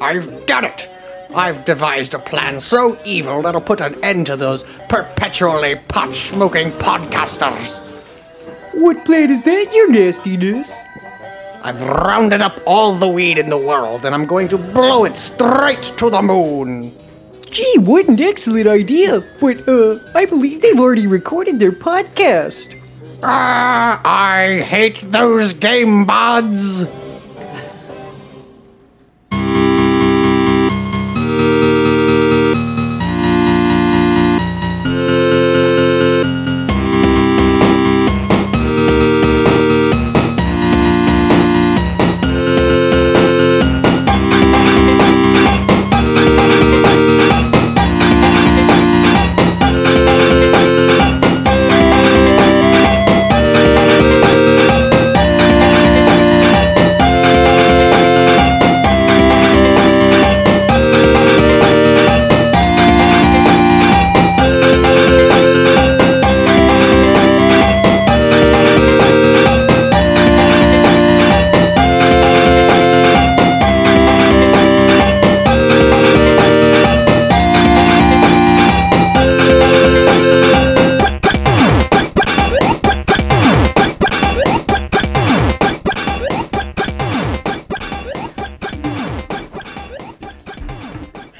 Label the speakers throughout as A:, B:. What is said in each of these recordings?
A: I've done it! I've devised a plan so evil that'll put an end to those perpetually pot smoking podcasters.
B: What plan is that, your nastiness?
A: I've rounded up all the weed in the world and I'm going to blow it straight to the moon.
B: Gee, what an excellent idea! But, uh, I believe they've already recorded their podcast.
A: Ah, I hate those game mods.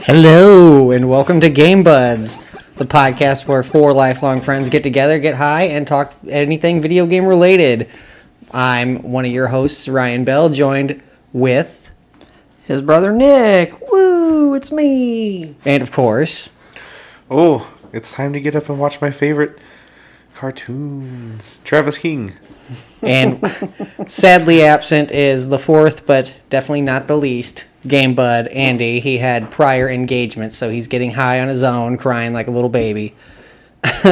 C: Hello, and welcome to Game Buds, the podcast where four lifelong friends get together, get high, and talk anything video game related. I'm one of your hosts, Ryan Bell, joined with,
D: His brother Nick. Woo, it's me.
C: and of course,
E: Oh, it's time to get up and watch my favorite cartoons. Travis King.
C: and sadly absent is the fourth, but definitely not the least, Game Bud, Andy. He had prior engagements, so he's getting high on his own, crying like a little baby.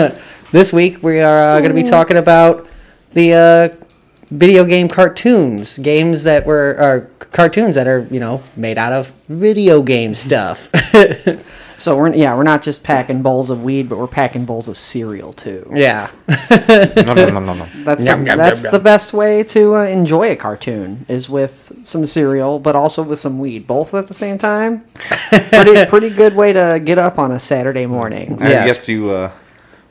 C: this week, we are uh, going to be talking about the uh, video game cartoons, games that were, or cartoons that are, you know, made out of video game stuff.
D: So we're yeah, we're not just packing bowls of weed, but we're packing bowls of cereal too.
C: yeah.
E: Nom, nom, nom, nom, nom.
D: That's
A: Yum,
D: the,
A: yum,
D: that's
A: yum,
D: the
A: yum.
D: best way to uh, enjoy a cartoon is with some cereal, but also with some weed, both at the same time. pretty pretty good way to get up on a Saturday morning.
E: I have
C: Yes.
E: yet to uh,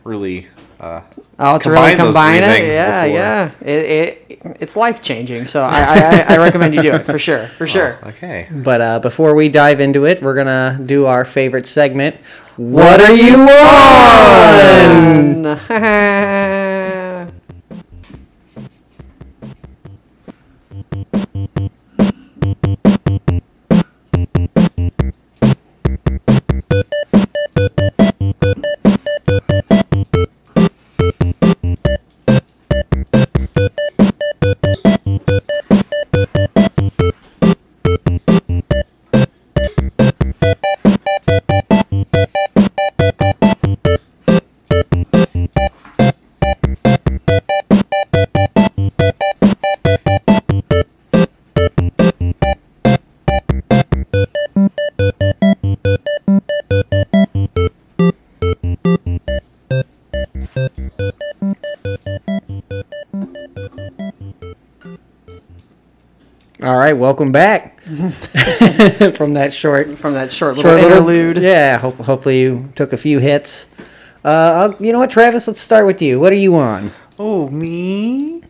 E: really. Uh,
D: Oh, it's
E: Combine
D: really
E: those
D: combine
E: three
D: it.
E: things
D: Yeah,
E: before.
D: yeah. It, it it's life changing. So I, I I recommend you do it for sure, for sure.
E: okay.
C: But uh, before we dive into it, we're gonna do our favorite segment.
D: What are you on?
C: All right, welcome back from that short,
D: From that short little
C: short
D: interlude.
C: yeah, hope, hopefully you took a few hits. Uh, I'll, you know what, Travis? Let's start with you. What are you on?
E: Oh, me?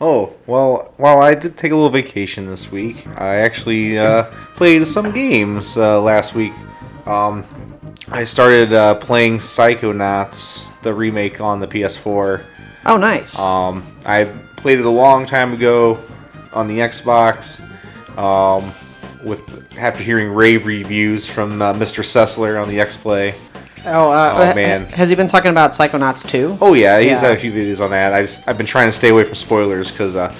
E: Oh, well, while I did take a little vacation this week, I actually uh, played some games uh, last week. Um, I started uh, playing Psychonauts, the remake on the PS4.
D: Oh, nice.
E: Um, I played it a long time ago on the Xbox. Um, with after hearing rave reviews from uh, Mr. Sessler on the X Play.
D: Oh, uh,
E: Oh,
D: ha-
E: man.
D: Has he been talking about Psychonauts too?
E: Oh yeah, he's
D: Yeah.
E: had a few videos on that. I just, I've been trying to stay away from spoilers because uh,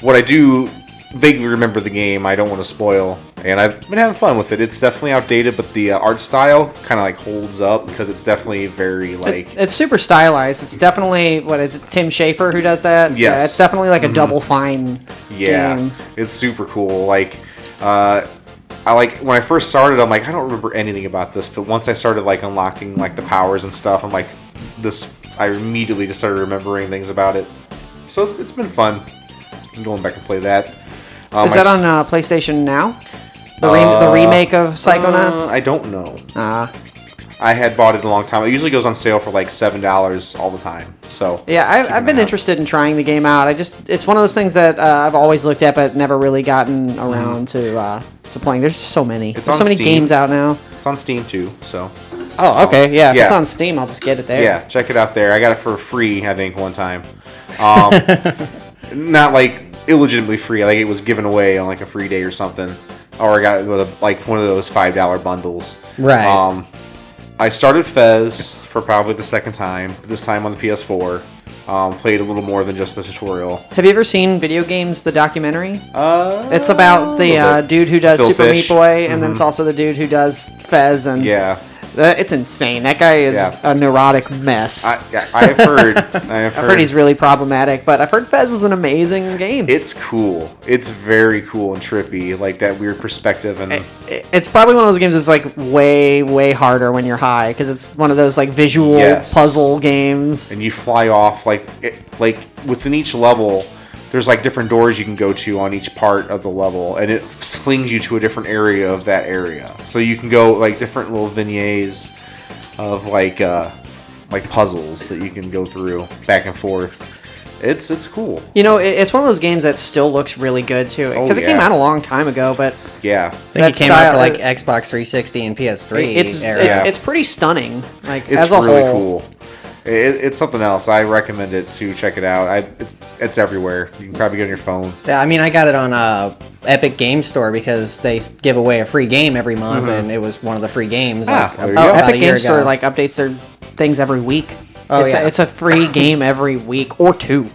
E: what I do vaguely remember the game. I don't want to spoil, and I've been having fun with it. It's definitely outdated, but the uh, art style kind of like holds up because it's definitely very like
D: It's super stylized. It's definitely what is it? Tim Schafer who does that? Yeah,
E: Yes. Mm-hmm.
D: it's definitely like a double fine.
E: Yeah,
D: game.
E: it's super cool. Like, uh, I like when I first started, I'm like, I don't remember anything about this, but once I started like unlocking like the powers and stuff, I'm like, this. I immediately just started remembering things about it. So it's- it's been fun. I'm going back and play that. Um,
D: Is
E: I
D: that
E: s-
D: on uh, PlayStation now? The, re- the remake of
E: Uh,
D: Psychonauts?
E: I don't know.
D: Ah.
E: I had bought it a long time. It usually goes on sale for like seven dollars all the time. So
D: Yeah,
E: keep
D: I,
E: an
D: I've been
E: eye out.
D: interested in trying the game out. I just it's one of those things that uh, I've always looked at, but never really gotten around to uh, to playing. There's just so many. There's
E: Mm-hmm. on
D: so many
E: Steam.
D: games out now.
E: It's on Steam too. So
D: Oh, okay, yeah. If it's
E: Yeah.
D: on Steam, I'll just get it there.
E: yeah, check it out there. I got it for free, I think, one time. Um, not like illegitimately free. Like it was given away on like a free day or something, or I got it with a, like one of those five dollar bundles.
C: Right.
E: Um, I started Fez for probably the second time. This time on the PS4. Um, played a little more than just the tutorial.
D: Have you ever seen video games? The documentary.
E: Uh,
D: it's about the
E: little
D: uh,
E: bit.
D: dude who does
E: Phil
D: Super
E: Fish. Mm-hmm.
D: Meat Boy, and then it's also the dude who does Fez. And
E: yeah.
D: Uh, it's insane. That guy is
E: Yeah.
D: a neurotic mess. I,
E: I, yeah, I've heard. I've heard,
D: have heard he's really problematic, but I've heard Fez is an amazing game.
E: It's cool. It's very cool and trippy, like that weird perspective and
D: it- it's probably one of those games that's like way way harder when you're high because it's one of those like visual
E: Yes.
D: puzzle games
E: and you fly off like it, like within each level there's like different doors you can go to on each part of the level and it slings you to a different area of that area so you can go like different little vignettes of like uh like puzzles that you can go through back and forth it's it's cool
D: you know it, it's one of those games that still looks really good too
E: Oh,
D: because it came
E: yeah.
D: out a long time ago but
E: yeah
C: I think
D: That
C: it came out
D: style-
C: for like Xbox 360 and PS3.
D: it's
C: era.
D: it's,
E: Yeah.
D: it's pretty stunning like
E: it's
D: as a
E: really
D: whole
E: cool. It, it's something else. I recommend it to check it out. I, it's it's everywhere. You can probably get it on your phone.
C: Yeah, I mean, I got it on uh, Epic Game Store because they s- give away a free game every month, and it was one of the free games.
E: Ah,
C: like,
E: there you
D: oh,
E: go.
C: about a
D: Mm-hmm. epic
C: year
D: game store
C: ago.
D: like updates their things every week
C: Oh,
D: it's,
C: yeah.
D: a, it's a free game every week or two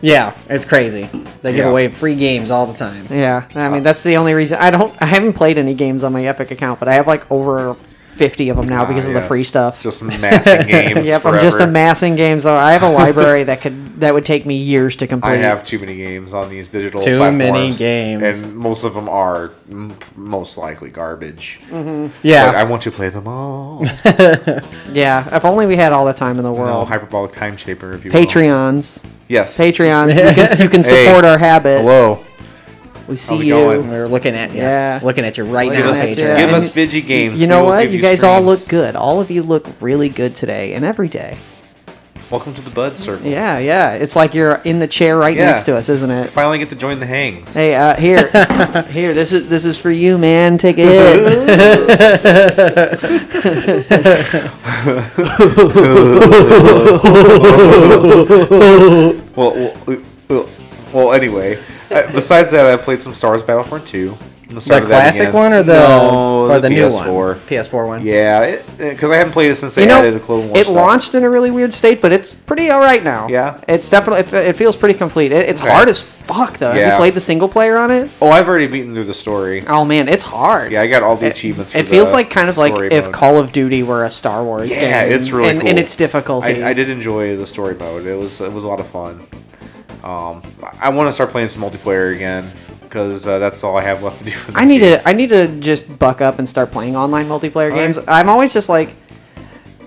C: yeah, it's crazy. They give
E: Yeah.
C: away free games all the time.
D: yeah i mean that's the only reason i don't i haven't played any games on my epic account but i have like over 50 of them now because
E: Ah,
D: of the
E: yes.
D: free stuff
E: Just massive games.
D: Yep,
E: forever.
D: I'm just amassing games. Though I have a library that could that would take me years to complete.
E: I have too many games on these digital
C: Too
E: platforms.
C: many games.
E: and most of them are m- most likely garbage. But I
C: Yeah,
E: want to play them all.
D: Yeah, if only we had all the time in
E: no,
D: the world.
E: hyperbolic time shaper. If you will.
D: Patreons,
E: Yes.
D: Patreons, you can, you can
E: Hey.
D: support our habit.
E: Hello.
D: We see
E: it
D: you.
E: going?
C: we're looking at you.
D: Yeah.
C: looking at you right
D: Looking
C: now,
D: at you.
C: Patreon.
E: Give
D: And
E: us Vigi games.
D: You
E: we
D: know
E: will
D: what?
E: give
D: You guys all
E: streams.
D: look good. All of you look really good today and every day.
E: Welcome to the Bud Circle.
D: Yeah, yeah. It's like you're in the chair right
E: Yeah.
D: next to us, isn't it?
E: Finally get to join the hangs.
D: Hey, uh, here, here. This is this is for you, man. Take it.
E: Well, well, well, well, anyway, uh, besides that, I played some Stars Battlefront 2. The,
C: The
E: start of that
C: classic
E: again.
C: one or the
E: No,
C: or the, new
E: PS4.
C: one? PS4 one.
E: Yeah, because I hadn't played it since they
D: you know,
E: added a Clone Wars.
D: it
E: stuff.
D: launched in a really weird state, but it's pretty all right now.
E: Yeah.
D: it's definitely it, it feels pretty complete. It, it's
E: Okay.
D: hard as fuck though. Have you
E: Yeah.
D: played the single player on it?
E: Oh, I've already beaten through the story.
D: Oh man, it's hard.
E: Yeah, I got all the achievements.
D: it
E: for
D: feels
E: the
D: like kind of like
E: story
D: if
E: mode.
D: Call of Duty were a Star Wars game.
E: Yeah, it's really
D: and,
E: cool.
D: and its difficulty.
E: I, I did enjoy the story mode. It was it was a lot of fun. Um, I want to start playing some multiplayer again because uh, that's all I have left to do. in the
D: I need
E: game.
D: to I need to just buck up and start playing online multiplayer games. I'm always just like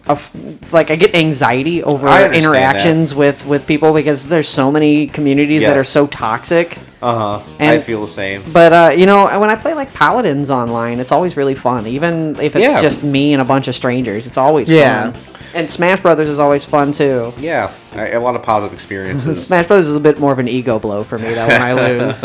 D: a f- like I get anxiety over
E: I understand
D: interactions with with people because there's so many communities that are
E: Yes.
D: so toxic.
E: Uh huh. I
D: and-
E: feel the same.
D: But uh, you know, when I play like paladins online, it's always really fun. Even if it's
E: Yeah.
D: just me and a bunch of strangers, it's always
C: Yeah.
D: fun. And Smash Brothers is always fun too.
E: Yeah, I, a lot of positive experiences.
D: Smash Brothers is a bit more of an ego blow for me though when I lose.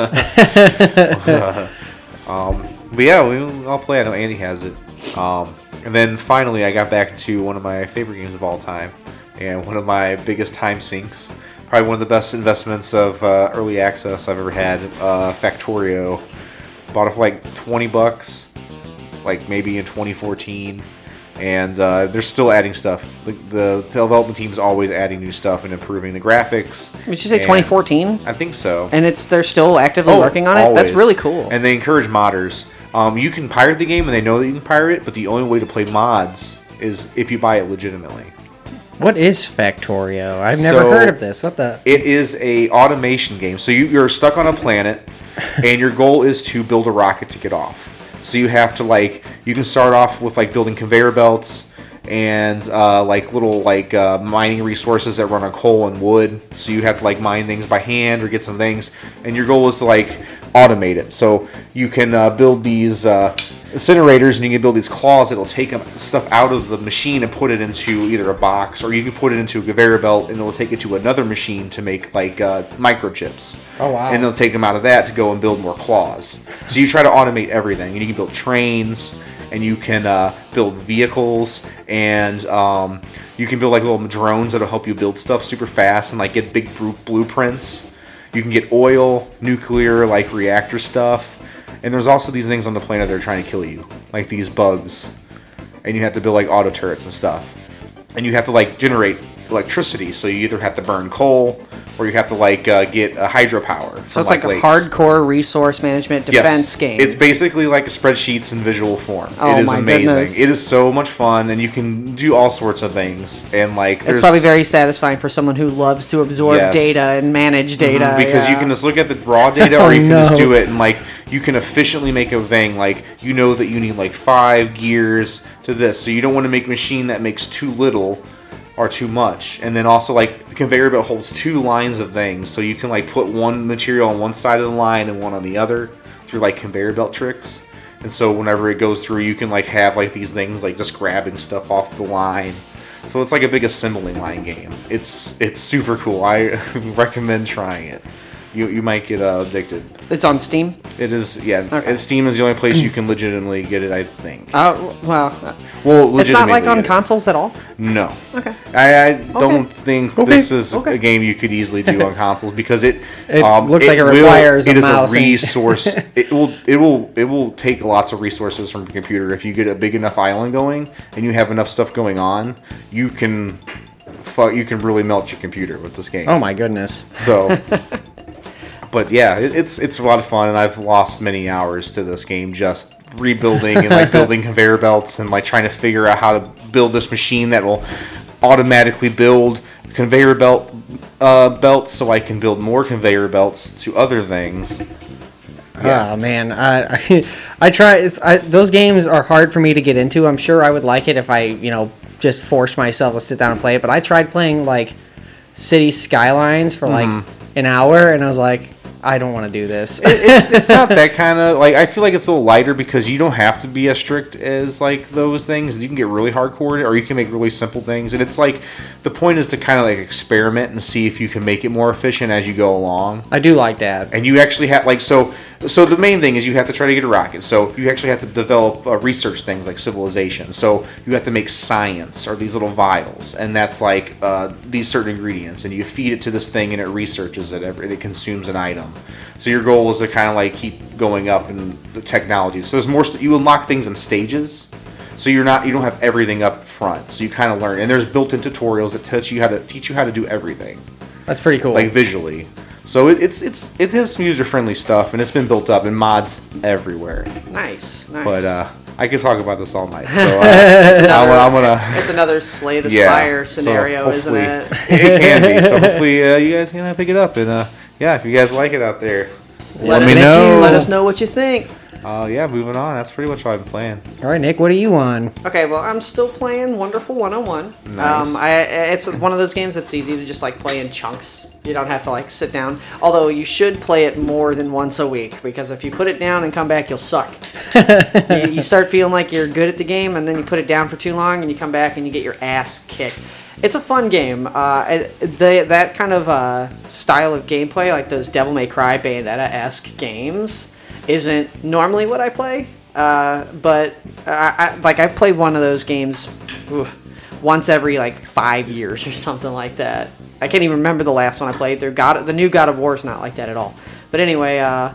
E: But yeah, we all play. I know Andy has it. Um, and then finally, I got back to one of my favorite games of all time, and one of my biggest time sinks. Probably one of the best investments of uh, early access I've ever had. Uh, Factorio. Bought it for like twenty bucks, like maybe in 2014, and uh, they're still adding stuff. The, the development team's always adding new stuff and improving the graphics.
D: Did you say
E: and-
D: 2014?
E: I think so
D: And it's they're still actively working on it. That's
E: Oh, always.
D: really cool.
E: And they encourage modders. Um, you can pirate the game, and they know that you can pirate it. But the only way to play mods is if you buy it legitimately.
C: What is Factorio? I've never
E: So-
C: heard of this. What the?
E: It is a automation game. So you, you're stuck on a planet, and your goal is to build a rocket to get off. So you have to like you can start off with like building conveyor belts and uh, like little like uh, mining resources that run on coal and wood. So you have to like mine things by hand or get some things. And your goal is to like automate it. So you can uh, build these uh, incinerators and you can build these claws that'll take up- stuff out of the machine and put it into either a box or you can put it into a conveyor belt and it'll take it to another machine to make like uh, microchips.
C: Oh, wow.
E: And they'll take them out of that to go and build more claws. So you try to automate everything, and you can build trains, and you can uh, build vehicles, and um, you can build like little drones that'll help you build stuff super fast and like get big bru- blueprints. You can get oil, nuclear, like reactor stuff, and there's also these things on the planet that are trying to kill you, like these bugs, and you have to build like auto turrets and stuff, and you have to like generate electricity. So you either have to burn coal. Or you have to like uh, get uh, hydropower.
D: So it's like, a
E: hard.
D: hardcore resource management defense game.
E: It's basically like spreadsheets in visual form.
D: Oh
E: it is
D: my
E: amazing.
D: goodness.
E: It is so much fun, and you can do all sorts of things. And like, there's
D: it's probably very satisfying for someone who loves to absorb
E: Yes. Mm-hmm.
D: data and manage data
E: Mm, because you
D: yeah.
E: can just look at the raw data,
C: Oh,
E: or you can just
C: no.
E: do it, and like you can efficiently make a thing. Like you know that you need like five gears to this, so you don't want to make a machine that makes too little or too much. And then also like the conveyor belt holds two lines of things, so you can like put one material on one side of the line and one on the other through like conveyor belt tricks. And so whenever it goes through, you can like have like these things like just grabbing stuff off the line. So it's like a big assembling line game. It's it's super cool. I recommend trying it. You you might get uh, addicted.
D: It's on Steam.
E: It is yeah.
D: Okay.
E: and Steam is the only place you can legitimately get it. I
C: Uh,
E: think.
D: Oh well,
E: Well,
D: it's not
E: legitimately
D: like on
E: get it.
D: consoles at all.
E: No.
D: Okay.
E: I, I don't think
C: Okay.
E: this is
D: Okay.
E: a game you could easily do on consoles because it
C: It looks like it requires a
E: it is
C: mouse and-
E: resource. it will it will it will take lots of resources from your computer if you get a big enough island going and you have enough stuff going on. You can fu- you can really melt your computer with this game.
C: Oh my goodness.
E: So, but yeah, it, it's it's a lot of fun, and I've lost many hours to this game just rebuilding and like building conveyor belts and like trying to figure out how to build this machine that will automatically build conveyor belt uh, belts so I can build more conveyor belts to other things.
C: Oh man, uh, I try. It's, I, those games are hard for me to get into. I'm sure I would like it if I, you know, just forced myself to sit down and play it. But I tried playing like City Skylines for like an hour, and I was like, I don't want to do this.
E: it's, it's not that kind of like I feel like it's a little lighter because you don't have to be as strict as like those things. You can get really hardcore at it, or you can make really simple things. And it's like the point is to kind of like experiment and see if you can make it more efficient as you go along
C: I do like that.
E: and you actually have like so so the main thing is you have to try to get a rocket so you actually have to develop uh, research things like civilization so you have to make science or these little vials and that's like uh, these certain ingredients and you feed it to this thing and it researches it every, and it consumes an item so your goal is to kind of like keep going up in the technology so there's more st- you unlock things in stages so you're not you don't have everything up front so you kind of learn and there's built-in tutorials that teach you how to teach you how to do everything
C: That's pretty cool.
E: like visually. So it, it's it's it has some user friendly stuff, and it's been built up and mods everywhere.
D: Nice, nice.
E: But uh, I could talk about this all night. So uh, I'm, I'm gonna.
D: it's another Slay the
E: Yeah,
D: Spire
E: so
D: scenario, isn't it?
E: hopefully- It can be. So hopefully uh, you guys can uh, pick it up, and uh, yeah, if you guys like it out there,
D: Let,
E: let
D: us,
E: me know.
D: let us know what you think.
E: Uh, yeah, moving on. That's pretty much all I've been playing.
C: All right, Nick, what are you on?
D: Okay, well, I'm still playing Wonderful 101.
E: Nice.
D: Um, I, it's one of those games that's easy to just like play in chunks. You don't have to like sit down. Although you should play it more than once a week because if you put it down and come back, you'll suck. you, you start feeling like you're good at the game, and then you put it down for too long, and you come back and you get your ass kicked. It's a fun game. Uh, it- they, that kind of uh, style of gameplay, like those Devil May Cry, Bayonetta-esque games, isn't normally what I play. Uh, but I, I, like I play one of those games oof, once every like five years or something like that. I can't even remember the last one I played. Through God, the new God of War is not like that at all. But anyway, uh,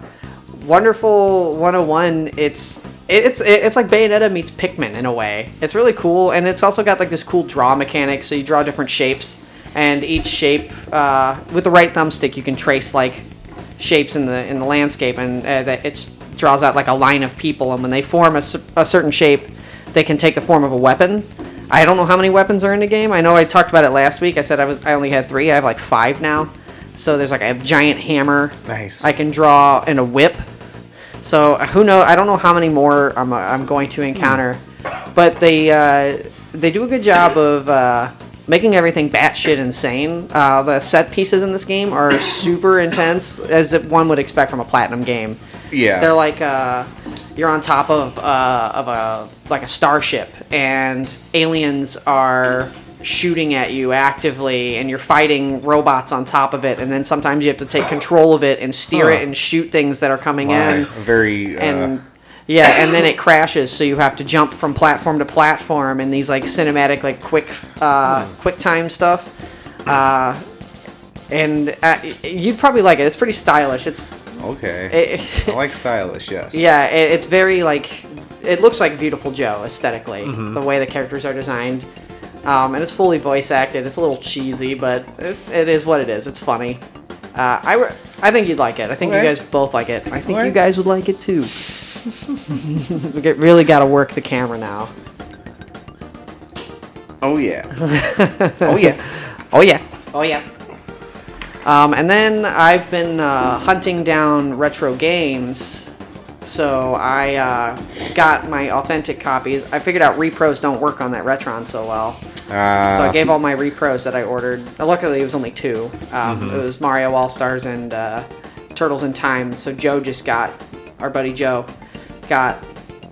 D: Wonderful 101. It's it- it's it- it's like Bayonetta meets Pikmin in a way. It's really cool, and it's also got like this cool draw mechanic. So you draw different shapes, and each shape uh, with the right thumbstick you can trace like shapes in the in the landscape, and uh, that it draws out like a line of people. And when they form a, cer- a certain shape, they can take the form of a weapon. I don't know how many weapons are in the game. I know I talked about it last week. I said I was I only had three. I have like five now. So there's like a giant hammer.
E: Nice.
D: I can draw and a whip. So uh, who know? I don't know how many more I'm, I'm going to encounter, but they uh, they do a good job of uh, making everything batshit insane. Uh, the set pieces in this game are super intense, as that one would expect from a platinum game.
E: Yeah.
D: they're like uh, you're on top of uh, of a like a starship, and aliens are shooting at you actively, and you're fighting robots on top of it, and then sometimes you have to take control of it and steer it
E: Huh.
D: and shoot things that are coming in
E: very. Uh,
D: um, and yeah, and then it crashes, so you have to jump from platform to platform and these like cinematic, like quick, uh, quick time stuff. Uh, and uh, y- you'd probably like it. It's pretty stylish. It's
E: uh, okay.
D: it,
E: I like stylish. Yes.
D: yeah, it, it's very like it looks like Beautiful Joe aesthetically,
E: Mm-hmm.
D: the way the characters are designed, um, and it's fully voice acted. It's a little cheesy, but it, it is what it is. It's funny. Uh, I re- I think you'd like it. I think
E: Okay.
D: you guys both like it. I think
E: Okay.
D: you guys would like it too. we get, really got to work the camera now.
E: Oh yeah. oh yeah.
D: Oh yeah. Oh yeah. Um, and then I've been uh, hunting down retro games, so I uh, got my authentic copies. I figured out repros don't work on that Retron so well, so I
E: Uh,
D: gave all my repros that I ordered. uh, Luckily, it was only two. Um, It was Mario All Stars and uh, Turtles in Time. So Joe just got our buddy Joe got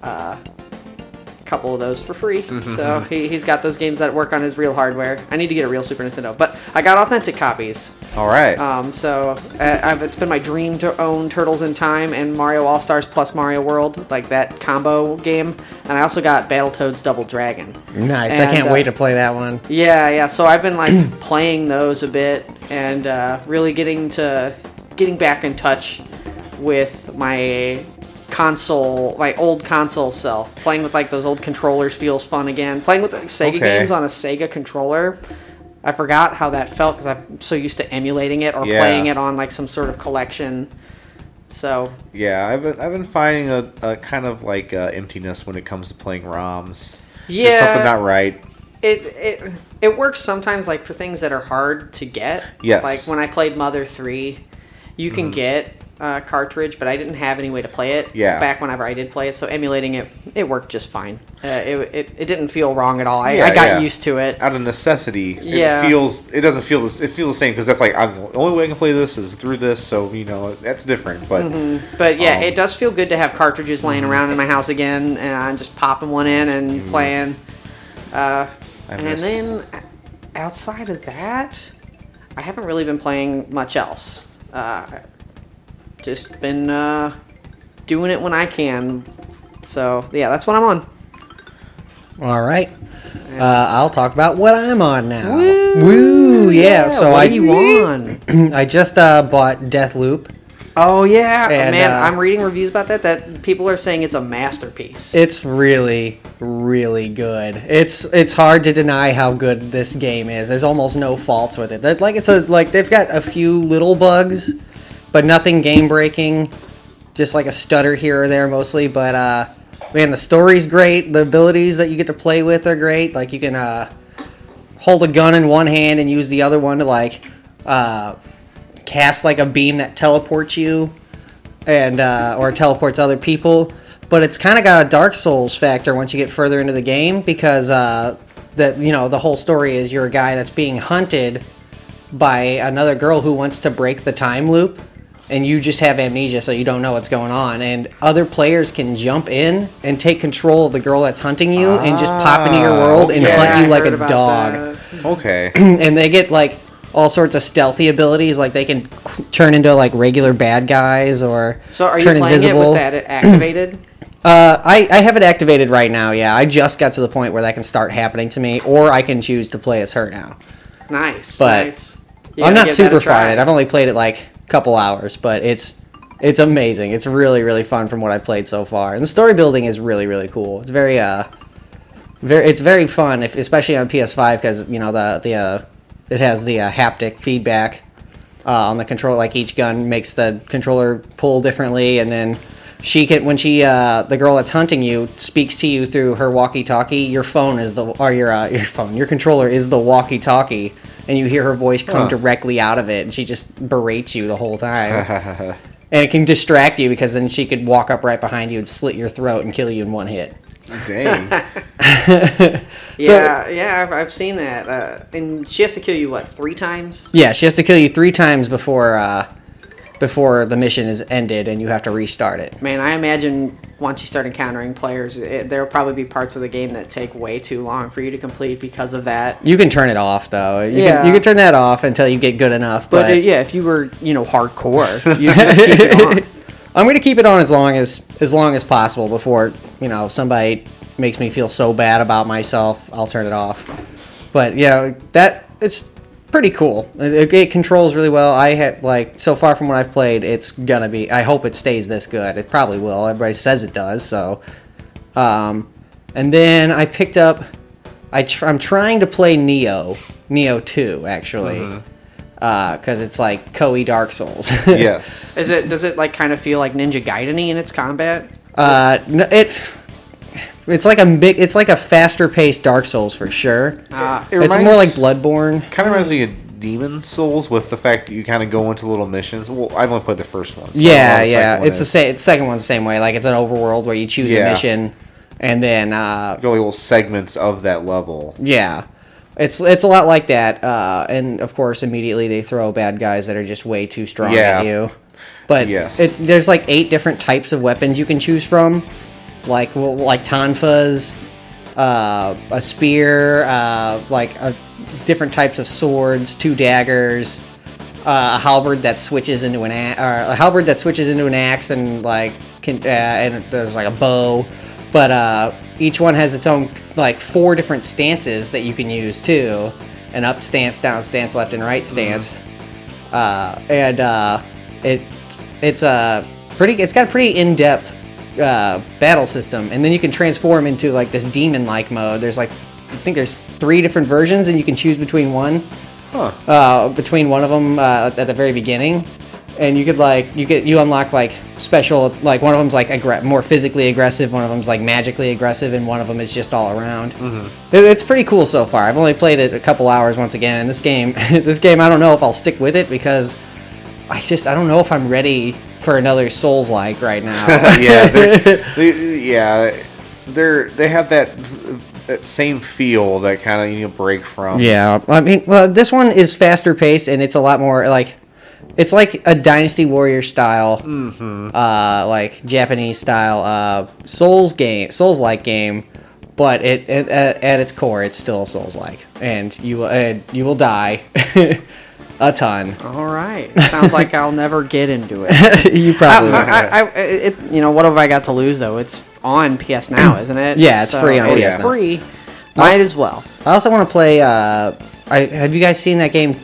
D: uh, a couple of those for free. so he, he's got those games that work on his real hardware. I need to get a real Super Nintendo, but I got authentic copies.
E: all right.
D: Um, so uh, I've, it's been my dream to own Turtles in Time and Mario All Stars plus Mario World, like that combo game. And I also got Battletoads Double Dragon.
C: Nice. I
D: And,
C: can't
D: uh,
C: wait to play that one.
D: Yeah, yeah. So I've been like playing those a bit and uh, really getting to getting back in touch with my console, my old console self. Playing with like those old controllers feels fun again. Playing with like, Sega
E: Okay.
D: games on a Sega controller. I forgot how that felt because I'm so used to emulating it or
E: Yeah.
D: playing it on like some sort of collection. So
E: yeah, I've been I've been finding a, a kind of like uh, emptiness when it comes to playing ROMs. There's
D: yeah,
E: something not right.
D: it it it works sometimes like for things that are hard to get.
E: Yes. Mm-hmm.
D: Like when I played Mother Three, you can get a cartridge, but I didn't have any way to play it.
E: Yeah.
D: Back whenever I did play it, so emulating it, it worked just fine. Uh, it, it it didn't feel wrong at all. I,
E: Yeah,
D: I got
E: yeah. Uh,
D: used to it.
E: Out of necessity, it
D: Yeah.
E: feels it doesn't feel this. It feels the same because that's like I'm, the only way I can play this is through this. So you know that's different. But
D: But yeah,
E: Um, mm-hmm.
D: it does feel good to have cartridges laying around in my house again, and I'm just popping one in and playing. Uh,
E: I
D: and
E: miss-
D: then outside of that, I haven't really been playing much else. Uh, just been uh, doing it when I can. So yeah, that's what I'm on.
C: All right. Uh, I'll talk about what I'm on now. Woo! yeah. so
D: what
C: I
D: do you on?
C: I just uh, bought Deathloop.
D: Oh yeah,
C: And,
D: man,
C: uh,
D: I'm reading reviews about that. That people are saying it's a masterpiece.
C: It's really, really good. It's it's hard to deny how good this game is. There's almost no faults with it. That- Like it's a like they've got a few little bugs, but nothing game breaking. Just like a stutter here or there mostly. But uh, man, the story's great. The abilities that you get to play with are great. Like you can uh, hold a gun in one hand and use the other one to like uh, cast like a beam that teleports you and uh, or teleports other people. But it's kind of got a Dark Souls factor once you get further into the game because uh, that you know the whole story is you're a guy that's being hunted by another girl who wants to break the time loop, and you just have amnesia, so you don't know what's going on. And other players can jump in and take control of the girl that's hunting you and just pop into your
E: Ah,
C: world and
E: okay.
C: hunt
D: I
C: you like
D: heard
C: a
D: about
C: dog
D: that.
E: okay,
C: and they get like all sorts of stealthy abilities. Like they can c- turn into like regular bad guys or
D: So are you
C: turn
D: playing it
C: invisible.
D: with that activated?
C: Uh, I I have it activated right now. Yeah, I just got to the point where that can start happening to me, or I can choose to play as her now.
D: nice.
C: But
D: nice.
C: I'm not super far
D: far
C: in it. I've only played it like a couple hours, but it's it's amazing. It's really really fun from what I've played so far, and the story building is really really cool. It's very uh, very it's very fun, if, especially on PS5 because you know the the uh, it has the uh, haptic feedback uh, on the control. Like each gun makes the controller pull differently, and then she can when she uh, the girl that's hunting you speaks to you through her walkie-talkie. Your phone is the or your uh, your phone your controller is the walkie-talkie, and you hear her voice come directly out of it, and she just berates you the whole time. and it can distract you because then she could walk up right behind you and slit your throat and kill you in one hit.
E: Dang.
D: Yeah, yeah, I've, I've seen that. Uh, and she has to kill you what three times?
C: Yeah, she has to kill you three times before uh, before the mission is ended, and you have to restart it.
D: Man, I imagine once you start encountering players, it, there'll probably be parts of the game that take way too long for you to complete because of that.
C: You can turn it off though. You
D: Yeah.
C: can you can turn that off until you get good enough. But,
D: But uh, yeah, if you were you know hardcore, you just keep it on.
C: I'm gonna keep it on as long as as long as possible before you know somebody makes me feel so bad about myself. I'll turn it off. But yeah, that it's pretty cool. It, it controls really well. I had like so far from what I've played, it's gonna be. I hope it stays this good. It probably will. Everybody says it does. So, um, and then I picked up. I tr- I'm trying to play Neo, Neo Two actually, because it's like Koei Dark Souls.
E: yes.
D: Is it does it like kind of feel like Ninja gaiden in its combat?
C: Uh, no, it it's like a big, it's like a faster paced Dark Souls for sure.
E: Uh, It
C: it's more like Bloodborne.
E: Kind of reminds me of Demon Souls with the fact that you kind of go into little missions. Well, I've only played the first one. so I don't know
C: Yeah, yeah.
E: what the second one
C: It's the
E: is.
C: same. It's second one's the same way. Like it's an overworld where you choose
E: Yeah.
C: a mission, and then uh,
E: Go little segments of that level.
C: yeah, it's it's a lot like that. Uh, and of course, immediately they throw bad guys that are just way too strong
E: Yeah.
C: at you. But
E: Yes.
C: it, there's like eight different types of weapons you can choose from, like well, like tonfas, uh, a spear, uh, like uh different types of swords, two daggers, uh, a halberd that switches into an axe, or a halberd that switches into an axe, and like can, uh, and there's like a bow, but uh, each one has its own like four different stances that you can use too, an up stance, down stance, left and right stance uh, and uh, it it's a pretty it's got a pretty in depth uh, battle system, and then you can transform into like this demon like mode. There's like I think there's three different versions, and you can choose between one uh, between one of them uh, at the very beginning, and you could like you get you unlock like special like one of them's like aggra- more physically aggressive, one of them's like magically aggressive, and one of them is just all around. It- it's pretty cool so far. I've only played it a couple hours once again, and this game this game I don't know if I'll stick with it because I just I don't know if I'm ready for another Souls like right now.
E: yeah, they're, they, yeah, they're they have that that same feel that kind of you need a break from.
C: Yeah, I mean, well, this one is faster paced and it's a lot more like it's like a Dynasty Warrior style, uh, like Japanese style uh, Souls game, Souls like game. But it, it at, at its core, it's still Souls like, and you will- uh, you will die a ton.
D: All right, sounds like I'll never get into it.
C: you probably will.
D: I, I, I, it. You know what have I got to lose though? It's on PS Now, isn't it?
C: Yeah, it's free on
D: it's
E: PS Now.
D: free. Might as well.
C: I also want to play. Uh, I have you guys seen that game,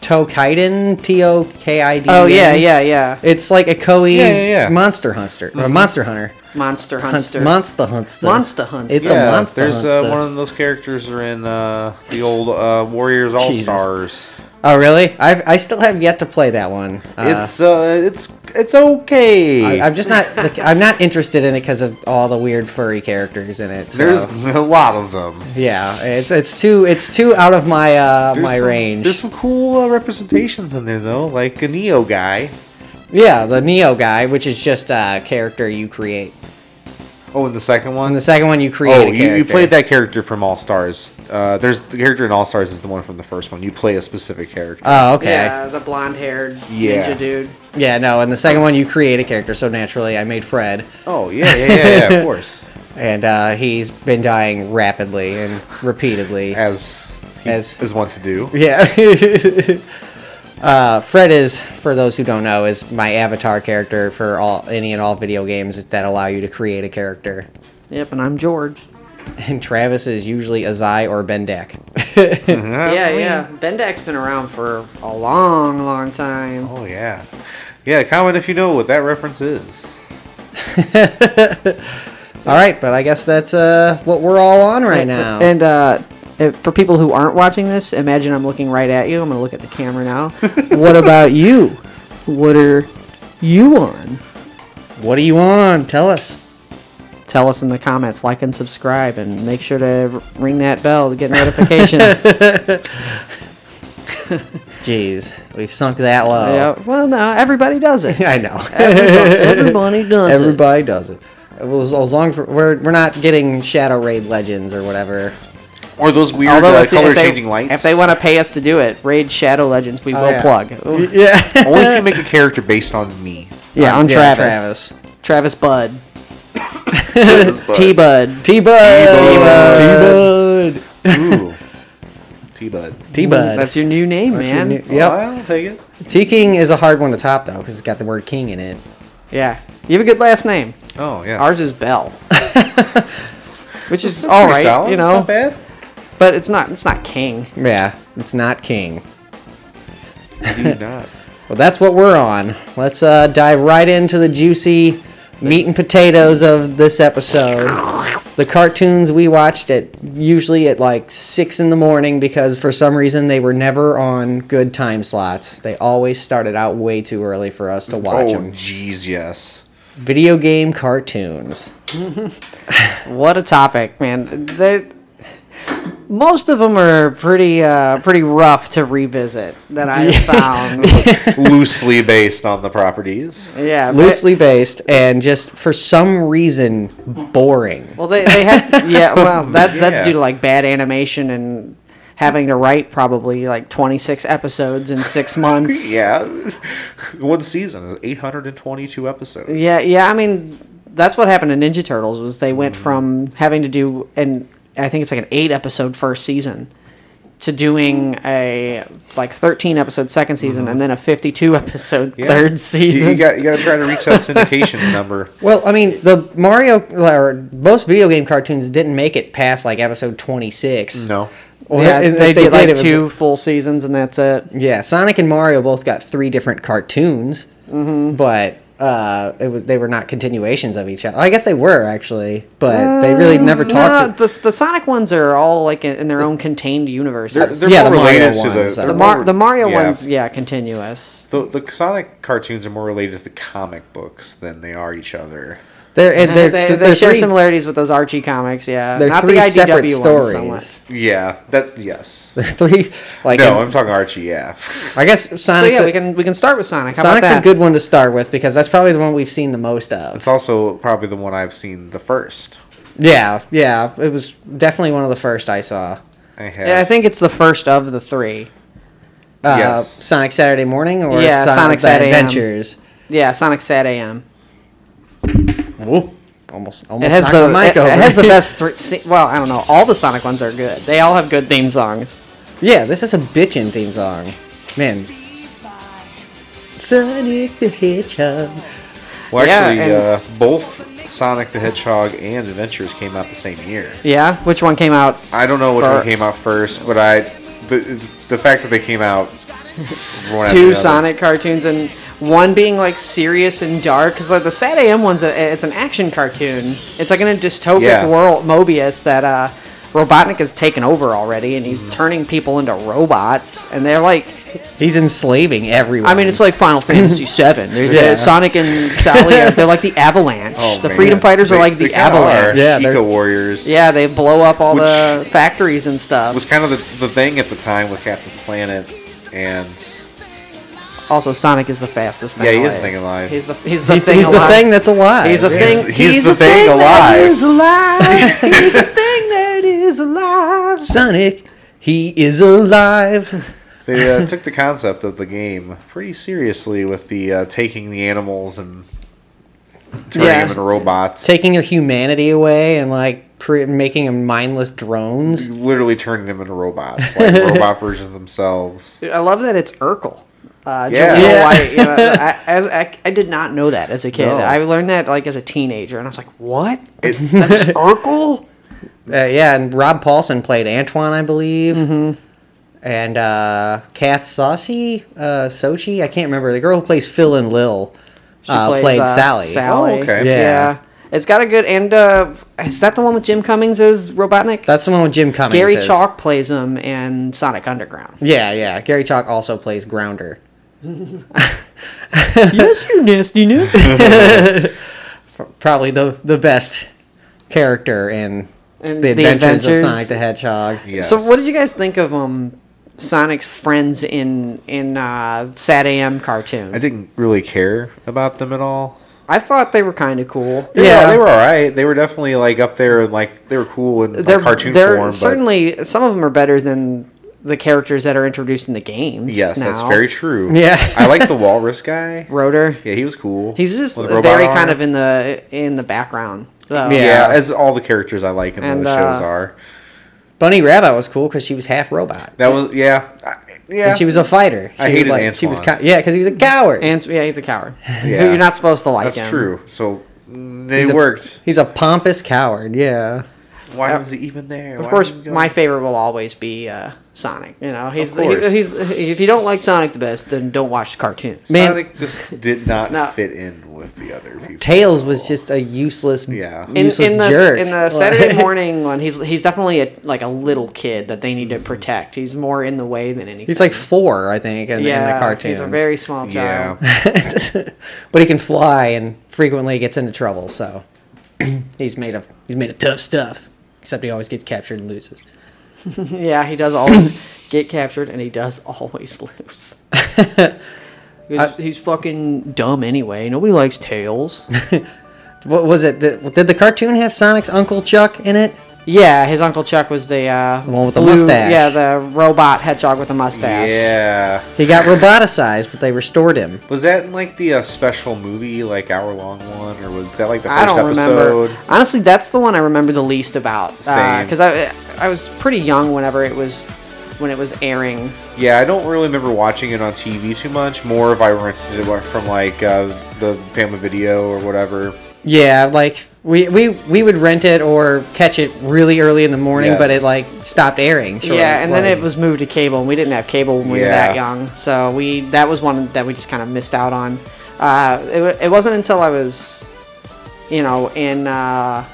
C: Tokiden? T O K I D.
D: Oh yeah, yeah, yeah.
C: It's like a Koei
E: Yeah, yeah, yeah.
C: monster hunter, or monster hunter.
D: Mm-hmm. Monster
C: Hunts,
D: Hunter.
C: monster hunter.
D: Monster Hunter.
C: It's
E: Yeah,
C: a monster
E: there's
C: hunter.
E: uh, one of those characters are in uh, the old uh, Warriors All Stars.
C: oh really? I've, I still have yet to play that one. Uh,
E: It's uh, it's it's okay.
C: I'm just not. like, I'm not interested in it because of all the weird furry characters in it. So.
E: there's a lot of them.
C: yeah, it's it's too it's too out of my uh,
E: There's
C: my
E: some-
C: range.
E: There's some cool uh, representations in there though, like a Neo guy.
C: Yeah, the Neo guy, which is just a character you create.
E: Oh, and the second one.
C: And the second one you create.
E: Oh,
C: a
E: you, you
C: character.
E: played that character from All Stars. Uh, there's the character in All Stars is the one from the first one. You play a specific character.
C: Oh, okay.
D: Yeah, the blonde-haired
E: Yeah.
D: ninja dude.
C: Yeah, no, and the second one you create a character, so naturally I made Fred,
E: oh yeah, yeah, yeah, yeah of course.
C: and uh, he's been dying rapidly and repeatedly.
E: As he
C: As-
E: is one to do.
C: yeah. uh, Fred is, for those who don't know, is my avatar character for all any and all video games that allow you to create a character.
D: Yep, and I'm George.
C: And Travis is usually Azai or Bendak.
D: yeah, yeah. Bendak's been around for a long, long time.
E: Oh yeah, yeah. Comment if you know what that reference is.
C: All right, but I guess that's uh, what we're all on right now.
D: And uh, if, for people who aren't watching this, imagine I'm looking right at you. I'm gonna look at the camera now. what about you? What are you on?
C: what are you on? Tell us.
D: Tell us in the comments, like and subscribe, and make sure to ring that bell to get notifications.
C: Jeez, we've sunk that
D: Oh.
C: low.
D: yeah, well, no, everybody does it.
C: I know.
D: Everybody, everybody does it.
C: Everybody does it. Well, as, as long as we're, we're we're not getting Shadow Raid Legends or whatever.
E: Or those weird
D: Although
E: uh,
D: if, they- if
E: color
D: they,
E: changing lights.
D: if they want to pay us to do it, raid Shadow Legends, we will
C: yeah.
D: plug. Ooh.
C: Yeah.
E: only if you make a character based on me.
D: Yeah, I'm
C: yeah,
D: Travis. Travis Bud. T
E: T
C: T Bud.
D: Bud.
C: T Bud.
E: Bud. T Bud.
C: T Bud.
D: That's your new name, man.
C: Yep.
E: I'll take it.
C: T King is a hard one to top though because it's got the word king in it.
D: Yeah. You have a good last name.
E: Oh yeah.
D: Ours is Bell. Which is all right, you know.
E: not bad.
D: But it's not it's not King.
C: Yeah, it's not king.
E: Indeed not.
C: Well, that's what we're on. Let's uh, dive right into the juicy meat and potatoes of this episode. The cartoons we watched at usually at like six in the morning because for some reason they were never on good time slots. They always started out way too early for us to watch
E: Oh
C: them.
E: jeez, yes.
C: Video game cartoons.
D: What a topic, man. They most of them are pretty uh, pretty rough to revisit that I've found.
E: Loosely based on the properties.
D: yeah, but-
C: Loosely based and just for some reason boring.
D: Well, they, they had yeah. Well, that's that's
E: Yeah.
D: due to like bad animation and having to write probably like 26 episodes in six months.
E: Yeah. One season is 822 episodes.
D: yeah, e- yeah. I mean, that's what happened to Ninja Turtles was they
C: Mm.
D: went from having to do an I think it's like an eight episode first season to doing a like 13 episode second
C: Mm-hmm.
D: season and then a 52 episode
E: Yeah.
D: third
E: You-
D: season.
E: You got you got to try to reach that syndication number.
C: Well, I mean, the Mario or most video game cartoons didn't make it past like episode 26.
E: No.
C: Or
D: Mm. yeah,
C: if
D: they
C: they
D: did
C: did,
D: like
C: it was-
D: two full seasons and that's it.
C: Yeah, Sonic and Mario both got three different cartoons,
D: Mm-hmm.
C: but uh, it was they were not continuations of each other. I guess they were actually, but they really never
D: Mm, No,
C: talked.
D: Uh, the, the Sonic ones are all like in in their own contained universe.
E: They're, they're
C: Yeah,
E: more
C: the Mario
E: related to the
C: ones, uh,
E: they're
D: The, Mar-
E: more-
D: the Mario
E: yeah.
D: one's yeah continuous.
E: The, the Sonic cartoons are more related to the comic books than they are each other.
C: They're, and they're,
D: they
C: they're,
D: they share
C: three-
D: similarities with those Archie comics. Yeah,
C: they're
D: not
C: three
D: the IDW
C: separate
D: ones
C: stories.
D: So much.
E: Yeah, that yes.
C: They're three like
E: No,
C: and-
E: I'm talking Archie. Yeah,
C: I guess
D: So
C: Sonic's
D: yeah,
C: a,
D: we can we can start with Sonic. How
C: Sonic's
D: about
C: a
D: that?
C: good one to start with because that's probably the one we've seen the most of.
E: it's also probably the one I've seen the first.
C: Yeah, yeah, it was definitely one of the first I saw.
E: I have.
D: Yeah, I think it's the first of the three.
C: Uh,
E: Yes.
C: Sonic Saturday Morning or
D: Yeah,
C: Sonic,
D: Sonic
C: the
D: Saturday, um,
C: Adventures.
D: Yeah, Sonic Sad AM.
C: Almost,
D: It
C: almost
D: has
C: knocked
D: the
C: my mic
D: it, it
C: over.
D: has the best three. se- Well, I don't know. All the Sonic ones are good. They all have good theme songs.
C: Yeah, this is a bitchin' theme song. Man. Sonic the Hedgehog.
E: Well,
D: Yeah,
E: actually,
D: and-
E: uh, both Sonic the Hedgehog and Adventures came out the same year.
D: Yeah, which one came out?
E: I don't know which
D: Fir-
E: one came out first, but I the the fact that they came out one after the
D: two
E: other-
D: Sonic cartoons and one being like serious and dark because like the Sad AM one's a, it's an action cartoon. It's like in a dystopic
E: Yeah.
D: world, Mobius that uh, Robotnik has taken over already, and
E: Mm-hmm.
D: he's turning people into robots, and they're like.
C: He's enslaving everyone.
D: I mean, it's like Final Fantasy Seven. They're- they're- Sonic and Sally are they're like the Avalanche.
E: Oh,
D: the
E: man.
D: Freedom Fighters
E: They-
D: are like
E: they
D: the
E: kinda
D: Avalanche.
E: are.
C: Yeah, they're-
E: Eco Warriors.
D: Yeah, they blow up all the
E: Which-
D: factories and stuff.
E: was kind of the, the thing at the time with Captain Planet and
D: also, Sonic is the fastest. Thing
E: Yeah, he is
D: alive.
E: thing alive.
D: He's the he's the
C: he's,
D: thing.
C: he's the
D: alive.
C: thing that's alive.
D: He's a
E: He's-
D: thing.
E: he's the thing
D: That
E: alive.
D: is alive. he's a thing that is alive.
C: Sonic, he is alive.
E: They uh, took the concept of the game pretty seriously with the uh, taking the animals and turning
D: Yeah.
E: them into robots.
C: Taking your humanity away and like pre- making them mindless drones.
E: literally turning them into robots, like robot versions of themselves.
D: Dude, I love that it's Urkel. Uh,
E: Yeah.
D: Jaleel
E: Yeah.
D: White, you know, I, as, I, I did not know that as a kid.
E: No.
D: I learned that like as a teenager, and I was like, "What?
E: It-
D: That's Urkel?" Mm-hmm.
C: Uh, yeah, and Rob Paulson played Antoine, I believe. Mm-hmm. And uh, Kath Saucy, uh, Sochi, I can't remember. The girl who plays Phil and Lil uh,
D: plays,
C: played
D: uh,
C: Sally.
D: Sally.
E: Oh, okay.
D: Yeah.
C: Yeah.
D: it's got a good and uh, is that the one with Jim Cummings as Robotnik?
C: That's the one with Jim Cummings.
D: Gary
C: is.
D: Chalk plays him in Sonic Underground.
C: Yeah, yeah. Gary Chalk also plays Grounder.
D: yes, you nastiness.
C: Probably the the best character in
D: In
C: the
D: The
C: adventures,
D: Adventures.
C: of Sonic the Hedgehog.
E: Yes.
D: So, what did you guys think of um, Sonic's friends in in uh, Sad AM cartoon?
E: I didn't really care about them at all.
D: I thought they were kind of cool.
E: They
C: Yeah.
E: were, they were all right. They were definitely like up there, like they were cool in like,
D: They're
E: cartoon
D: they're
E: form.
D: certainly some of them are better than the characters that are introduced in the games.
E: but yes, that's
D: now.
E: very true.
C: Yeah.
E: I like the walrus guy.
D: Rotor.
E: Yeah, he was cool.
D: He's just
E: With a robot
D: very kind
E: arm.
D: of in the in the background. though.
E: yeah, as all the characters I like in
D: And,
E: those
D: uh,
E: shows are.
C: Bunny Rabbit was cool because she was half robot.
E: That was yeah, I, yeah.
C: And she was a fighter. She
E: I
C: was
E: hated
C: like, She was
E: Antoine.
C: co- yeah, because he was a coward.
D: And yeah, he's a coward.
E: Yeah.
D: You're not supposed to like
E: That's
D: him.
E: true. So mm, they
C: He's a-
E: worked.
C: He's a pompous coward. Yeah.
E: Why was he even there?
D: Uh, Of course, my favorite will always be uh, Sonic. You know, he's,
E: Of course.
D: he's if you don't like Sonic the best, then don't watch the cartoons.
C: Man-
E: Sonic just did not
D: No.
E: fit in with the other people.
C: Tails was just a useless,
E: Yeah. In-
D: in,
C: useless
D: in the
C: jerk.
D: in the
C: Like-
D: Saturday morning one, he's he's definitely a, like a little kid that they need to protect. He's more in the way than anything.
C: Mm-hmm. he's like four, I think, in, in the cartoons.
D: He's a very small
E: yeah,
D: child.
C: but he can fly and frequently gets into trouble. So he's made of he's made of tough stuff. Except he always gets captured and loses.
D: Yeah, he does always get captured, and he does always lose. He's, he's fucking dumb anyway. Nobody likes tails.
C: What was it? The, did the cartoon have Sonic's Uncle Chuck in it?
D: yeah, his uncle Chuck was the uh,
C: The one with the mustache.
D: Yeah, the robot hedgehog with a mustache.
E: yeah.
C: He got roboticized, but they restored him.
E: Was that in like the uh, special movie, like hour long one, or was that like the first
D: I don't
E: episode?
D: remember. Honestly, that's the one I remember the least about.
E: Same.
D: Because I I was pretty young whenever it was when it was airing.
E: Yeah, I don't really remember watching it on TV too much. More if I rented it from like uh, the Family Video or whatever.
C: Yeah, like we, we we would rent it or catch it really early in the morning, but it
E: Yes.
C: like stopped airing. shortly.
D: yeah, and then
C: Like,
D: it was moved to cable, and we didn't have cable when we were
E: Yeah.
D: that young. So we that was one that we just kind of missed out on. Uh, it, wa- it wasn't until I was, you know, in uh,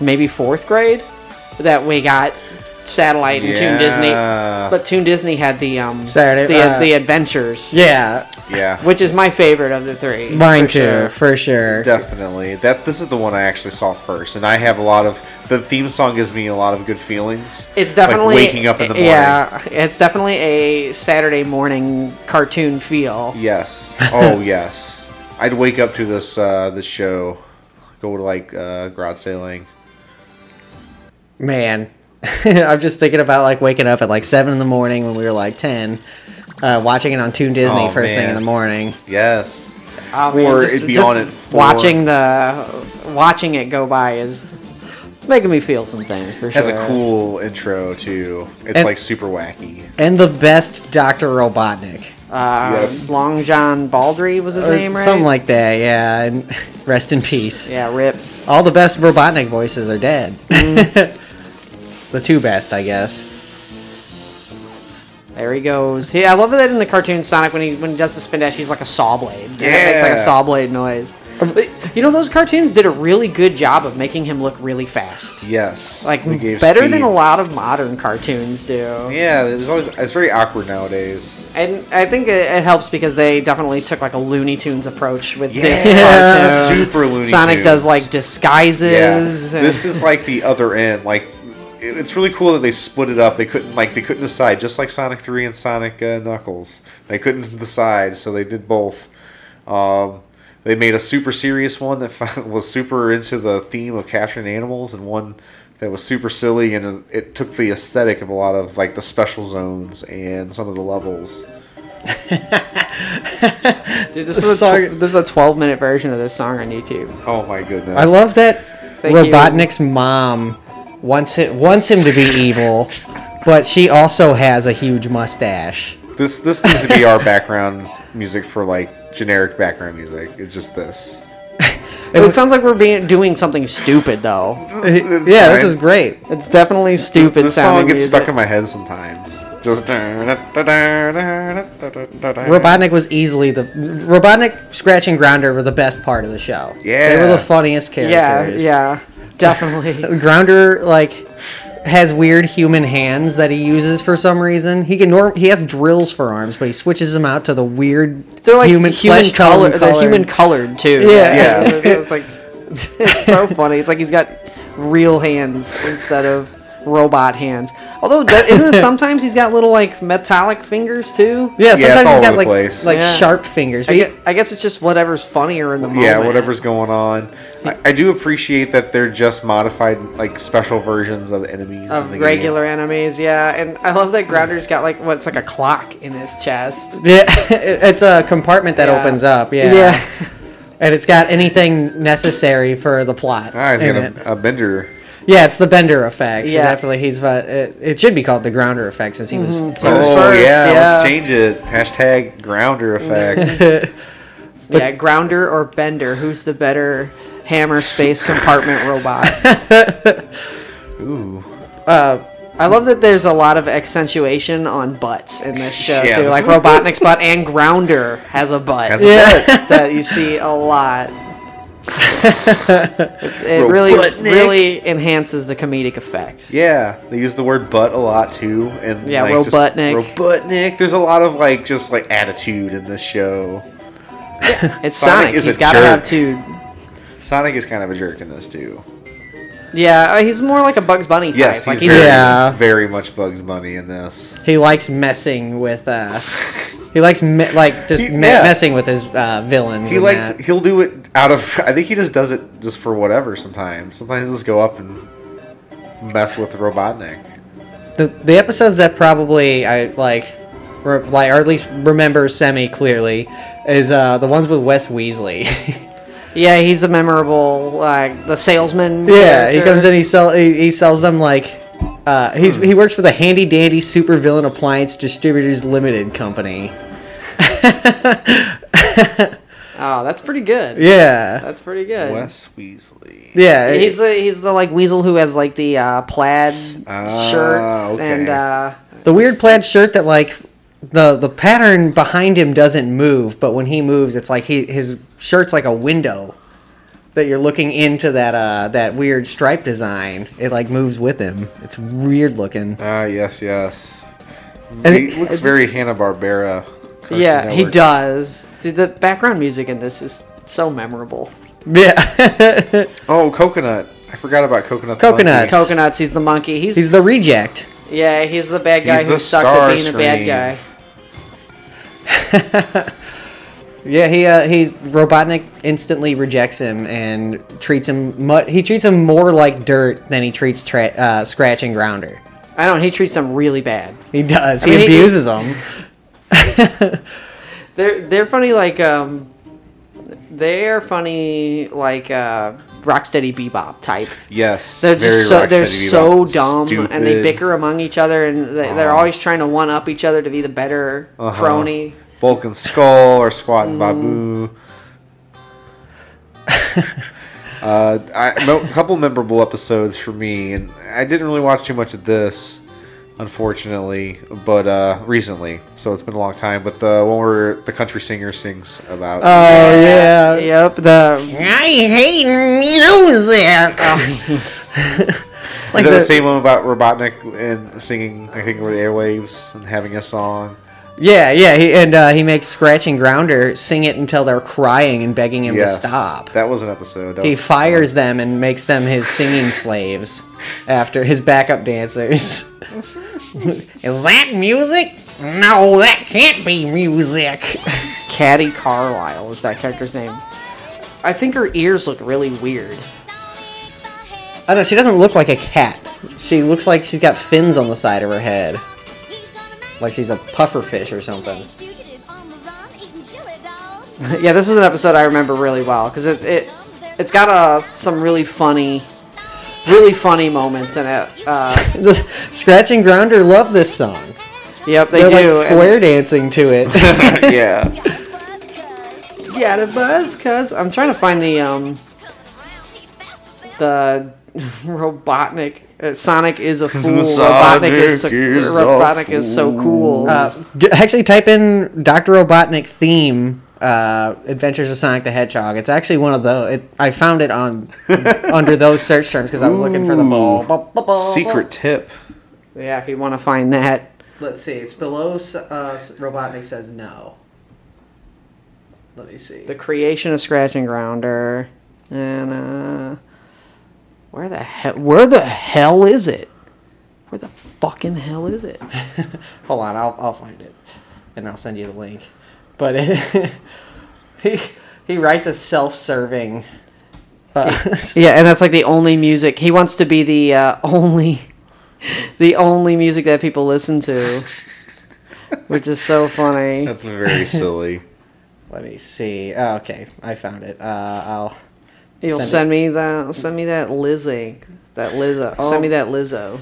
D: maybe fourth grade that we got satellite and Toon Disney.
E: Yeah.
D: But Toon Disney had the um
C: Saturday-
D: the,
C: uh,
D: the adventures.
C: yeah,
E: Yeah,
D: which is my favorite of the three.
C: mine
D: for
C: too
D: sure.
C: for sure.
E: definitely. That this is the one I actually saw first, and I have a lot of the theme song gives me a lot of good feelings.
D: It's definitely eh,
E: like waking up in the morning.
D: Yeah, it's definitely a Saturday morning cartoon feel.
E: Yes. Oh yes. I'd wake up to this uh, this show, go to like uh, garage sailing.
C: Man, I'm just thinking about like waking up at like seven in the morning when we were like ten, uh, watching it on Toon Disney
E: Oh,
C: first thing in
E: man.
C: the morning.
E: Yes.
D: I mean,
E: Or it'd be on at four.
D: Watching the watching it go by is it's making me feel some things for
E: It has
D: sure.
E: a cool intro too. It's
C: And-
E: like super wacky.
C: And the best Doctor Robotnik,
D: uh,
E: Yes.
D: Long John Baldry was his
C: or
D: name, right?
C: something like that. Yeah, and rest in peace.
D: yeah, Rip.
C: All the best Robotnik voices are dead. the two best, I guess.
D: There he goes. He, I love that in the cartoon Sonic when he when he does the spin dash, he's like a saw blade. And it makes like
E: Yeah.
D: a
E: Um,
D: saw blade noise. But, you know those cartoons did a really good job of making him look really fast.
E: Yes.
D: Like
E: they gave
D: better
E: speed.
D: than a lot of modern cartoons do.
E: Yeah, there's always it's very awkward nowadays.
D: And I think it, it helps because they definitely took like a Looney Tunes approach with this
E: Yeah,
D: cartoon.
E: super Looney
D: Sonic does
E: Tunes.
D: like disguises.
E: Yeah.
D: and-
E: This is like the other end. Like it- it's really cool that they split it up. They couldn't like they couldn't decide, just like Sonic Three and Sonic uh, Knuckles. They couldn't decide, so they did both. Um, they made a super serious one that fin- was super into the theme of capturing animals, and one that was super silly and it it took the aesthetic of a lot of like the special zones and some of the levels.
D: Dude, this,
C: the
D: is a tw-
C: song-
D: this is a 12 minute version of this song on YouTube.
E: Oh my goodness!
C: I love that
D: Thank you.
C: Robotnik's mom wants it wants him to be evil, but she also has a huge mustache.
E: This this needs to be our background music for like generic background music. It's just this.
D: It sounds like we're being doing something stupid though.
C: yeah, this is great.
D: It's definitely stupid.
E: This song
D: sounding
E: gets
D: music.
E: stuck in my head sometimes. Just Robotnik.
C: Robotnik was easily the Robotnik, Scratch and Grounder were the best part of the show. they were
E: Yeah.
C: the funniest
D: Yeah,
C: characters.
D: yeah, definitely.
C: Grounder like has weird human hands that he uses for some reason. He can norm- he has drills for arms, but he switches them out to the weird
D: They're like
C: human,
D: human,
C: flesh
D: color.
C: tone
D: They're
C: color.
D: human colored too.
C: Yeah.
E: Yeah.
D: it's like it's so funny. It's like he's got real hands instead of robot hands. Although, that, isn't it sometimes he's got little like metallic fingers too?
C: Yeah,
E: it's
C: sometimes
E: all
C: he's
E: over
C: got
E: the
C: like
E: place.
C: like
D: Yeah.
C: sharp fingers.
D: I
C: but he-
D: guess, I guess it's just whatever's funnier in the moment.
E: Yeah, whatever's going on. I, I do appreciate that they're just modified, like special versions of enemies in
D: Of
E: the game.
D: regular enemies, yeah, and I love that Grounder's got like what's like a clock in his chest.
C: yeah, it's a compartment that
D: Yeah.
C: opens up. Yeah. And it's got anything necessary for the plot.
E: Ah, he's
C: in
E: got
C: it.
E: a, a bender.
C: Yeah, it's the Bender effect.
D: Yeah.
C: definitely. He's uh, it, it should be called the Grounder effect since he was.
D: was
E: oh
D: first,
E: yeah, let's
D: yeah.
E: change it. Hashtag grounder effect.
D: yeah, Grounder or Bender, who's the better hammer space compartment robot? Uh,
E: Ooh.
D: I love that there's a lot of accentuation on butts in this show
E: Yeah.
D: too. Like Robotnik's butt and Grounder has a butt
E: Has a Yeah.
D: that you see a lot. It's, it really,
E: Robotnik.
D: really enhances the comedic effect.
E: Yeah, they use the word "butt" a lot too, and
D: Yeah,
E: like, just-
D: Robotnik.
E: Robotnik. There's a lot of like just like attitude in this show.
D: It's
E: Sonic
D: Sonic.
E: is
D: he's
E: a
D: got to
E: jerk.
D: have two.
E: Sonic is kind of a jerk in this too.
D: Yeah, uh, he's more like a Bugs Bunny type.
E: Yes,
D: like
E: he's, very,
C: Yeah.
E: very much Bugs Bunny in this.
C: He likes messing with. Uh, he likes me- like just
E: He-
C: me-
E: yeah.
C: messing with his uh, villains.
E: He
C: and
E: likes
C: that.
E: he'll do it out of. I think he just does it just for whatever. Sometimes, sometimes he'll just go up and mess with Robotnik.
C: the the episodes that probably I like, re- like or at least remember semi clearly, is uh, the ones with Wes Weasley.
D: yeah, he's a memorable like the salesman.
C: yeah, he
D: character.
C: comes in, he sell he, he sells them like. Uh, he's he works for the Handy Dandy Supervillain Appliance Distributors Limited Company.
D: Oh, that's pretty good.
C: Yeah,
D: That's pretty good.
E: Wes Weasley.
C: yeah.
D: He's the he's the like weasel who has like the uh, plaid
E: Ah,
D: shirt
E: okay.
D: and uh,
C: The weird plaid shirt that like the the pattern behind him doesn't move, but when he moves, it's like he his shirt's like a window that you're looking into that uh that weird stripe design. It like moves with him. It's weird looking.
E: Ah, yes, yes.
C: it-
E: he looks very Hanna Barbera.
D: yeah, he does. Dude, the background music in this is so memorable.
C: Yeah,
E: Oh, coconut. I forgot about coconut. the
C: Coconut.
E: Monkey.
D: Coconuts, he's the monkey. He's,
C: he's the reject.
D: yeah, he's the bad guy
E: He's
D: who
E: the
D: sucks at
E: star
D: being a
E: screen.
D: bad guy.
C: Yeah, he uh, he Robotnik instantly rejects him and treats him. Mu- he treats him more like dirt than he treats tra- uh, Scratch and Grounder.
D: I don't. He treats them really bad.
C: He does.
D: mean,
C: he
D: he-
C: abuses him.
D: They're they're funny like um, they're funny like uh, Rocksteady Bebop type.
E: Yes.
D: They're
E: very
D: just so they're
E: Rocksteady
D: so
E: Bebop.
D: dumb, and they
E: Stupid. Uh-huh.
D: bicker among each other, and they, they're always trying to one up each other to be the better crony. Mm.
E: Bulk and Skull or Squat and Babu. uh, I, mo- a couple memorable episodes for me, and I didn't really watch too much of this, unfortunately, but uh, recently, so it's been a long time. But the one where the country singer sings about
C: Oh yeah.
D: Yep, the
C: I hate music.
E: is that the same one about Robotnik and singing, I think, over the airwaves and having a song.
C: yeah, yeah, he, and uh, he makes Scratch and Grounder sing it until they're crying and begging him
E: Yes,
C: to stop.
E: That was an episode. That
C: He
E: was-
C: fires them and makes them his singing slaves after his backup dancers. Is that music? No, that can't be music.
D: Caddy Carlisle is that character's name. I think her ears look really weird.
C: I don't know, she doesn't look like a cat. She looks like she's got fins on the side of her head. Like she's a puffer fish or something.
D: yeah, this is an episode I remember really well because it, it it's got uh, some really funny, really funny moments in it. Uh,
C: Scratch and Grounder love this song.
D: yep, they
C: They're
D: do.
C: like square dancing to it.
E: yeah.
D: And, yeah, the buzz, cause I'm trying to find the um the Robotnik. Uh, Sonic is a fool. Robotnik is, so,
E: Sonic is a
D: Robotnik is so cool.
C: Uh, g- actually, type in Dr. Robotnik theme uh, Adventures of Sonic the Hedgehog. It's actually one of those. It, I found it on under those search terms because I was looking for the ball.
E: Secret tip.
D: yeah, if you want to find that.
C: Let's see. It's below. Uh, Robotnik says no. Let me see.
D: The creation of Scratch and Grounder. And uh where the hell where the hell is it? fucking hell is it?
C: Hold on, I'll, I'll find it, and I'll send you the link. But it, he he writes a self-serving. Uh,
D: Yeah, and that's like the only music he wants to be the uh, only, the only music that people listen to, which is so funny.
E: That's very silly.
C: let me see. Oh, okay, I found it. Uh, I'll.
D: You'll send,
C: send
D: me that. Send me that Lizzie. That Lizzo. Send me that Lizzo.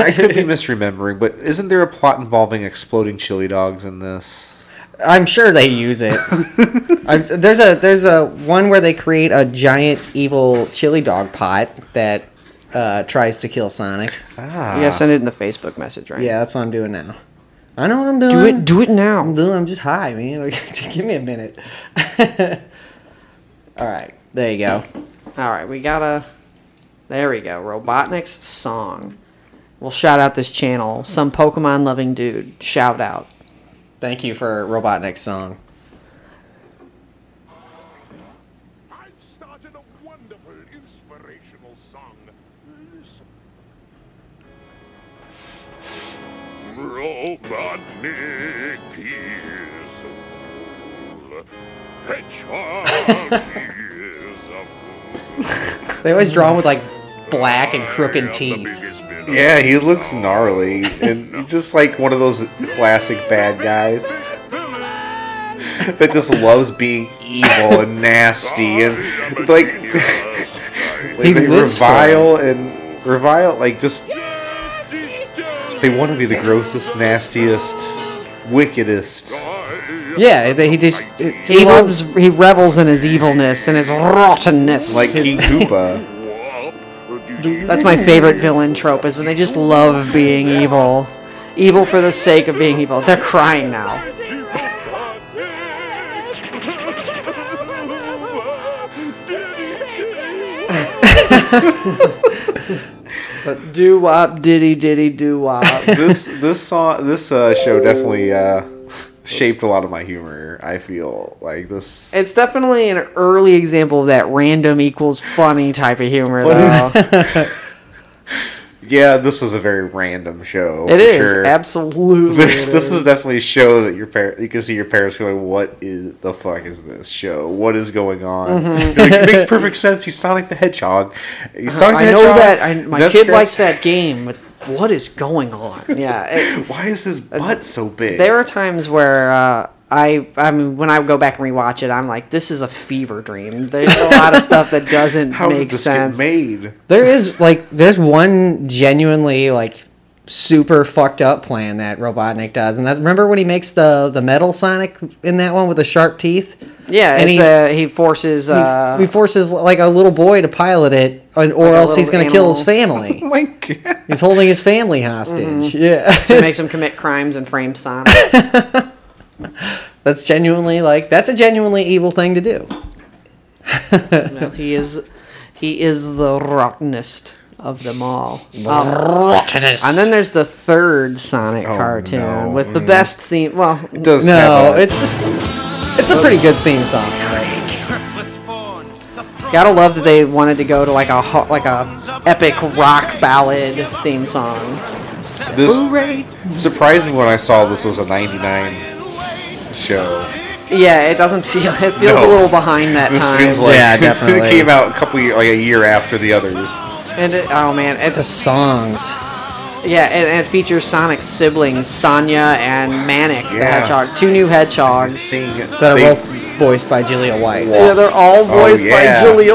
E: I could be misremembering, but isn't there a plot involving exploding chili dogs in this?
C: I'm sure they use it. i there's a there's a one where they create a giant evil chili dog pot that uh, tries to kill Sonic.
E: Ah,
D: You gotta send it in the Facebook message, right?
C: Yeah, that's what I'm doing now. I know what I'm doing.
D: Do it. Do it
C: I'm
D: now.
C: doing. I'm just high, man. Like, Give me a minute. All right, there you go.
D: All right, we gotta. There we go. Robotnik's song. We'll shout out this channel. Some Pokemon loving dude. Shout out.
C: Thank you for Robotnik's song.
F: I've started a wonderful inspirational song. Listen. Robotnik is a fool. Hedgehog is a fool.
C: They always draw him with like black and
F: I am
C: crooked
F: the
C: teeth.
F: biggest bit of
E: yeah, he looks gnarly and just like one of those classic bad guys that just loves being evil and nasty and like
F: like.
E: they
C: lives for
E: revile and revile like just they want to be the grossest, nastiest, wickedest.
C: Yeah, they, he just
D: He
C: evil-
D: loves. He revels in his evilness and his rottenness.
E: Like King Koopa.
D: That's my favorite villain trope is when they just love being evil. Evil for the sake of being evil. They're crying now. Do wop diddy diddy do wop.
E: this this song this uh, show definitely uh, shaped a lot of my humor. I feel like this
D: It's definitely an early example of that random equals funny type of humor though.
E: Yeah, this was a very random show. for
D: It is
E: sure.
D: absolutely.
E: This,
D: it
E: this is definitely a show that your par- you can see your parents going, "What is the fuck is this show? What is going on?"
D: Mm-hmm.
E: Like, it makes perfect sense. He's Sonic the Hedgehog. He's Sonic the
D: Uh-huh. I know
E: Hedgehog.
D: that. I, my
E: That's
D: kid
E: great.
D: likes that game. But what is going on? Yeah. it-
E: Why is his butt so big?
D: There are times where uh, I, I mean, when I go back and rewatch it, I'm like, this is a fever dream. There's a lot of stuff that doesn't
E: How
D: make
E: did this
D: sense.
E: get made?
C: there is like there's one genuinely like super fucked up plan that Robotnik does, and that's remember when he makes the the metal Sonic in that one with the sharp teeth.
D: yeah,
C: and
D: it's,
C: he-
D: uh, he forces.
C: He,
D: Uh,
C: he forces like a little boy to pilot it, and, or
D: a
C: else he's
D: little
C: gonna kill his
E: animal.
C: family.
E: Oh my god!
C: he's holding his family hostage. Yeah,
D: he makes him commit crimes and frame Sonic.
C: that's genuinely like that's a genuinely evil thing to do.
D: No, he is, he is the rottenest of them all. Um, and then there's the third Sonic cartoon
E: no.
D: with the best theme. Well,
E: It does
C: No,
E: have a-
C: it's just, it's a pretty good theme song.
D: gotta love that they wanted to go to like a ho- like a epic rock ballad theme song.
E: this surprised me when I saw this was a '99 show.
D: Yeah, it doesn't feel. It feels a
E: No.
D: little behind that
E: This
D: time.
E: feels like
C: Yeah, definitely.
E: it came out a couple year, like a year after the others.
D: and it, oh man,
C: The
D: it's
C: songs.
D: yeah, and, and it features Sonic's siblings, Sonya and Manic the
E: Yeah.
D: Hedgehog, two new hedgehogs.
E: Seeing it,
C: that are
E: they,
C: both voiced by Julia White.
E: Wow.
D: Yeah, they're all voiced
E: Oh, yeah.
D: by Julia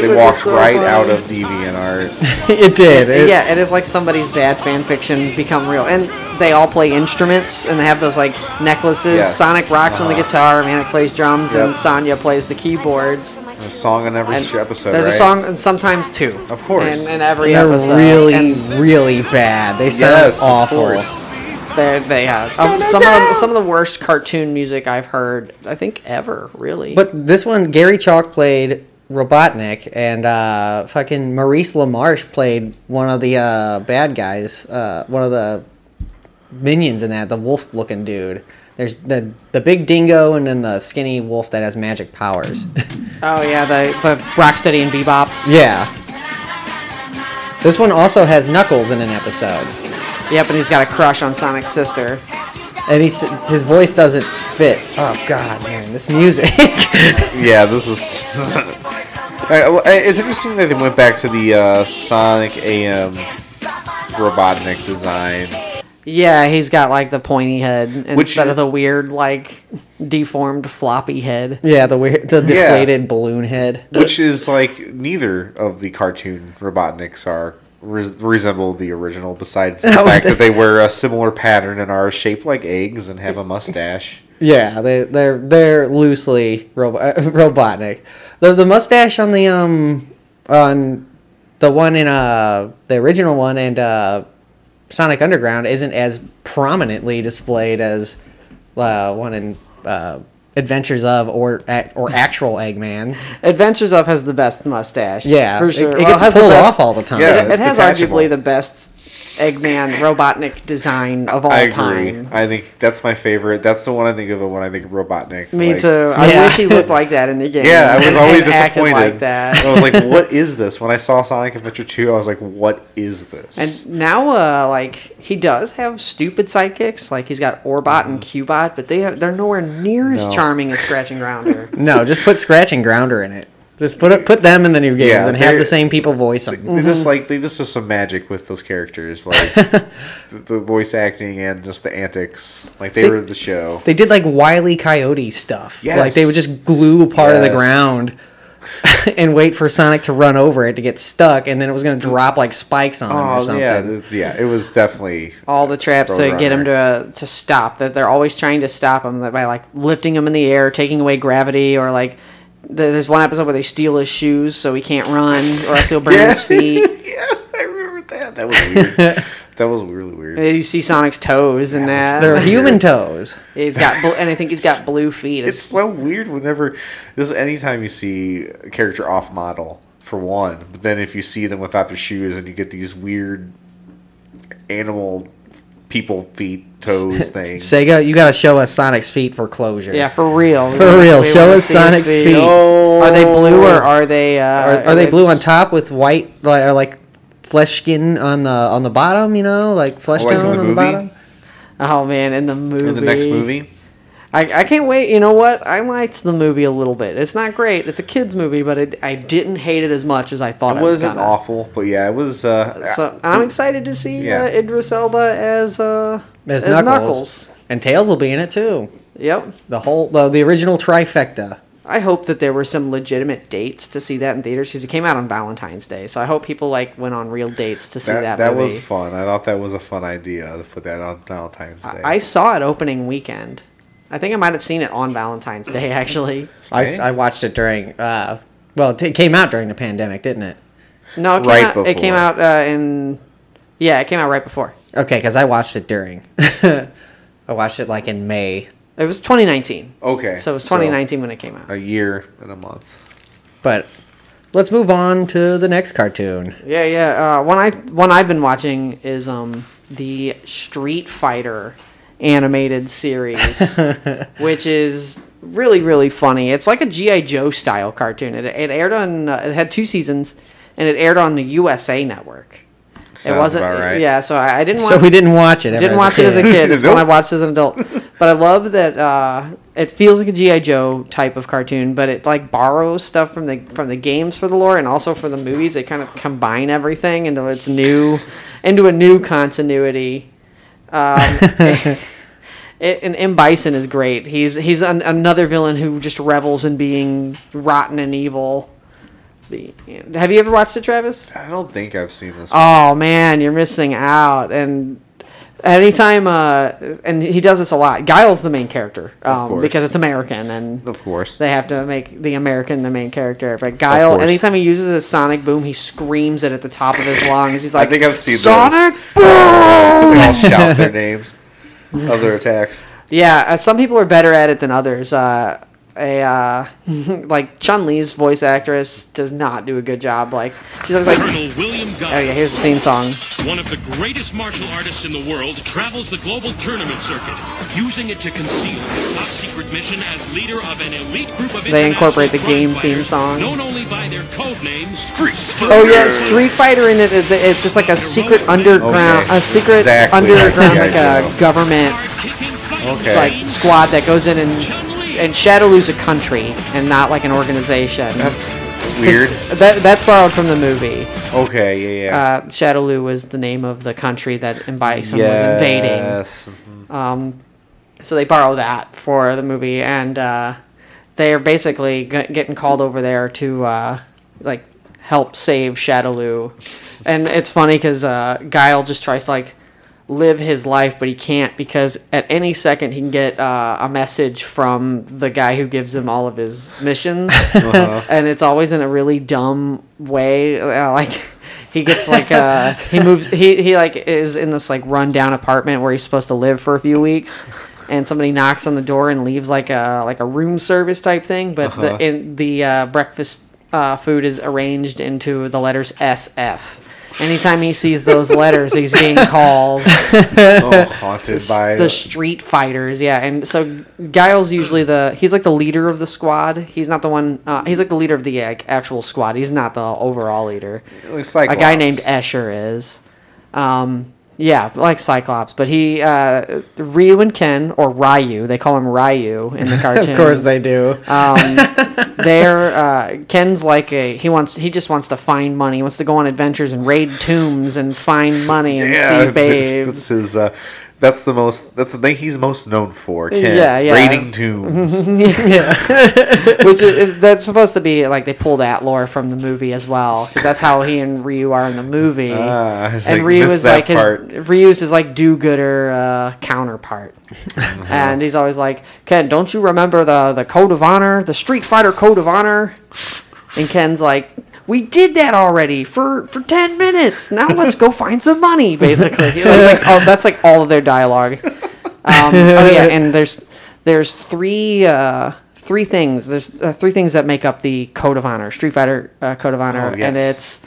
E: they
D: which is
E: walked
D: so
E: right
D: funny.
E: out of DeviantArt.
C: it did. It,
D: yeah, it is like somebody's bad fan fiction become real, and they all play instruments and they have those like necklaces.
E: Yes. Uh-huh.
D: Sonic rocks on the guitar, Manic plays drums, and
E: Yep.
D: Sonya plays the keyboards.
E: There's a song on every
D: And
E: sh- episode.
D: there's
E: right?
D: a song, and sometimes two.
E: Of course.
D: in, in every
C: They're
D: episode.
C: really,
D: And
C: really bad. They sound
E: Yes, of
C: awful.
E: course.
D: They, they have um, some of the, some of the worst cartoon music I've heard, I think ever, really.
C: But this one, Gary Chalk played Robotnik, and uh, fucking Maurice LaMarche played one of the uh, bad guys, uh, one of the minions in that, the wolf-looking dude. There's the the big dingo, and then the skinny wolf that has magic powers.
D: oh yeah, the the Rocksteady and Bebop.
C: yeah. This one also has Knuckles in an episode.
D: Yep, and he's got a crush on Sonic's sister.
C: And he's, his voice doesn't fit. Oh, God, man, this music.
E: Yeah, this is. I- I- it's interesting that they went back to the uh, Sonic AM Robotnik design.
D: Yeah, he's got like the pointy head instead
E: Which-
D: of the weird, like, deformed floppy head.
C: yeah, the weird, the deflated balloon head.
E: Which is like neither of the cartoon Robotniks are res- resemble the original, besides
D: Oh,
E: the fact that they wear a similar pattern and are shaped like eggs and have a mustache.
C: Yeah, they they're they're loosely robo- robotic. The the mustache on the um on the one in uh the original one and uh Sonic Underground isn't as prominently displayed as uh, one in uh, Adventures of or ac- or actual Eggman.
D: Adventures of has the best mustache.
C: Yeah,
D: for
C: it-
D: sure.
C: it,
D: Well,
C: gets
D: has the
C: pulled
D: best-
C: off all the time.
E: Yeah,
D: It, it
E: it's
D: has
E: detachable.
D: arguably the best Eggman Robotnik design of all
E: I agree.
D: time.
E: I think that's my favorite. That's the one I think of when I think of Robotnik.
D: Me
E: like-
D: too. I
C: Yeah.
D: wish he looked like that in the game.
E: Yeah, I was
D: and-
E: always
D: and acted
E: disappointed.
D: like that.
E: I was like, "What is this?" When I saw Sonic Adventure Two, I was like, "What is this?"
D: And now, uh, like he does have stupid sidekicks, like he's got Orbot and
E: Mm-hmm.
D: Cubot, but they have, they're nowhere near as
E: No.
D: charming as Scratch and Grounder.
C: No, just put Scratch and Grounder in it. Just put it, put them in the new games
E: Yeah,
C: and have
E: they-
C: the same people voice them.
E: They just like they just do some magic with those characters, like the, the voice acting and just the antics. Like they,
C: They-
E: were the show.
C: They did like Wily Coyote stuff. Like they
E: Yes.
C: would just glue a part of the
E: Yes.
C: ground and wait for Sonic to run over it to get stuck, and then it was going to drop like spikes on him or
E: Oh
C: something.
E: yeah, th- yeah. It was definitely
D: All the traps to
E: Roadrunner.
D: get him to uh, to stop. That they're always trying to stop him by like lifting him in the air, taking away gravity, or like th- there's one episode where they steal his shoes so he can't run, or else he'll burn his feet.
E: yeah, I remember that. That was weird. that was really weird.
D: You see Sonic's toes in that.
C: They're human toes.
D: He's got, bl- and I think he's got blue feet.
E: It's so weird whenever this is anytime you see a character off model for one, but then if you see them without their shoes and you get these weird animal people feet toes things.
C: Sega, you got to show us Sonic's feet for closure.
D: yeah, for real.
C: For real,
D: We
C: show
D: wanna
C: us
D: see his
C: Sonic's feet. Oh.
D: Are they blue or are they? Uh,
C: Are, are they blue on top with white, like, or like flesh skin on the on the bottom? You know, like flesh
E: Like in
C: tone
E: the
C: on the
E: movie?
C: bottom.
D: Oh man, in the movie.
E: in the next movie?
D: I, I can't wait. You know what? I liked the movie a little bit. It's not great. It's a kids movie, but it, I didn't hate it as much as I thought.
E: It
D: I was
E: wasn't
D: gonna.
E: awful, but yeah, it was uh
D: So and I'm excited to see
E: Yeah.
D: uh, Idris Elba as uh,
C: As Knuckles. And Tails will be in it too.
D: Yep.
C: The whole the, the original trifecta.
D: I hope that there were some legitimate dates to see that in theaters because it came out on Valentine's Day. So I hope people like went on real dates to see
E: that,
D: that.
E: that,
D: movie.
E: was fun. I thought that was a fun idea to put that on Valentine's Day.
D: I saw it opening weekend. I think I might have seen it on Valentine's Day actually.
C: I,
E: Okay.
C: I watched it during uh well it came out during the pandemic didn't it
D: No, it came
E: Right
D: out, it came
E: before.
D: out uh, in yeah, it came out right before.
C: okay because i watched it during i watched it like in may
D: It was 2019.
E: okay.
D: So it was 2019 when it came out.
E: a year and a month.
C: but let's move on to the next cartoon
D: Yeah, yeah. Uh, one I one I've been watching is um the Street Fighter animated series, which is really really funny. It's like a GI Joe style cartoon. It, it aired on uh, it had two seasons, and it aired on the USA Network.
E: Sounds
D: it wasn't
E: about right.
D: yeah. So I, I didn't.
C: so
D: want-
C: we didn't watch it ever
D: didn't watch it as a kid. It's when I
E: Nope.
D: watched as an adult. But I love that uh, it feels like a GI Joe type of cartoon, but it like borrows stuff from the from the games for the lore and also for the movies. They kind of combine everything into its new into a new continuity. Um, It, and M Bison is great. He's he's an, another villain who just revels in being rotten and evil. The- Have you ever watched it, Travis?
E: I don't think I've seen this.
D: oh man, you're missing out. And anytime, uh, and he does this a lot. Guile's the main character um,
E: course.
D: because it's American, and
E: one, of course.
D: they have to make the American the main character. But Guile,
E: course.
D: anytime he uses his sonic boom, he screams it at the top of his lungs. He's
E: I
D: like,
E: think I've seen
D: Sonic
E: those. they all shout their names of their attacks.
D: Yeah, uh, some people are better at it than others. Uh, a uh, like Chun Li's voice actress does not do a good job. Like she's always like,
G: Colonel William Guy,
D: oh yeah, here's the theme song.
G: one of the greatest martial artists in the world, travels the global tournament circuit, using it to conceal his top secret mission as leader of an elite group of
D: They incorporate the
G: international
D: game
G: crime
D: theme
G: fighters
D: song.
G: known only by their code names.
D: Oh yeah, Street Fighter in it. it- it- It's like a secret underground,
E: Okay,
D: a secret
E: exactly.
D: underground,
E: I
D: like
E: think I
D: a
E: do.
D: government
E: Okay.
D: like squad that goes in and and Shadowloo's a country and not like an organization.
E: That's weird.
D: That, that's borrowed from the movie.
E: Okay, yeah, yeah.
D: Uh, Shadowloo was the name of the country that Bison was invading.
E: Yes.
D: Um, so they borrow that for the movie, and uh, they are basically g- getting called over there to uh, like help save Shadowloo. and it's funny because uh, Guile just tries to like live his life, but he can't because at any second he can get uh, a message from the guy who gives him all of his missions, and it's always in a really dumb way, uh, like. He gets like uh he moves he he like is in this like rundown apartment where he's supposed to live for a few weeks, and somebody knocks on the door and leaves like a like a room service type thing, but the in, the uh, breakfast uh, food is arranged into the letters SF. Anytime he sees those letters, he's getting calls
E: Oh, haunted by
D: the street fighters. Yeah, and so Guile's usually the he's like the leader of the squad. He's not the one. Uh, he's like the leader of the like, actual squad. He's not the overall leader
E: Cyclops.
D: a guy named Escher is. Um, yeah, like Cyclops, but he uh, Ryu and Ken or Ryu, they call him Ryu in the cartoon.
C: Of course they do.
D: They're uh, Ken's like a he wants he just wants to find money. He wants to go on adventures and raid tombs and find money and
E: Yeah,
D: see
E: that's-
D: babes.
E: That's his. Uh, that's the most. That's the thing he's most known for. Ken.
D: Yeah, yeah.
E: Raiding tombs.
D: Which is, that's supposed to be like they pull that lore from the movie as well, 'cause that's how he and Ryu are in the movie.
E: Ah, I
D: and
E: think
D: Ryu
E: missed
D: is
E: that
D: like his
E: part.
D: Ryu's is like do-gooder uh, counterpart, and he's always like, Ken, don't you remember the the code of honor, the Street Fighter code of honor? And Ken's like, we did that already for for ten minutes. Now let's go find some money. Basically, It's like, oh, that's like all of their dialogue. Um, oh yeah, and there's there's three uh, three things. There's uh, three things that make up the code of honor, Street Fighter uh, code of honor,
E: Oh, yes.
D: and it's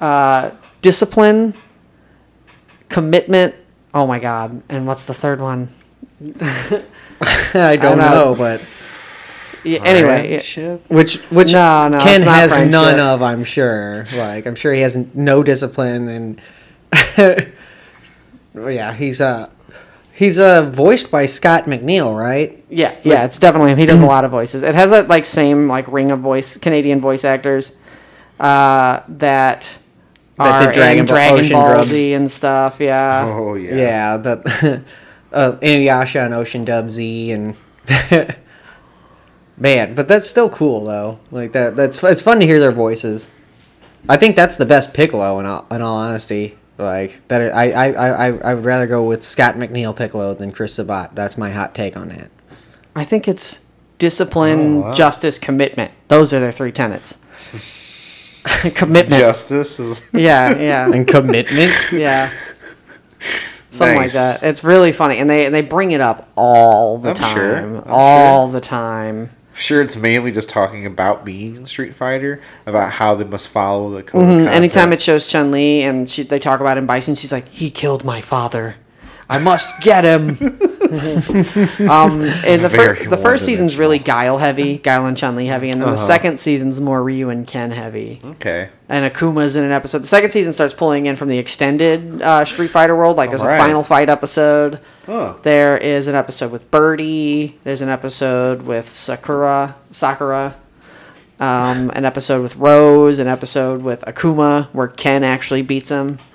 D: uh, discipline, commitment. Oh my god! And what's the third one?
C: I don't
D: I
C: know,
D: know.
C: but
D: Yeah, anyway, yeah.
C: which which
D: No, no,
C: Ken
D: it's not
C: has
D: friendship.
C: none of. I'm sure. Like I'm sure he has n- no discipline and. Well, yeah, he's uh he's uh voiced by Scott McNeil, right?
D: Yeah, yeah, it's definitely him. He does a lot of voices. It has that like same like ring of voice Canadian voice actors uh, that
C: That did
D: are
C: Dragon
D: in
C: Ball-
D: Dragon
C: Ocean
D: Ball
C: Grubs.
D: Z and stuff. Yeah,
E: Oh yeah.
C: Yeah, that uh, Inuyasha and Ocean Dub Z and man, but that's still cool though. Like that, that's it's fun to hear their voices. I think that's the best Piccolo in all, in all honesty. Like better, I I, I I- I would rather go with Scott McNeil Piccolo than Chris Sabat. That's my hot take on that.
D: I think it's
E: Oh,
D: discipline, justice, commitment. Those are their three tenets. commitment.
E: Justice is.
D: Yeah, yeah,
C: commitment.
D: yeah. Something
E: Nice.
D: like that. It's really funny, and they and they bring it up all the
E: I'm
D: time,
E: sure. I'm
D: all the time.
E: Sure, it's mainly just talking about being in Street Fighter, about how they must follow the code. of
D: Mm-hmm. Anytime it
E: conduct.
D: shows Chun Li and she, they talk about him Bison, she's like, "He killed my father. I must get him." um, and the, fir-
E: Very
D: the first season's really Guile heavy, Guile and Chun Li heavy, and then the second season's more Ryu and Ken heavy.
E: Okay.
D: And Akuma's in an episode. The second season starts pulling in from the extended uh, Street Fighter world. Like there's
E: Alright.
D: a final fight episode.
E: Oh.
D: There is an episode with Birdie. There's an episode with Sakura. Sakura. Um, an episode with Rose. An episode with Akuma where Ken actually beats him.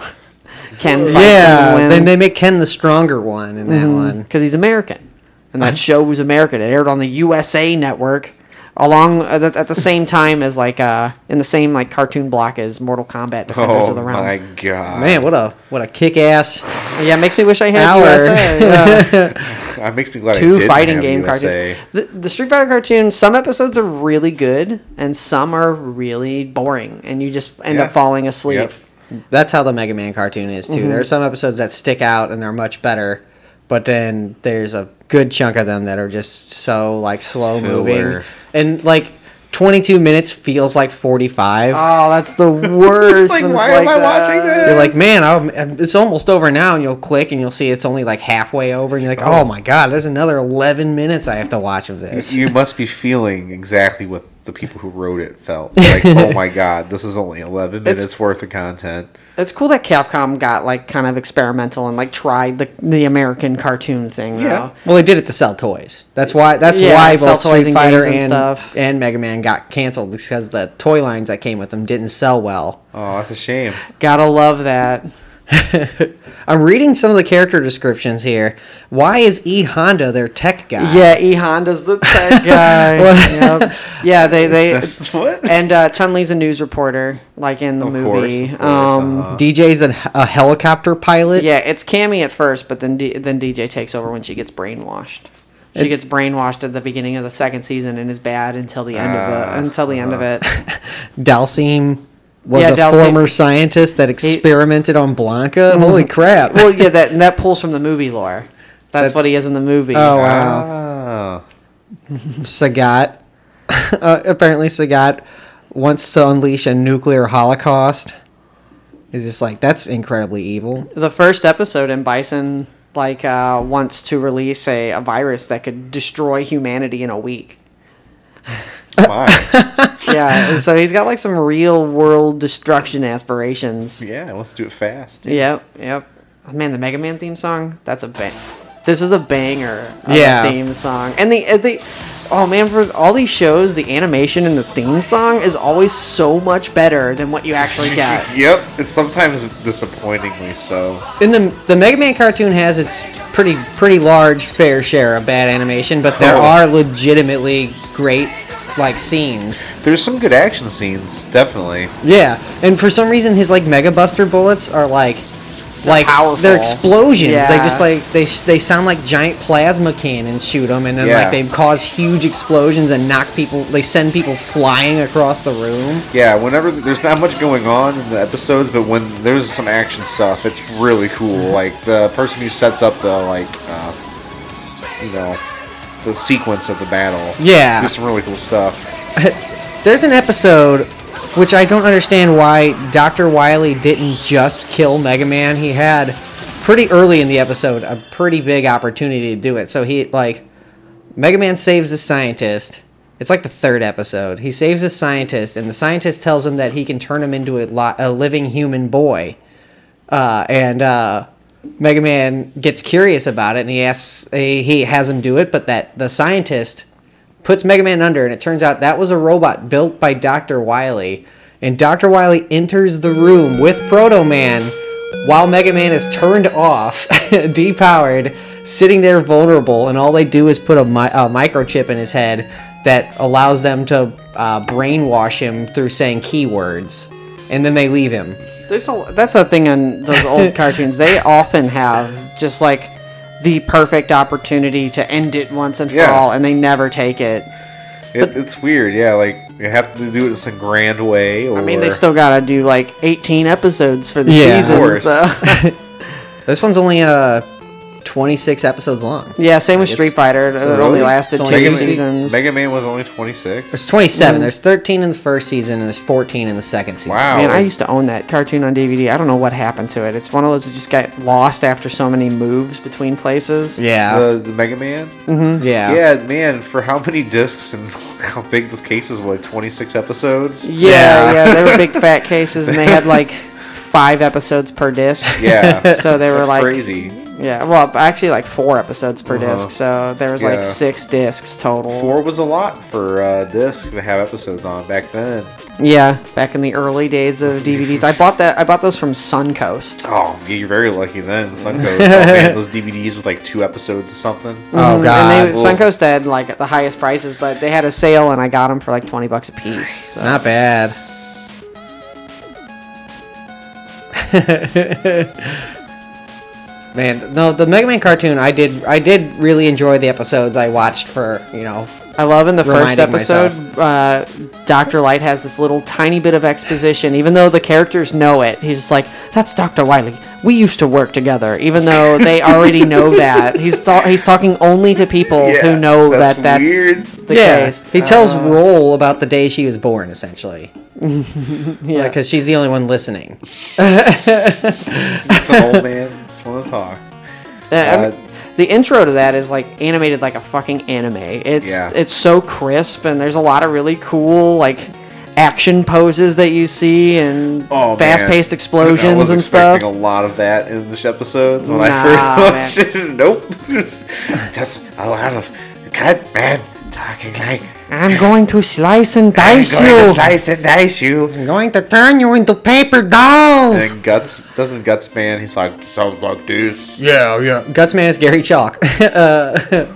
D: Ken. Fights yeah.
C: yeah,
D: And
C: then they make Ken the stronger one in that one.
D: because he's American, and
E: Uh-huh.
D: that show was American. It aired on the USA Network, along at the, at the same time as like uh in the same like cartoon block as Mortal Kombat Defenders
E: Oh
D: of the Realm.
E: my god.
C: Man, what a what a kick ass
D: Yeah, it makes me wish I had
C: Hour.
D: USA. yeah.
E: That makes me glad I
D: Two
E: didn't
D: fighting
E: have
D: game
E: USA.
D: cartoons. The, the Street Fighter cartoon. Some episodes are really good, and some are really boring, and you just end
E: Yeah.
D: up falling asleep.
E: Yep.
C: That's how the Mega
D: Mm-hmm.
C: Man cartoon is too. There are some episodes that stick out and are much better, but then there's a good chunk of them that are just so like slow moving
E: Filler.
C: and like 22 minutes feels like 45
D: Oh, that's the worst.
E: Like,
D: when it's
E: why am I watching
D: that.
E: this?
C: you're like man I'm, it's almost over now and you'll click and you'll see it's only like halfway over and you're like oh my god there's another 11 minutes i have to watch of this
E: you must be feeling exactly what the people who wrote it felt. Like, oh my god, this is only 11 minutes worth of content.
D: It's cool that Capcom got like kind of experimental and like tried the the American cartoon thing. Yeah.
E: Yeah.
C: well they did it to sell toys that's why that's
D: Yeah,
C: why
D: sell
C: both
D: toys
C: street
D: and
C: fighter
D: games
C: and,
D: and stuff.
C: and mega man got canceled because the toy lines that came with them didn't sell well
E: Oh, that's a shame.
D: Gotta love that.
C: I'm reading some of the character descriptions here. Why is E Honda their tech guy?
D: Yeah, E Honda's the tech guy. Yep. Yeah, they they
E: That's what?
D: and uh, Chun Li's a news reporter, like in the
E: Of course.
D: movie.
E: of course,
D: um,
E: uh-huh.
C: DJ's a, a helicopter pilot.
D: yeah, it's Cammy at first, but then D- then DJ takes over when she gets brainwashed. She gets brainwashed at the beginning of the second season and is bad until the end
E: Ah,
D: of the until the end of
E: uh-huh.
D: it.
C: Dalseem was
D: Yeah,
C: a
D: Dalseem-
C: former scientist that experimented on Blanca. Holy crap.
D: Well, yeah, that and that pulls from the movie lore. That's, what he is in the movie.
C: Oh, wow.
E: Ah.
C: Sagat. uh, apparently, Sagat wants to unleash a nuclear holocaust. He's just like, that's incredibly evil.
D: the first episode and bison like uh, wants to release a, a virus that could destroy humanity in a week
E: Why?
D: yeah so he's got like some real world destruction aspirations
E: yeah, let's do it fast.
D: yep yep oh, man the mega man theme song that's a bang this is a banger of a
C: Yeah.
D: theme song and the, uh, the oh man for all these shows the animation and the theme song is always so much better than what you actually get
E: yep, it's sometimes disappointingly so.
C: And the the Mega Man cartoon has its pretty pretty large fair share of bad animation, but there
E: Oh.
C: are legitimately great like scenes.
E: There's some good action scenes, definitely.
C: Yeah, and for some reason his like Mega Buster bullets are like like
D: powerful.
C: they're explosions. They
D: Yeah.
C: just like they s- they sound like giant plasma cannons shoot them, and then
E: Yeah.
C: like they cause huge explosions and knock people. They send people flying across the room.
E: Yeah, whenever there's not much going on in the episodes, but when there's some action stuff, it's really cool. Like the person who sets up the like, uh, you know, the sequence of the battle.
C: Yeah.
E: there's some really cool stuff.
C: There's an episode which I don't understand why Dr. Wily didn't just kill Mega Man. He had pretty early in the episode a pretty big opportunity to do it. So he like Mega Man saves the scientist. It's like the third episode. He saves the scientist and the scientist tells him that he can turn him into a, li- a living human boy. Uh, and uh, Mega Man gets curious about it and he asks he, he has him do it, but that the scientist puts Mega Man under, and it turns out that was a robot built by Dr. Wily. And Dr. Wily enters the room with Proto Man while Mega Man is turned off, depowered, sitting there vulnerable, and all they do is put a, mi- a microchip in his head that allows them to uh, brainwash him through saying keywords. And then they leave him.
D: There's a, that's a thing on those old cartoons. They often have just like the perfect opportunity to end it once and for
E: Yeah.
D: all, and they never take it.
E: It, it's weird, yeah. Like you have to do it in some grand way. Or,
D: I mean, they still gotta do like 18 episodes for the
C: Yeah. Of
D: season.
E: course.
D: So.
C: This one's only uh, 26 episodes long.
D: yeah, same with Street Fighter. It only
E: really?
C: It's
D: lasted
C: only
D: two
E: Mega,
C: two
D: seasons.
E: Mega Man was only 26.
C: There's 27. There's 13 in the first season, and there's 14 in the second season.
E: Wow,
D: Man, I used to own that cartoon on DVD. I don't know what happened to it. It's one of those that just got lost after so many moves between places.
C: Yeah.
E: the, the Mega Man.
C: yeah.
E: Yeah, man, for how many discs and how big those cases were, 26 episodes?
D: Yeah, yeah, they were big fat cases, and they had like five episodes per disc.
E: Yeah.
D: So they were
E: That's
D: like-
E: crazy.
D: Yeah, well, actually, like four episodes per
C: Uh-huh.
D: disc, so there was like
E: Yeah.
D: six discs total.
E: Four was a lot for uh, discs to have episodes on back then.
D: Yeah, back in the early days of DVDs, I bought that. I bought those from Suncoast.
E: Oh, yeah, you're very lucky then. Suncoast. oh, man, those DVDs with like two episodes or something.
D: Mm,
C: Oh, God.
E: Ah,
D: And they, Suncoast had like the highest prices, but they had a sale, and I got them for like twenty bucks a piece. So.
C: Not bad. Man, no, the Mega Man cartoon. I did, I did really enjoy the episodes I watched for you know.
D: I love in the first
C: Reminding
D: episode uh, Dr. Light has this little tiny bit of exposition, even though the characters know it. He's just like, that's Dr. Wiley. We used to work together, even though they already know that. He's, ta- he's talking only to people
E: Oh, Yeah,
D: who know
E: that's
D: that that's
E: weird.
D: the case.
C: He tells Roll about the day she was born, essentially. yeah. Because she's the only one listening.
E: It's an old man. Just want to talk.
D: Uh, I mean,
E: Uh,
D: the intro to that is like animated like a fucking anime. It's
E: Yeah.
D: it's so crisp and there's a lot of really cool like action poses that you see and
E: Oh,
D: fast
E: man.
D: paced
E: I
D: explosions
E: was
D: and
E: expecting
D: stuff.
E: a lot of that in this episode when
D: Nah,
E: I first watched it. Nope. Just a lot of cut man talking like
D: I'm going to slice and
E: I'm
D: dice
E: going to
D: you.
E: slice and dice you.
C: I'm going to turn you into paper dolls.
E: And guts doesn't guts man. He's like sounds like this.
C: Yeah, yeah. Gutsman is Gary Chalk. uh,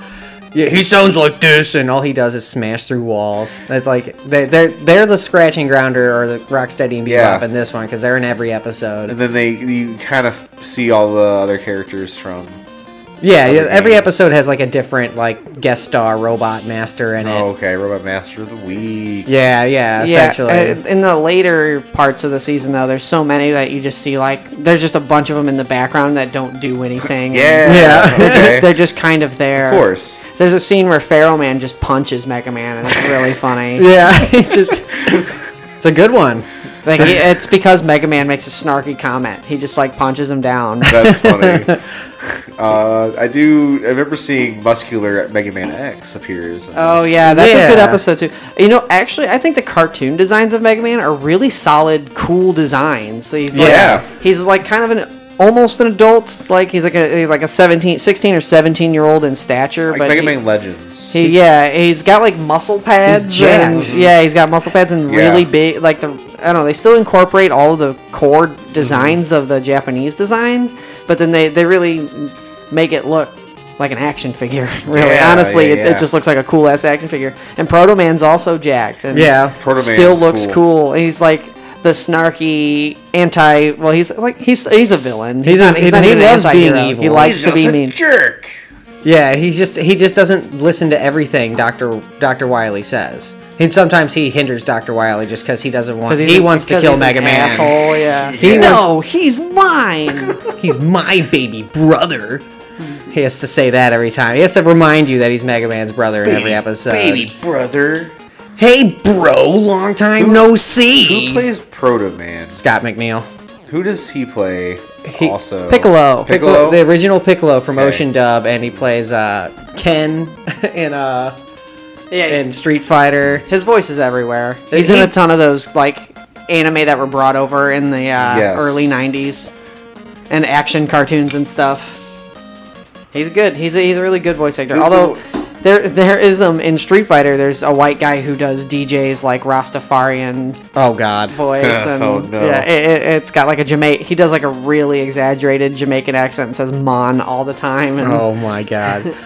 C: yeah, he sounds like this, and all he does is smash through walls. That's like they- they're they're the scratching grounder or the Rocksteady and Bebop
E: Yeah.
C: in this one because they're in every episode.
E: And then they you kind of see all the other characters from.
C: Yeah, yeah.
E: other
C: Every
E: games.
C: episode has like a different like guest star robot master in it.
E: Oh, okay, Robot Master of the Week.
C: Yeah, yeah.
D: Yeah,
C: Essentially,
D: uh, in the later parts of the season though, there's so many that you just see like there's just a bunch of them in the background that don't do anything.
E: Yeah.
C: Yeah.
E: Okay.
D: They're just kind of there.
E: of course.
D: There's a scene where Pharaoh Man just punches Mega Man, and it's really funny.
C: yeah. It's just it's a good one.
D: Like he- it's because Mega Man makes a snarky comment. He just like punches him down.
E: That's funny. uh, I do. I remember seeing muscular at Mega Man X appears. in
D: Oh
E: this.
D: yeah, that's a good
C: Yeah.
D: episode too. You know, actually, I think the cartoon designs of Mega Man are really solid, cool designs. So he's
E: Yeah.
D: like, he's like kind of an almost an adult. Like he's like a he's like a 17, 16 or seventeen year old in stature,
E: like
D: but
E: Mega
D: he-
E: Man Legends.
D: He, yeah, he's got like muscle pads. and,
C: jacked.
D: yeah, he's got muscle pads and
E: Yeah.
D: really big. Like the I don't know. They still incorporate all of the core designs of the Japanese design, but then they they really make it look like an action figure. Really,
E: Yeah,
D: honestly,
E: yeah,
D: it,
E: yeah.
D: it just looks like a cool ass action figure. And Proto Man's also jacked. And
C: Yeah.
E: Proto Man's
D: still looks
E: cool.
D: cool. And he's like. The snarky anti. Well, he's like he's he's a villain. He's,
C: a-
D: not. He's
C: he-
D: not
C: he
D: even
C: loves
D: an
C: being
D: anti-hero.
C: evil.
D: He
C: He's
D: likes to be mean.
E: jerk.
C: Yeah, he just he just doesn't listen to everything Doctor Doctor Wiley says. And sometimes he hinders Doctor Wiley just because he doesn't want.
D: 'Cause he's
C: He
D: an-
C: wants to
D: because
C: kill
D: he's an
C: Mega Man.
D: Asshole, yeah.
C: He
D: no, he's mine.
C: He's my baby brother. He has to say that every time. He has to remind you that he's Mega Man's brother in every episode.
E: Baby brother.
C: Hey, bro, long time no see.
E: Who plays Proto Man?
C: Scott McNeil.
E: Who does he play? also,
D: Piccolo.
E: Piccolo.
C: the original Piccolo from
E: Okay.
C: Ocean Dub, and he plays uh, Ken in uh,
D: yeah, he's-
C: in Street Fighter.
D: his voice is everywhere. He's, in a
C: he's-
D: ton of those like anime that were brought over in the uh,
E: Yes.
D: early '90s and action cartoons and stuff. He's good. He's a, he's a really good voice actor.
E: Who-
D: Although there there is um in Street Fighter, there's a white guy who does DJs like Rastafarian
C: Oh God.
D: voice and
E: Oh, no.
D: yeah, it, it, it's got like a Jamaican. He does like a really exaggerated Jamaican accent and says "mon" all the time. And
C: Oh my god.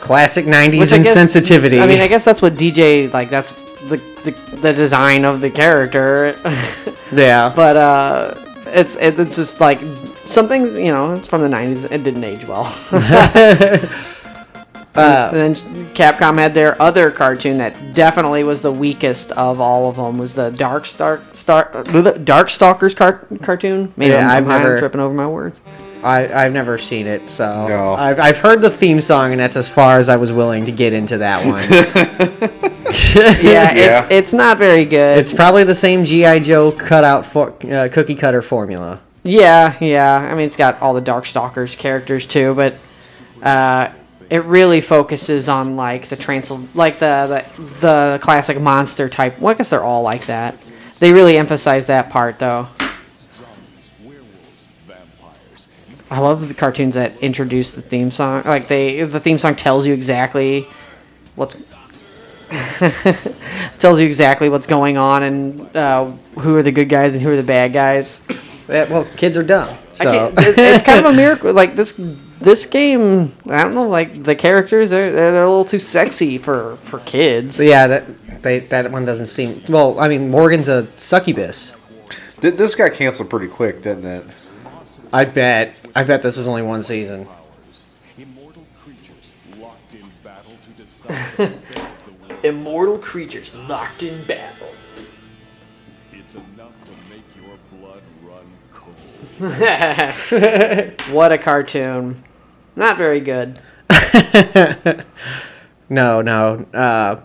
C: Classic 90s
D: Which I guess-
C: insensitivity.
D: I mean, I guess that's what DJ like. That's the the, the design of the character,
C: yeah.
D: but uh, it's it, it's just like something you know. It's from the '90s. It didn't age well. Uh,
C: Uh,
D: and then Capcom had their other cartoon that definitely was the weakest of all of them. Was the Dark Star Star Dark Stalkers car- cartoon? Maybe
C: Yeah,
D: I'm,
C: I've
D: I'm
C: never-
D: tripping over my words.
C: I, I've never seen it, so
E: No.
C: I've, I've heard the theme song, and that's as far as I was willing to get into that one.
D: Yeah,
E: Yeah.
D: it's it's not very good.
C: it's probably the same GI Joe cutout for, uh, cookie cutter formula.
D: Yeah, yeah. I mean, it's got all the Darkstalkers characters too, but uh, it really focuses on like the Transl, like the, the the classic monster type. Well, I guess they're all like that. They really emphasize that part though. I love the cartoons that introduce the theme song. Like they, the theme song tells you exactly what's tells you exactly what's going on and uh, who are the good guys and who are the bad guys.
C: Eh, well, kids are dumb, so
D: It- it- it's kind of a miracle. Like this, this game. I don't know. Like the characters are they're, they're a little too sexy for for kids.
C: yeah, that they, that one doesn't seem. Well, I mean, Morgan's a succubus.
E: Th- this got canceled pretty quick, didn't it?
C: I bet. I bet this was only one season.
H: Immortal creatures locked in battle to decide the fate of the world.
D: immortal creatures locked in battle. It's enough to make your blood run cold. what a cartoon. Not very good.
C: No, no. Uh,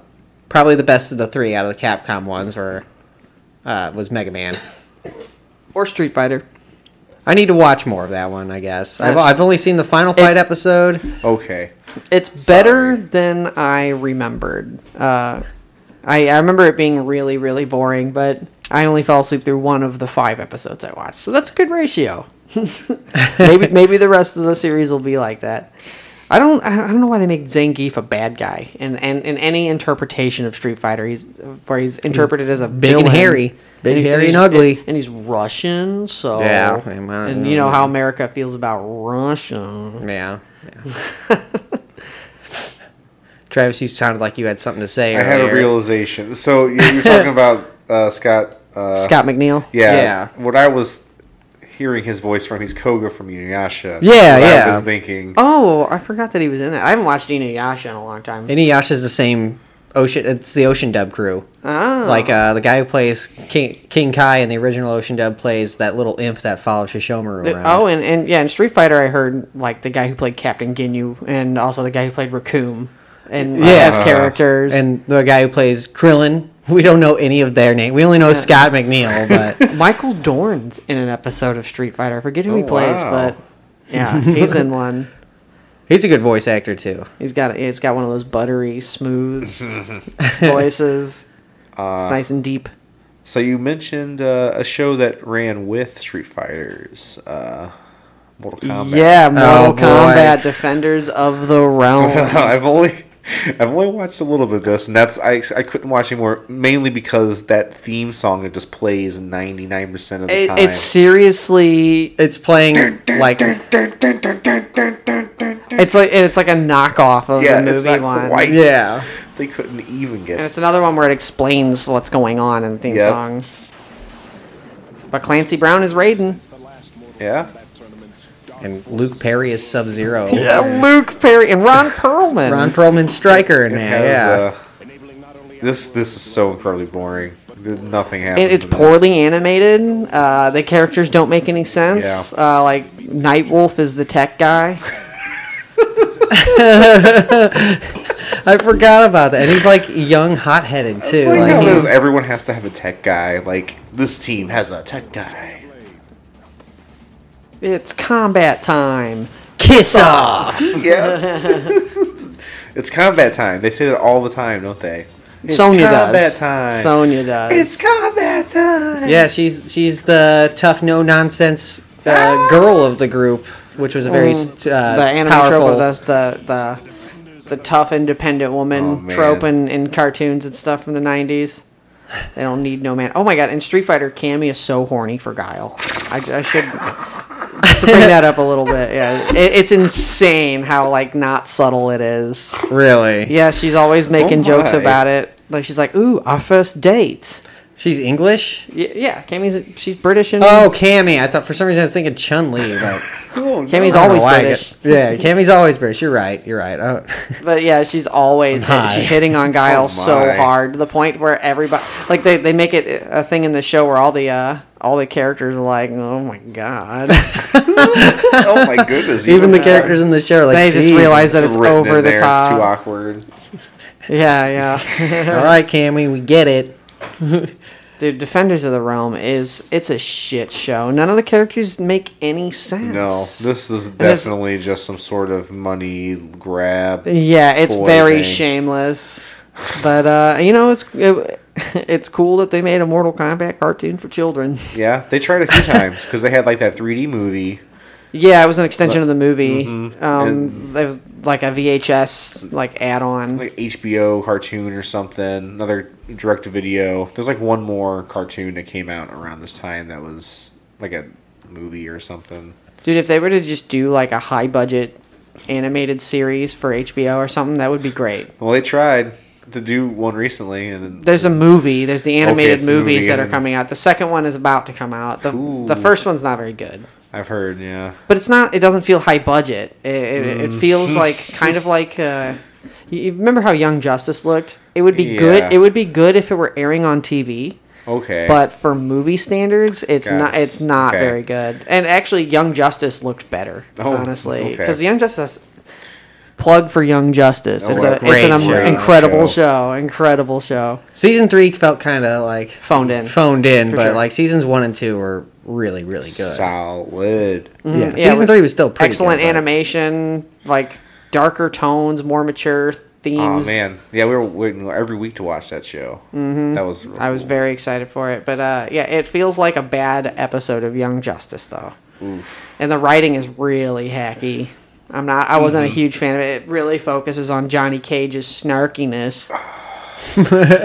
C: probably the best of the three out of the Capcom ones were uh, was Mega Man.
D: Or Street Fighter.
C: I need to watch more of that one. I guess I've,
E: That's-
C: I've only seen the Final Fight episode.
E: Okay.
D: It's better than I remembered. Uh, I, I remember it being really, really boring, but I only fell asleep through one of the five episodes I watched, so that's a good ratio. maybe maybe the rest of the series will be like that. I don't I don't know why they make Zangief a bad guy, and and in any interpretation of Street Fighter, he's where he's interpreted as a
C: big and
D: villain.
C: hairy. Big,
D: he-
C: hairy,
D: he's-
C: and ugly.
D: and he's Russian, so
C: Yeah, I mean, I
D: and
C: don't
D: you know
C: know.
D: how America feels about Russia.
C: Yeah. yeah. Travis, you sounded like you had something to say.
E: I had a
C: earlier.
E: realization. So you- you're talking about uh, Scott. Uh,
D: Scott McNeil.
E: Yeah,
C: Yeah.
E: What I was hearing his voice from, he's Koga from Inuyasha.
C: Yeah,
E: What
C: yeah.
E: I was thinking.
D: Oh, I forgot that he was in that. I haven't watched Inuyasha in a long time.
C: Inuyasha's the same ocean. It's the Ocean Dub crew.
D: Oh.
C: Like uh, the guy who plays King, King Kai in the original Ocean Dub plays that little imp that follows Shishomaru around.
D: Oh, and, and yeah, in Street Fighter, I heard like the guy who played Captain Ginyu and also the guy who played Raccoon and yeah.
C: Yeah.
D: as characters.
C: and the guy who plays Krillin. We don't know any of their name. We only know Scott McNeil, but
D: Michael Dorn's in an episode of Street Fighter. I forget who he
E: Oh,
D: plays,
E: wow.
D: but yeah, he's in one.
C: he's a good voice actor too.
D: He's got he's got one of those buttery, smooth voices. it's nice and deep.
E: So you mentioned uh, a show that ran with Street Fighters, uh, Mortal Kombat.
D: Yeah, Mortal
C: Oh, boy.
D: Kombat Defenders of the Realm.
E: I've only I've only watched a little bit of this, and that's I, I couldn't watch anymore mainly because that theme song it just plays ninety nine percent of the
D: It,
E: time.
D: it's seriously
C: It's playing like
D: It's like and it's like a knockoff of
E: yeah,
D: the
E: it's
D: movie
E: not
D: one.
E: white.
C: yeah.
E: They couldn't even
D: And
E: get.
D: it's another one where it explains what's going on in the theme
E: Yep.
D: song. But Clancy Brown is Raiden.
E: Yeah,
C: And Luke Perry is Sub Zero.
D: And Luke Perry and Ron Perlman.
C: Ron Perlman's striker in there. yeah.
E: Has, uh, this this is so incredibly boring. There's nothing happens.
D: and it's
E: in this.
D: poorly animated. Uh, the characters don't make any sense. Uh, like Nightwolf is the tech guy.
C: I forgot about that. And he's like young, hot headed too.
E: Like, how
C: Like
E: does
C: he's,
E: everyone has to have a tech guy. Like this team has a tech guy.
D: It's combat time.
C: kiss off.
E: Yeah. it's combat time. They say that all the time, don't they? It's
D: Sonya
E: combat
D: does.
E: time.
D: Sonya does.
E: It's combat time.
C: Yeah, she's she's the tough, no nonsense uh, girl of the group, which was a very st- uh,
D: Ah! Mm. the anime trope
C: powerful.
D: of this, the the the tough independent
E: Oh,
D: woman
E: man.
D: trope in, in cartoons and stuff from the nineties. They don't need no man. Oh my god! In Street Fighter, Cammy is so horny for Guile. I, I should just to bring that up a little bit. Yeah, it, it's insane how like not subtle it is.
C: really,
D: Yeah, she's always making
E: Oh
D: jokes
E: my.
D: about it. Like she's like, "Ooh, our first date."
C: she's English.
D: Y- yeah, Cammy's she's British and
C: Oh, Cammy. I thought for some reason I was thinking Chun Li. But
D: Cammy's
C: I don't
D: always
C: know why I
D: British.
C: get- yeah, Cammy's always British. You're right. You're right. Oh.
D: But yeah, she's always hit-
C: Hi.
D: she's hitting on Guile so
E: Oh my.
D: hard to the point where everybody like they, they make it a thing in the show where all the uh all the characters are like, oh my god,
E: oh my goodness.
C: Even the characters in the show, like
D: They just
C: Jesus.
D: realize that- it's
E: written in
D: over the
E: there, It's
D: top.
E: too awkward.
D: yeah, yeah.
C: All right, Cammy, we get it.
D: Dude, Defenders of the Realm is it's a shit show. None of the characters make any sense.
E: No, this is
D: it's-
E: definitely just some sort of money grab.
D: Yeah, it's
E: Boy,
D: very
E: dang.
D: shameless. But uh, you know, it's it, it's cool that they made a Mortal Kombat cartoon for children.
E: Yeah, they tried a few times because they had like that 3D movie.
D: Yeah, it was an extension of the movie. Um,
E: Mm-hmm. And-
D: there was like a VHS like add-on.
E: like HBO cartoon or something, another direct to video. There's like one more cartoon that came out around this time that was like a movie or something.
D: Dude, if they were to just do like a high-budget animated series for HBO or something, that would be great.
E: Well, they tried to do one recently, and then
D: There's a movie. There's the animated
E: it's the
D: movies
E: movie
D: that are
E: and-
D: coming out. The second one is about to come out. The the
E: Cool.
D: first one's not very good,
E: I've heard, yeah,
D: but it's not. It doesn't feel high
E: Mm-hmm.
D: budget. It it, it feels like kind of like. Uh, you you remember how Young Justice looked? It would be good.
E: Yeah.
D: It would be good if it were airing on TV.
E: Okay.
D: But for movie standards, it's not.
E: Yes,
D: It's not
E: okay.
D: very good. And actually, Young Justice looked better,
E: Oh,
D: honestly,
E: okay.
D: because Young Justice. Plug for Young Justice. it's a, it's an
C: Oh, great
D: am-
C: show.
D: incredible
E: Show.
D: show. Incredible show.
C: Season three felt kind of like
D: Phoned in.
C: phoned in, but
D: sure.
C: like seasons one and two were really, really good.
E: solid.
C: Yeah,
D: Yeah,
C: season
D: with
C: three was still pretty
D: excellent
C: good, but-
D: animation, like darker tones, more mature
E: Oh
D: themes.
E: man, yeah, we were waiting every week to watch that show. Mm-hmm. That was
D: I was very excited for it, but uh, yeah, it feels like a bad episode of Young Justice though. And the writing is really hacky. I'm not. I
E: Mm-hmm.
D: wasn't a huge fan of it. It really focuses on Johnny Cage's snarkiness.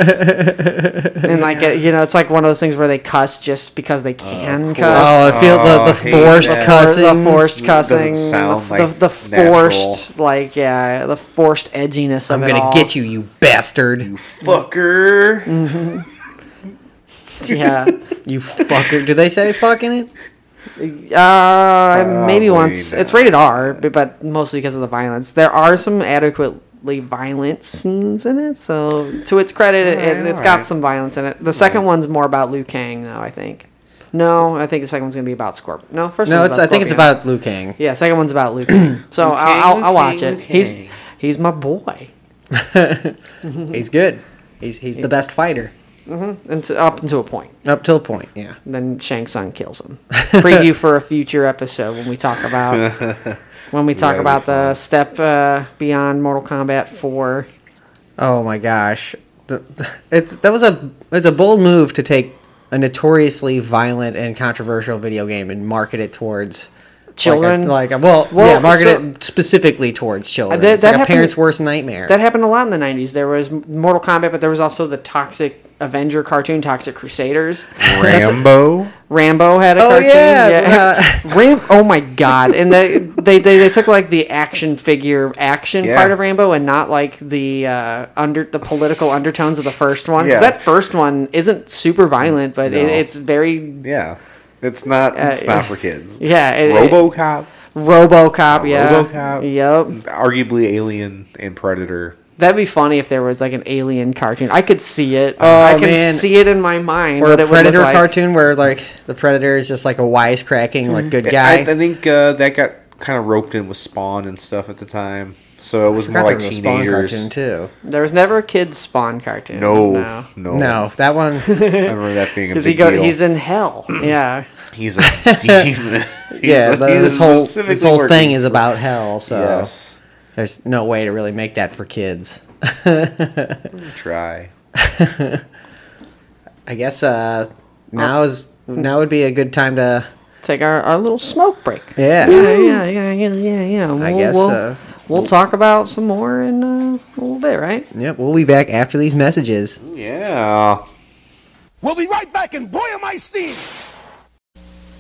D: and like it- you know, it's like one of those things where they cuss just because they can
C: Oh,
D: cuss.
C: I feel
E: Oh,
C: the,
E: I
C: the
E: hate
C: forced
E: that.
C: cussing.
D: the forced cussing,
E: Uh, Doesn't sound
D: the, the,
E: like
D: the forced like yeah, the forced edginess of
C: I'm
D: it
C: gonna
D: all.
C: get you, you bastard. You,
E: fucker.
D: Mm-hmm. Yeah,
C: fucker. Do they say fuck in it?
D: Uh, maybe
E: Probably
D: once. It's
E: not.
D: rated R, but, but mostly because of the violence. There are some adequately violent scenes in it, so to its credit, it, it, has got
E: alright.
D: some violence in it. The second one's more about Liu Kang, though, I think. No, I think the second one's going to be about Scorp. No, first
C: No,
D: one's
C: it's. I think it's
D: Scorpion.
C: about Liu Kang.
D: Yeah, second one's about Liu Kang. so I'll, I'll, I'll watch
E: Kang,
D: it.
E: Liu Kang.
D: He's, he's my boy.
C: He's good. He's he's the best fighter
D: And to, up to a point.
C: up till a point. Yeah.
D: then Shang Tsung kills him. Preview for a future episode when we talk about when we talk
E: that'd be
D: about the step uh, beyond Mortal Kombat Four.
C: Oh my gosh, The- the- it's that was a it's a bold move to take a notoriously violent and controversial video game and market it towards. like a-
D: Children?
C: like a, well,
D: Well,
C: yeah, market
D: so-
C: it specifically towards children.
D: that-
C: it's
D: that
C: like a
D: happened-
C: parent's worst nightmare.
D: That happened a lot in the '90s. There was Mortal Kombat, but there was also the Toxic Avenger cartoon, Toxic Crusaders.
E: Rambo.
D: Rambo had a
C: Oh,
D: cartoon.
C: yeah, uh,
D: Ram. Oh my god! And they, they they they took like the action figure action
E: Yeah.
D: part of Rambo and not like the uh, under the political undertones of the first one. 'Cause
E: Yeah.
D: that first one isn't super violent, but it,
E: No.
D: it's very
E: Yeah, it's not. It's
D: Uh,
E: not for kids.
D: Yeah, it, it-
E: RoboCop,
D: RoboCop. Yeah,
E: uh, RoboCop.
D: Yep,
E: arguably Alien and Predator.
D: that'd be funny if there was like an alien cartoon. I could see it.
E: Oh,
D: I can
C: man.
D: see it in my mind.
C: or
D: what
C: a
D: it would look
C: predator
D: like.
C: cartoon where like the predator is just like a wisecracking like good
E: I,
C: guy.
E: I think uh, that got kind of roped in with Spawn and stuff at the time, so it was
C: Forgot
E: more like
C: there was a Spawn cartoon
E: teenagers.
C: too.
D: There was never a kid Spawn cartoon.
E: No,
D: no.
E: no,
C: No, that one.
E: I remember that being a big
D: Because he go,
E: deal.
D: he's in hell. Yeah.
E: He's a demon. He's
C: yeah,
E: a-
C: the-
E: he's
C: this whole
E: specifically
C: this whole
E: working
C: thing is uh, about hell. So
E: Yes.
C: there's no way to really make that for kids.
E: Try.
C: I guess uh,
D: Oh.
C: now is now would be a good time to
D: Take our, our little smoke break.
C: yeah.
D: Yeah, yeah, yeah, yeah, yeah. yeah. We'll,
C: I guess
D: we'll,
C: uh,
D: we'll talk about some more in uh, a little bit, right?
C: yeah, we'll be back after these messages.
E: Yeah.
F: We'll be right back and boil my steam.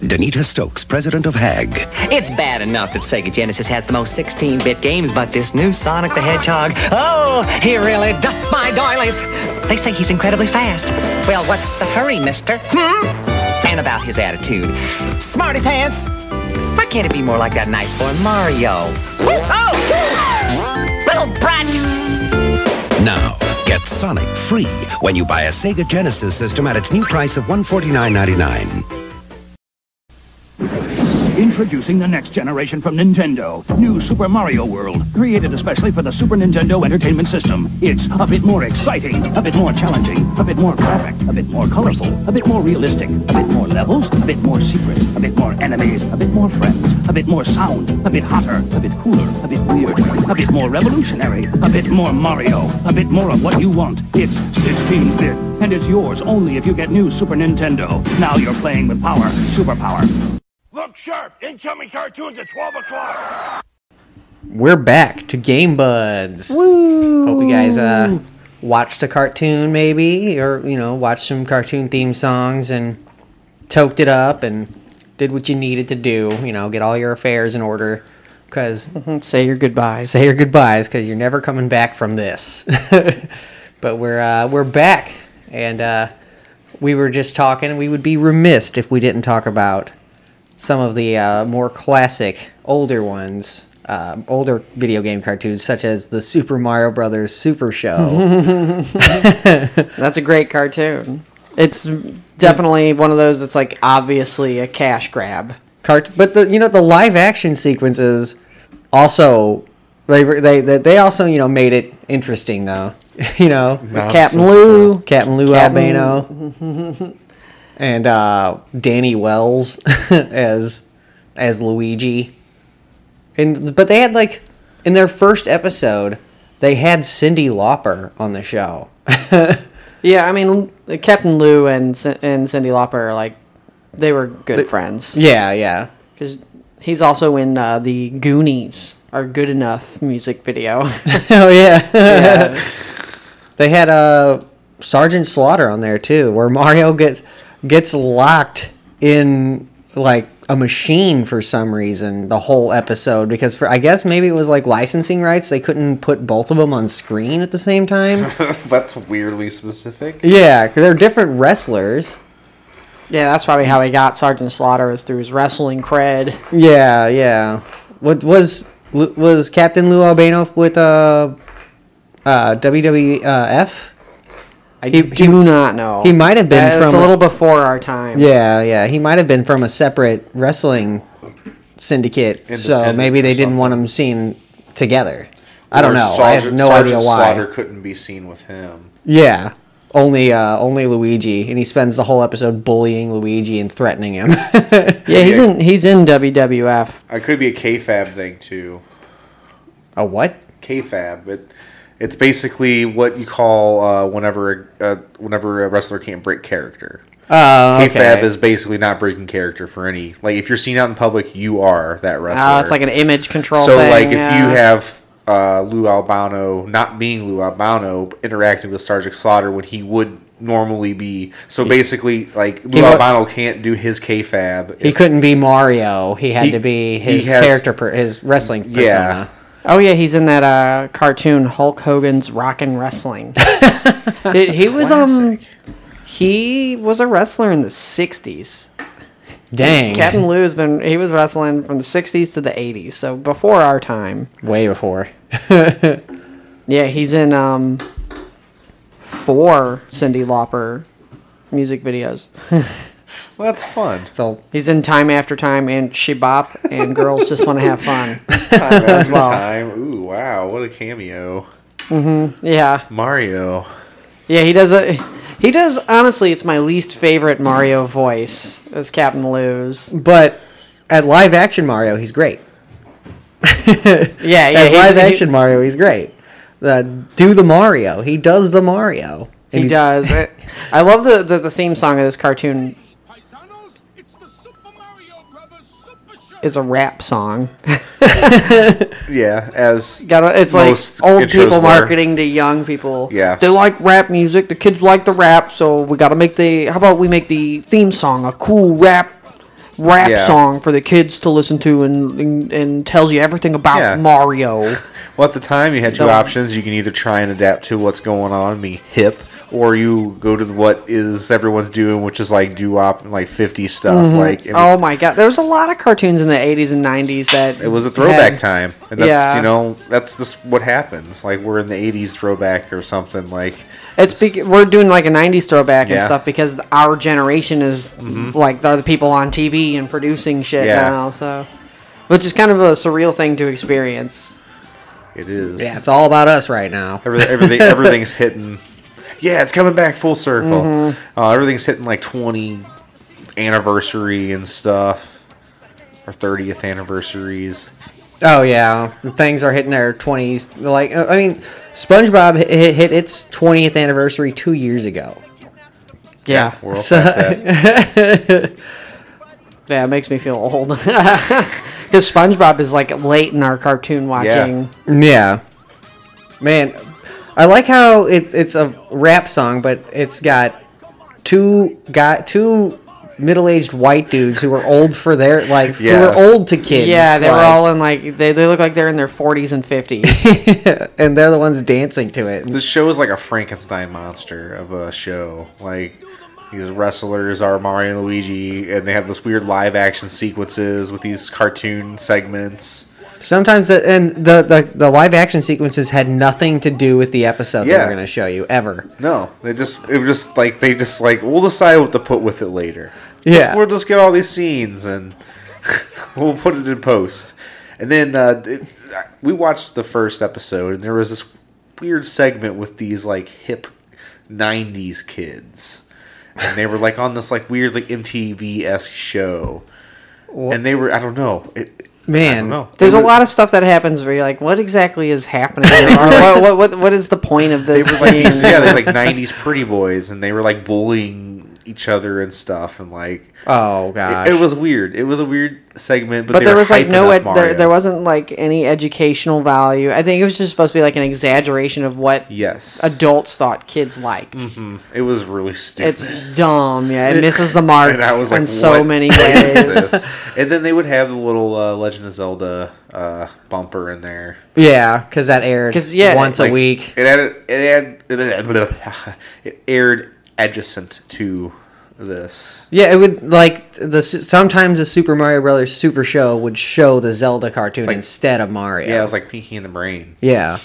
H: Danita Stokes, president of HAG.
I: It's bad enough that Sega Genesis has the most 16-bit games, but this new Sonic the Hedgehog, oh, he really duffed my doilies. They say he's incredibly fast. Well, what's the hurry, mister? Hmm? And about his attitude. Smarty pants! Why can't it be more like that nice boy Mario? Oh! Little brat!
H: Now, get Sonic free when you buy a Sega Genesis system at its new price of $149.99.
J: Introducing the next generation from Nintendo. New Super Mario World, created especially for the Super Nintendo Entertainment System. It's a bit more exciting, a bit more challenging, a bit more graphic, a bit more colorful, a bit more realistic, a bit more levels, a bit more secrets, a bit more enemies, a bit more friends, a bit more sound, a bit hotter, a bit cooler, a bit weird, a bit more revolutionary, a bit more Mario, a bit more of what you want. It's 16-bit, and it's yours only if you get new Super Nintendo. Now you're playing with power, superpower.
F: Look sharp. Incoming cartoons at 12 o'clock.
C: We're back to Game Buds. Hope you guys uh, watched a cartoon, maybe, or you know, watched some cartoon theme songs and toked it up and did what you needed to do. You know, get all your affairs in order because
D: Say your goodbyes.
C: say your goodbyes because you're never coming back from this. but we're uh, we're back, and uh, we were just talking. We would be remiss if we didn't talk about some of the uh, more classic, older ones uh, older video game cartoons, such as the Super Mario Brothers Super Show.
D: That's a great cartoon. It's definitely one of those that's like obviously a cash grab.
C: Cart- but the you know the live action sequences also they were- they they, they also you know made it interesting though. you know,
D: Captain Lou.
C: Captain Lou
D: Captain-
C: Albano, and uh, Danny Wells as as Luigi. And but they had like in their first episode, they had Cindy Lauper on the show.
D: Yeah, I mean Captain Lou and Cin- and Cindy Lauper are like they were good friends
C: Yeah, yeah.
D: because he's also in uh, the Goonies are good enough music video.
C: Oh yeah.
D: Yeah.
C: They had uh, Sergeant Slaughter on there too, where Mario gets gets locked in like a machine for some reason the whole episode because for I guess maybe it was like licensing rights they couldn't put both of them on screen at the same time.
E: That's weirdly specific.
C: yeah, 'cause they're different wrestlers.
D: yeah, that's probably how he got Sergeant Slaughter is through his wrestling cred.
C: Yeah, yeah. What was was Captain Lou Albano with uh, uh WWF?
D: I
C: He-
D: do not know.
C: he might have been
D: That's
C: from
D: a
C: a-
D: little before our time.
C: Yeah, yeah. He might have been from a separate wrestling syndicate, so
E: Independent
C: maybe
E: or
C: they didn't want them seen together. I don't
E: Or
C: know. I have
E: Sergeant-
C: no
E: Sergeant
C: idea why.
E: Slaughter couldn't be seen with him.
C: Yeah, only uh, only Luigi, and he spends the whole episode bullying Luigi and threatening him.
D: yeah, he's in he's in E. WWF.
E: It could be a KFAB thing too.
C: a what?
E: KFAB, it, it's basically what you call uh, whenever uh, whenever a wrestler can't break character.
D: Oh,
C: Uh,
E: KFAB is basically not breaking character for any. Like if you're seen out in public, you are that wrestler.
D: Uh, it's like an image control.
E: so
D: thing,
E: like if
D: yeah.
E: you have uh, Lou Albano not being Lou Albano interacting with Sergeant Slaughter when he would normally be. So basically, like Lou
C: wa-
E: Albano can't do his KFAB.
C: he
E: if-
C: couldn't be Mario. He had
E: He-
C: to be
E: he
C: his
E: has-
C: character, per, his wrestling persona.
E: Yeah.
D: Oh yeah, he's in that uh, cartoon Hulk Hogan's Rockin' Wrestling. It- he was um he was a wrestler in the '60s.
C: Dang,
D: Captain Lou has been he was wrestling from the '60s to the '80s, so before our time.
C: way before.
D: Yeah, he's in um four Cindy Lauper music videos.
E: Well, that's fun.
C: So
D: He's in Time After Time and Shibop and Girls Just Want to Have Fun.
E: Time after
D: well.
E: time. Ooh, wow, what a cameo.
D: Yeah,
E: Mario.
D: yeah, he does a. He does honestly. It's my least favorite Mario voice as Captain Lou's.
C: but at live action Mario, he's great.
D: Yeah, yeah.
C: as
D: he-
C: live
D: he-
C: action Mario, he's great. Uh, do the Mario. He does the Mario. And
D: He
C: he's-
D: does. I, I love the, the the theme song of this cartoon
F: Paisanos, it's the Super Mario Brothers Super Show.
D: is a rap song.
E: Yeah, as
D: Got a- it's like
E: Most
D: old
E: intros
D: people
E: were.
D: marketing to young people.
E: Yeah.
D: they like rap music. The kids like the rap, so we got to make the. How about we make the theme song a cool rap rap
E: Yeah.
D: song for the kids to listen to and and, and tells you everything about
E: Yeah.
D: Mario.
E: well at the time you had two
D: No.
E: options. You can either try and adapt to what's going on, and be hip, or you go to what is everyone's doing, which is like doo wop and like fifty stuff. Like and
D: Oh my god, there was a lot of cartoons in the 80s and 90s that
E: it was a throwback
D: had-
E: time, and that's
D: Yeah.
E: you know that's just what happens. Like we're in the '80s throwback or something. Like
D: It's bec- we're doing like a '90s throwback and
E: Yeah. Mm-hmm.
D: stuff because our generation is like they're the people on TV and producing shit
E: Yeah.
D: now, so which is kind of a surreal thing to experience.
E: it is.
C: Yeah, it's all about us right now.
E: Everything, everything everything's hitting. Yeah, it's coming back full circle.
D: Mm-hmm.
E: Uh, everything's hitting like 20 anniversary and stuff, or 30th anniversaries.
C: Oh yeah, things are hitting their twenties. Like uh, I mean, SpongeBob hit, hit, hit its twentieth anniversary two years ago.
D: Yeah,
E: We're all past that.
D: yeah, it makes me feel old because SpongeBob is like late in our cartoon watching.
C: Yeah, man, I like how it, it's a rap song, but it's got two got two middle-aged white dudes who are old for their like
E: Yeah.
C: who are old to kids.
D: Yeah, they were
C: like-
D: all in like they, they look like they're in their 40s and 50s.
C: and they're the ones dancing to it.
E: This show is like a Frankenstein monster of a show. Like, these wrestlers are Mario and Luigi, and they have this weird live action sequences with these cartoon segments.
C: Sometimes, the, and the, the the live action sequences had nothing to do with the episode they
E: Yeah.
C: were going to show you ever.
E: No, they just it was just like they just like we'll decide what to put with it later.
C: Yeah.
E: Just- we'll just get all these scenes and we'll put it in post. And then uh, it, we watched the first episode, and there was this weird segment with these like hip '90s kids, and they were like on this like weird like MTV esque show, and they were I don't know it. I
C: Man,
E: don't know.
D: There's
E: It
D: a
E: was-
D: lot of stuff that happens where you're like, what exactly is happening? here? Or what, what, what, what is the point of
E: they
D: this?
E: were like
D: scene?
E: these, yeah, they were like '90s pretty boys, and they were like bullying each other and stuff, and like
C: Oh gosh.
E: It, it was weird. It was a weird segment, but,
D: but
E: they
D: there
E: were
D: was like
E: hyping
D: no
E: up
D: ed- there,
E: Mario.
D: there wasn't like any educational value i think it was just supposed to be like an exaggeration of what
E: Yes,
D: adults thought kids liked
E: Mhm. It was really stupid.
D: it's dumb yeah it
E: It-
D: misses the mark
E: and I was
D: in
E: like,
D: so
E: "What
D: many
E: is
D: ways
E: this?" And then they would have the little uh, Legend of Zelda uh, bumper in there.
C: yeah, because that aired
D: 'Cause, yeah,
C: once
E: Like,
C: a week.
E: It had it had it, had, it aired adjacent to this.
C: Yeah, it would like the su- sometimes the Super Mario Brothers Super Show would show the Zelda cartoon
E: Like-
C: instead of Mario.
E: Yeah, it was like Pinky in the Brain.
C: yeah.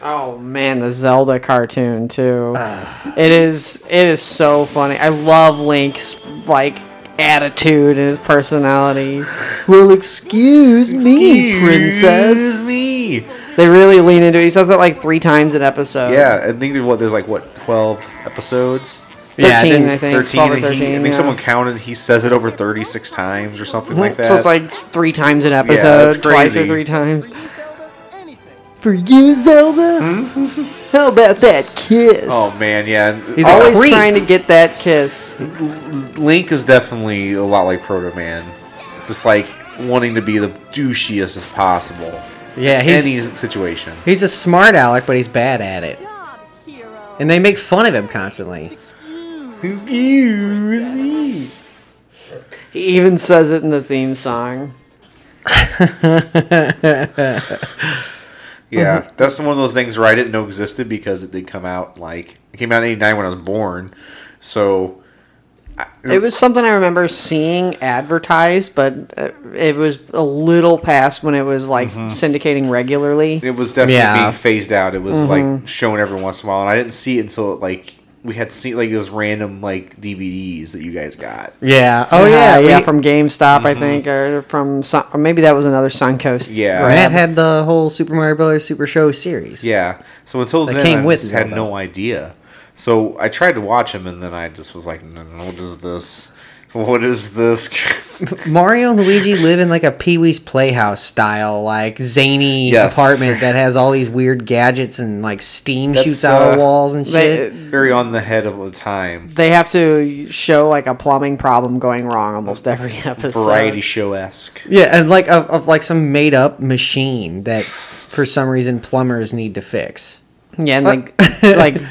D: oh man the zelda cartoon too it is it is so funny i love link's like attitude and his personality well excuse me princess
E: Excuse me.
D: they really lean into it he says it like three times an episode
E: Yeah, I think there's what there's like what twelve episodes.
C: Yeah, I
D: 13,
C: think
D: I think.
E: 13,
D: 12 or
E: and he,
D: 13.
E: I think
D: yeah.
E: someone counted he says it over 36 times or something like that.
D: Mm-hmm. So it's like three times an
E: that's
D: episode, twice
E: crazy.
D: or three times.
B: For you, Zelda? How about that kiss?
E: oh man, yeah. and
C: Hmm? He's
E: all-
D: Always
C: creep.
D: trying to get that kiss.
E: Link is definitely a lot like Proto Man. Just like wanting to be the douchiest as possible.
C: Yeah,
E: in
C: he's Mm-hmm.
E: any situation.
C: he's a smart aleck, but he's bad at it. And they make fun of him constantly.
E: Excuse me.
D: He even says it in the theme song.
E: Yeah, that's one of those things where I didn't know existed because it did come out like it came out in 89 when I was born. So
C: Mm.
D: It was something I remember seeing advertised, but uh, it was a little past when it was like
C: Mm-hmm.
D: syndicating regularly.
E: It was definitely
C: Yeah.
E: being phased out. It was like shown every once in a while, and I didn't see it until like we had seen like those random like DVDs that you guys got.
C: Yeah. Oh yeah.
D: Uh, yeah,
C: we- Mm-hmm.
D: from GameStop, I think, or from some, or maybe that was another Suncoast.
E: Yeah.
D: grab.
C: Matt had the whole Super Mario Brothers Super Show series.
E: Yeah. So until
C: They
E: then,
C: came
E: I
C: with
E: just had
C: Zelda.
E: no idea. So I tried to watch him, and then I just was like, "No, no, "What is this? What is this?"
C: Mario and Luigi live in like a Pee Wee's Playhouse style, like zany
E: Yes.
C: apartment that has all these weird gadgets and like steam
E: That's,
C: shoots out of
E: uh,
C: walls and
D: They-
C: shit.
E: Very on the head of the time,
D: They have to show like a plumbing problem going wrong almost every episode.
E: variety show esque.
C: yeah, and like of, of like some made up machine that for some reason plumbers need to fix. Uh,
D: Yeah, and like like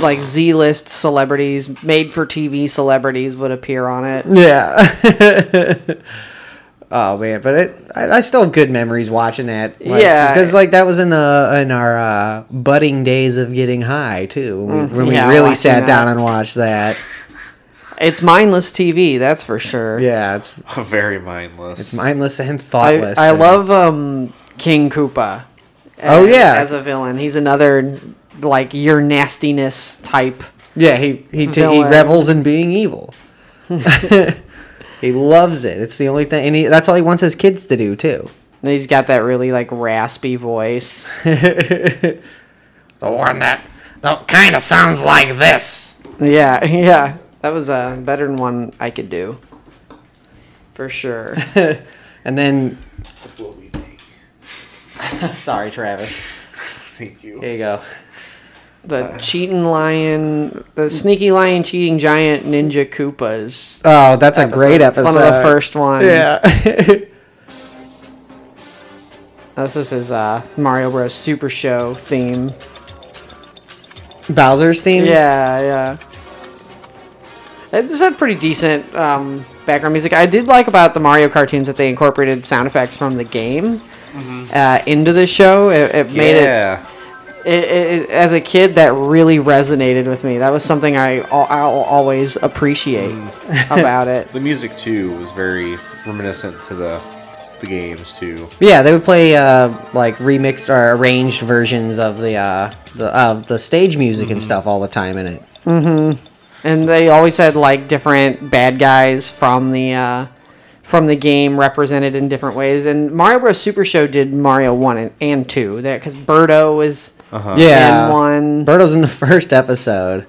D: like Z list celebrities, made for TV celebrities would appear on it.
C: Yeah. oh man, but it, I, I still have good memories watching that. Like,
D: Yeah.
C: because like that was in the in our uh, budding days of getting high too. When we, when we
D: Mm-hmm. yeah,
C: really
D: watching
C: sat down
D: that.
C: and watched that.
D: It's mindless TV, that's for sure.
C: Yeah, it's
E: Very mindless. It's
C: mindless and
D: I,
C: thoughtless.
D: I
C: and-
D: love um King Koopa.
C: Oh,
D: as-
C: yeah.
D: as a villain, he's another like your nastiness type.
C: Yeah, he he, t- he
D: Villain.
C: revels in being evil. he loves it. It's the only thing, and he, that's all he wants his kids to do too.
D: And he's got that really like raspy voice.
A: The one that, that kind of sounds like this.
D: yeah, yeah, that was uh, better than one I could do, for sure.
C: And then, sorry, Travis.
E: Thank you.
C: Here you go.
D: The cheating lion, the sneaky lion, cheating giant, ninja Koopas.
C: Oh, that's a great
D: It's
C: episode.
D: One of the first ones.
C: Yeah.
D: This is his uh, Mario Bros. Super Show theme.
C: Bowser's theme.
D: Yeah, yeah. It just had pretty decent um, background music. I did like about the Mario cartoons that they incorporated sound effects from the game
C: Mm-hmm.
D: uh, into the show. It, it made it
E: yeah.
D: it, it, it- as a kid that really resonated with me that was something i al- i'll always
C: Mm.
D: appreciate about it
E: The music too was very reminiscent to the the games too.
C: Yeah, they would play uh, like remixed or arranged versions of the uh, the of the stage music
E: Mm-hmm.
C: and stuff all the time in it.
D: Mm-hmm. And they always had like different bad guys from the uh, from the game represented in different ways. And Mario Bros. Super Show did Mario one and, and two there because Birdo was
C: Uh-huh. Yeah,
D: in one.
C: Birdo's in the first episode,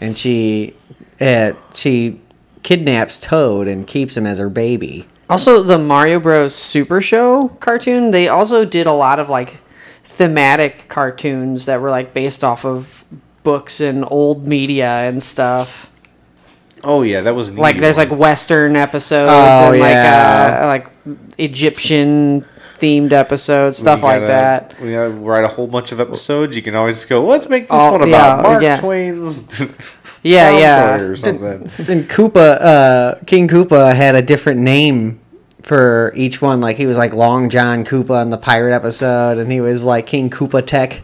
C: and she uh, she kidnaps Toad and keeps him as her baby.
D: Also, the Mario Bros. Super Show cartoon, they also did a lot of like thematic cartoons that were like based off of books and old media and stuff.
E: Oh yeah, that was an
D: Like
E: easy
D: there's
E: one.
D: like Western episodes
C: Oh,
D: and
C: yeah.
D: like uh, like Egyptian themed episodes, stuff
E: We
D: like
E: gotta-
D: that.
E: We gotta write a whole bunch of episodes. You can always go. Let's make this
D: Oh,
E: one about
D: yeah,
E: Mark
D: yeah.
E: Twain's.
D: Yeah,
E: Tom
D: yeah.
E: Sawyer Or something.
C: And Koopa, uh, King Koopa had a different name for each one. Like he was like Long John Koopa in the pirate episode, and he was like King Koopa Tech.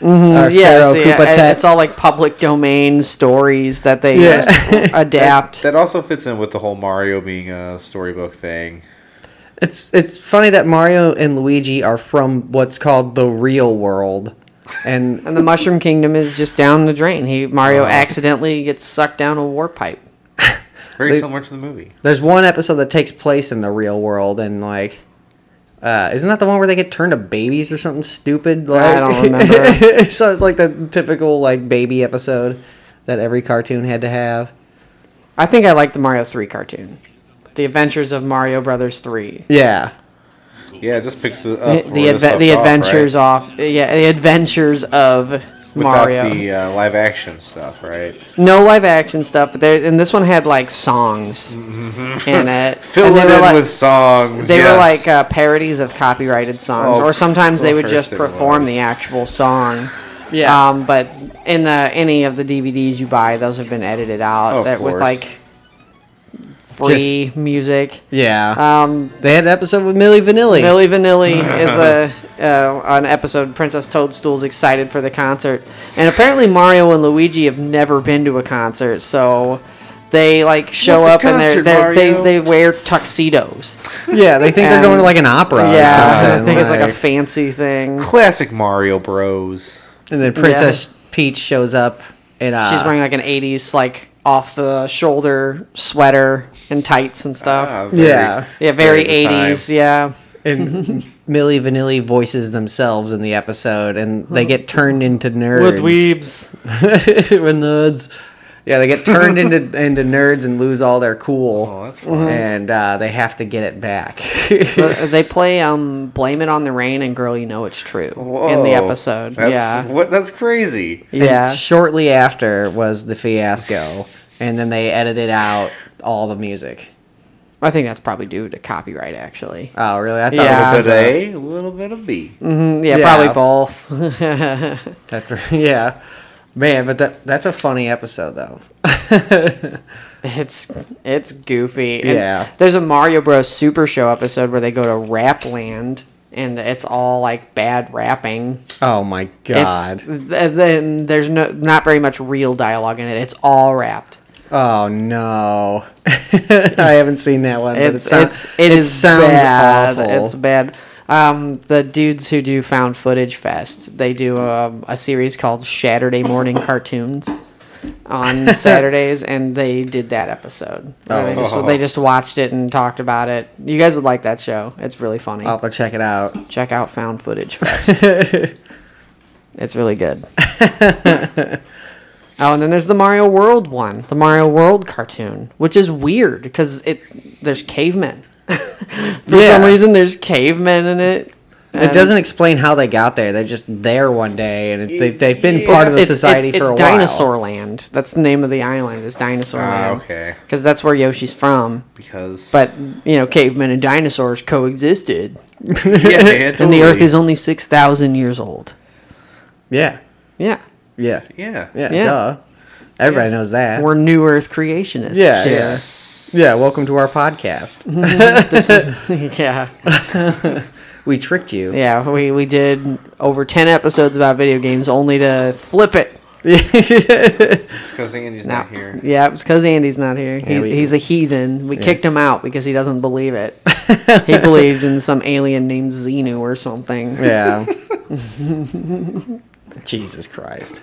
D: Mhm,
C: Or
D: yeah,
C: Pharaoh
D: see,
C: Koopa
D: I-
C: Tet.
D: it's all like public domain stories that they
C: Yeah.
D: just adapt.
E: That also fits in with the whole Mario being a storybook thing.
C: It's it's funny that Mario and Luigi are from what's called the real world, and
D: And the Mushroom Kingdom is just down the drain. He Mario
E: Uh-huh.
D: accidentally gets sucked down a warp pipe.
E: Very
C: They-
E: similar to the movie.
C: there's one episode that takes place in the real world, and like, uh, isn't that the one where they get turned to babies or something stupid? Like,
D: I don't remember.
C: so it's like the typical like baby episode that every cartoon had to have.
D: I think I like the Mario 3 cartoon. The Adventures of Mario Brothers 3.
C: Yeah.
E: Yeah, it just picks the
D: The,
E: up where this
D: adve- the
E: left off,
D: adventures
E: right?
D: off, Yeah, the adventures of
E: without
D: Mario.
E: the uh, live action stuff, right?
D: no live action stuff, but there and this one had like songs in it.
E: Mm-hmm. Fill
D: And they
E: it
D: were
E: in
D: like-
E: with songs.
D: They were
E: yes.
D: like uh, parodies of copyrighted songs,
E: Oh,
D: or sometimes they
E: of
D: would
E: course
D: just
E: it
D: perform
E: was.
D: the actual song.
C: Yeah.
D: Um, but in the any of the DVDs you buy, those have been edited out
C: Of
D: that with
C: course.
D: like free music.
C: Yeah.
D: Um,
C: they had an episode with Millie Vanilli.
D: Millie Vanilli is a uh, an episode. Princess Toadstool's excited for the concert, and apparently Mario and Luigi have never been to a concert, so they like show
C: What's a
D: up
C: concert,
D: and they're, they're,
C: Mario?
D: they they wear tuxedos.
C: Yeah, they think they're going to like an opera or
D: Yeah,
C: something,
D: I think it's like a
C: like-
D: fancy thing.
E: classic Mario Bros.
C: And then Princess Peach shows up and uh,
D: She's wearing like an '80s like off the shoulder sweater and tights and stuff.
E: Uh,
C: very- Yeah.
D: yeah, very,
C: very the Ah, time.
D: '80s. Yeah,
C: and Millie Vanilli voices themselves in the episode, and they get turned into nerds.
D: What weebs.
C: We're nerds. Yeah, they get turned into into nerds and lose all their cool. Oh, that's
D: fun. Mhm.
C: And uh, they have to get it back.
D: But they play um "Blame It on the Rain" and "Girl, You Know It's True" in the
C: Whoa,
D: episode.
C: that's-
D: yeah,
E: What? That's crazy.
C: And
D: Yeah.
C: shortly after was the fiasco, and then they edited out all the music.
D: I think that's probably due to copyright, actually.
C: Oh, really? I thought
D: Yeah.
C: it
E: A
C: was
E: bit
C: uh,
E: of A, a little bit of B.
D: hmm yeah, probably both.
C: That- yeah, man, but that that's a funny episode though.
D: It's it's goofy. And
C: Yeah.
D: There's a Mario Bros. Super Show episode where they go to Rap Land and it's all like bad rapping.
C: Oh my god.
D: It's, th- then there's no not very much real dialogue in it. It's all rapped.
C: Oh no! I haven't seen that one. but it,
D: It's
C: sound-
D: it's it, is
C: sounds
D: bad.
C: awful.
D: It's bad. Um, the dudes who do Found Footage Fest, they do um, a series called Saturday Morning Cartoons on Saturdays, and they did that episode.
C: Oh.
D: They, just, they just watched it and talked about it. You guys would like that show. It's really funny.
C: I'll have to check it out.
D: Check out Found Footage Fest. it's really good. Oh, and then there's the Mario World one, the Mario World cartoon, which is weird because it there's cavemen. For
C: Yeah.
D: some reason, there's cavemen in it.
C: It doesn't explain how they got there. They're just there one day, and it, they, they've been part of the society for a
D: it's
C: while.
D: Dinosaur Land. That's the name of the island. Is Dinosaur
E: Ah,
D: Land.
E: okay.
D: Because that's where Yoshi's from.
E: Because-
D: But you know, cavemen and dinosaurs coexisted.
E: yeah,
D: And the Earth
E: totally.
D: is only six thousand years old.
C: Yeah.
D: Yeah.
C: Yeah.
E: Yeah.
C: Yeah.
D: Yeah.
C: Duh. Everybody knows that.
D: We're New Earth creationists.
C: yeah, yeah. Yeah. Welcome to our podcast.
D: This is- yeah.
C: we tricked you.
D: Yeah, we, we did over 10 episodes about video games only to flip it.
E: it's because Andy's not here.
D: Yeah, it's because Andy's not here. He,
E: we-
D: he's a heathen. We
E: Yeah.
D: kicked him out because he doesn't believe it. he believes in some alien named Xenu or something.
C: Yeah. Jesus Christ.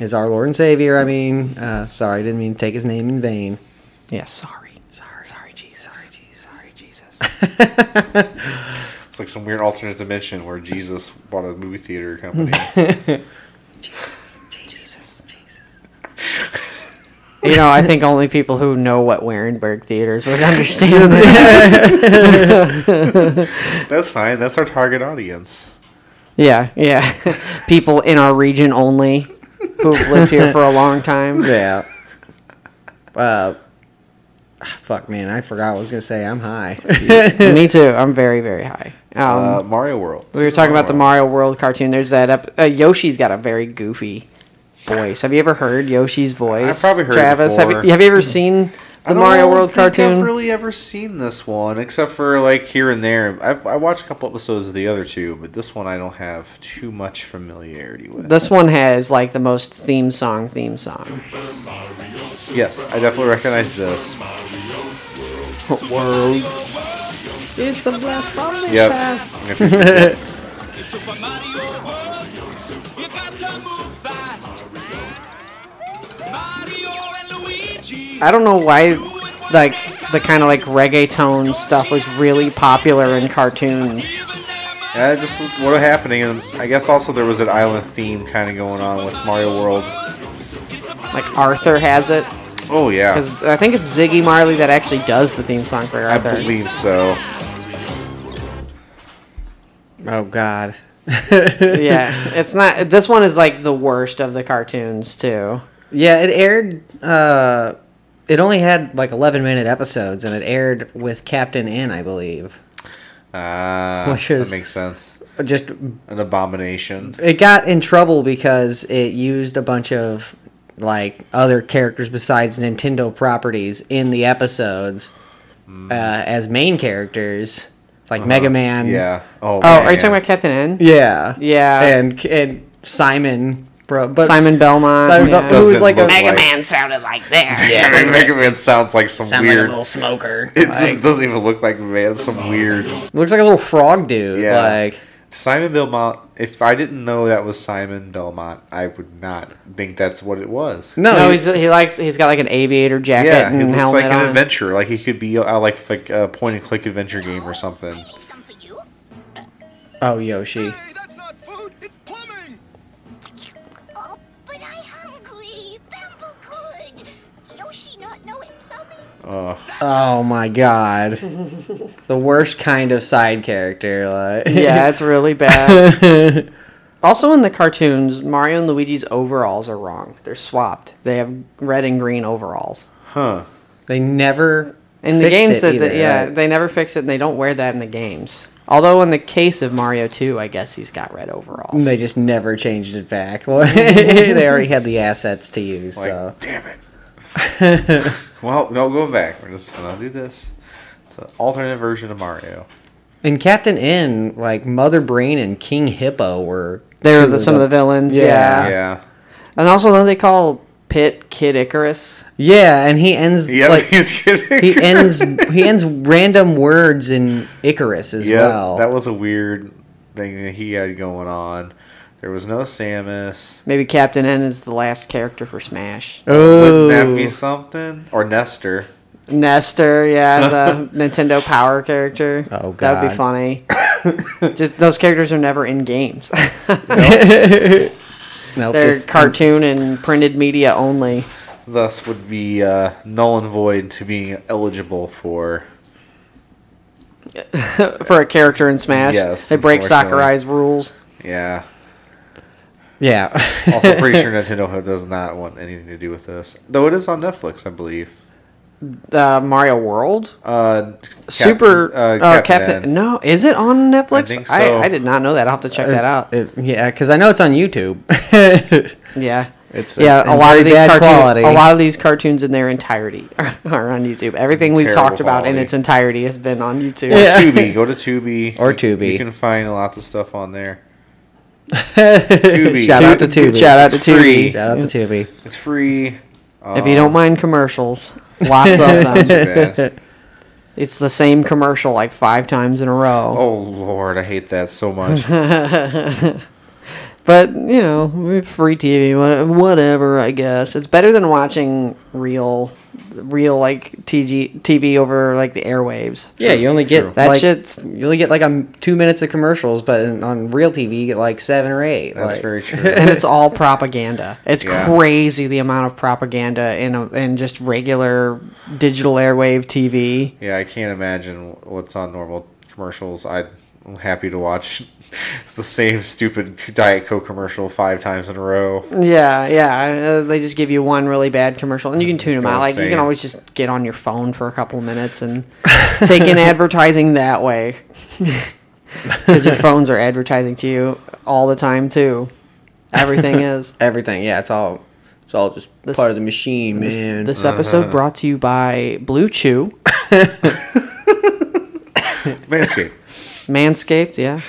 C: Is our Lord and Savior, I mean, uh, sorry, didn't mean to take his name in vain.
D: Yeah, sorry.
C: Sorry,
D: sorry, Jesus. Sorry, Jesus. Sorry, Jesus.
E: It's like some weird alternate dimension where Jesus bought a movie theater company.
C: Jesus, Jesus, Jesus.
D: You know, I think only people who know what Warenberg theaters would understand that.
E: That's fine. That's our target audience.
D: yeah, yeah. People in our region only who've lived here for a long time.
C: Yeah. Uh, ah, fuck, man, I forgot what I was going to say. I'm high.
D: Me too. I'm very, very high. Um,
E: Uh, Mario World.
D: we were talking about the Mario World cartoon. There's that up. Uh, Yoshi's got a very goofy voice. Have you ever heard Yoshi's voice?
E: I've probably heard it
D: Travis. Have
E: before.
D: you, have you ever seen
E: I
D: the
E: don't
D: Mario World
E: think I've
D: cartoon?
E: really ever seen this one, except for like here and there. I've I watched a couple episodes of the other two, but this one I don't have too much familiarity with.
D: This one has like the most theme song theme song.
E: Yes, I definitely recognize this. World.
D: It's a blast from the
E: Yep.
D: past.
E: If you think it.
D: I don't know why, like the kind of like reggaeton stuff was really popular in cartoons.
E: Yeah, just what was happening, and I guess also there was an island theme kind of going on with Mario World.
D: Like Arthur has it.
E: Oh yeah,
D: Because I think it's Ziggy Marley that actually does the theme song for
E: I
D: Arthur.
E: believe so.
C: Oh, God.
D: yeah, it's not. This one is like the worst of the cartoons too.
C: Yeah, it aired. Uh, it only had like 11 minute episodes, and it aired with Captain N, I believe.
E: Ah,
C: Which is-
E: that makes sense.
C: Just
E: An abomination.
C: it got in trouble because it used a bunch of like other characters besides Nintendo properties in the episodes
E: Mm.
C: uh, as main characters, like Mega Man.
E: Uh-huh. Yeah. Oh.
D: Oh, are you talking about Captain N?
C: Yeah.
D: Yeah.
C: And and Simon, bro, but
D: Simon Belmont,
C: Simon
D: yeah.
C: Belmont, who was
E: Doesn't
C: like a
E: look Mega like- Man
C: sounded like that.
E: Yeah, like Mega Man sounds like some
C: Sound like a
E: weird.
C: little smoker.
E: It
C: Like-
E: just doesn't even look like man. It's some weird.
C: Looks like a little frog dude.
E: Yeah.
C: Like
E: Simon Belmont. If I didn't know that was Simon Belmont, I would not think that's what it was.
C: no,
D: No,
C: he-
D: he's, he likes. He's got like an aviator jacket
E: Yeah,
D: and
E: it looks
D: helmet
E: like an
D: on.
E: adventure. Like he could be uh, like like a point and click adventure game or something.
C: oh Yoshi.
E: Oh,
C: Oh my god. the worst kind of side character. Like.
D: yeah, it's really bad. also, in the cartoons, Mario and Luigi's overalls are wrong. They're swapped. They have red and green overalls.
E: huh.
C: They never.
D: In the
C: fixed
D: games,
C: it
D: that
C: either,
D: that- yeah,
C: right?
D: they never fix it, and they don't wear that in the games. Although, in the case of Mario 2, I guess he's got red overalls.
C: They just never changed it back. they already had the assets to use,
E: Like,
C: so.
E: damn it. well, no, going back. We're just gonna do this. It's an alternate version of Mario.
C: And Captain N, like Mother Brain and King Hippo were.
D: They were
C: two
D: the,
C: of
D: some of the villains, yeah.
C: Yeah.
E: Yeah.
D: And also, don't they call Pit Kid Icarus?
C: Yeah, and he ends
E: Yeah,
C: like
E: he's kidding.
C: he ends he ends random words in Icarus as
E: Yeah,
C: well.
E: that was a weird thing that he had going on. There was no Samus.
D: Maybe Captain N is the last character for Smash.
E: Wouldn't that
C: oh,
E: be something? Or Nestor.
D: Nestor, yeah, the Nintendo Power character.
C: Oh,
D: that would
C: God.
D: be funny. Just those characters are never in games.
C: nope,
D: They're
C: just-
D: cartoon and printed media only.
E: Thus would be uh, null and void to being eligible for.
D: For a character in Smash,
E: Yes,
D: they break
E: unfortunately.
D: Sakurai's rules.
E: Yeah.
C: yeah.
E: Also, pretty sure Nintendo does not want anything to do with this. Though it is on Netflix, I believe.
D: The Mario World,
E: Uh, Cap-
D: Super
E: Uh,
D: uh,
E: Captain.
D: Captain. No, is it on Netflix?
E: think so.
D: I, I did not know that. I'll have to check that out.
C: It- yeah, because I know it's on YouTube.
D: Yeah.
C: It's-
D: yeah,
C: it's
D: a
C: in
D: lot
C: very
D: of these
C: bad
D: cartoons,
C: quality.
D: a lot of these cartoons in their entirety are, on YouTube. Everything we've
E: Terrible
D: talked about in
E: quality.
D: its entirety has been on YouTube.
E: Tubi. Go to Tubi.
C: Or
E: You-
C: Tubi.
E: You can find lots of stuff on there. Tubi.
D: Shout out to Tubi. Shout out to
E: It's
D: Tubi.
E: free.
D: Shout out to Tubi.
E: It's free.
D: if you don't mind commercials, lots of
E: Not too
D: them.
E: bad.
D: it's the same commercial like five times in a row.
E: Oh Lord, I hate that so much.
D: but you know, we have free TV, wha- whatever. I guess it's better than watching real, real like TG TV over like the airwaves.
C: Yeah, you only get
D: that
C: like,
D: shit's
C: You only get like um, two minutes of commercials, but in- on real TV you get like seven or eight.
E: That's
C: like-
E: very true.
D: and it's all propaganda. It's
C: Yeah.
D: crazy the amount of propaganda in a, in just regular digital airwave TV.
E: Yeah, I can't imagine what's on normal commercials. I'm happy to watch the same stupid Diet Coke commercial five times in a row.
D: Yeah, yeah. Uh, they just give you one really bad commercial, and you can tune
E: Just
D: them out.
E: go
D: Like you
E: insane.
D: can always just get on your phone for a couple of minutes and take in advertising that way, because your phones are advertising to you all the time too. Everything is.
C: Everything, yeah. It's all it's all just
D: This-
C: part of the machine,
D: This,
C: man.
D: this episode brought to you by Blue Chew,
E: Manscaped.
D: Manscaped. Yeah,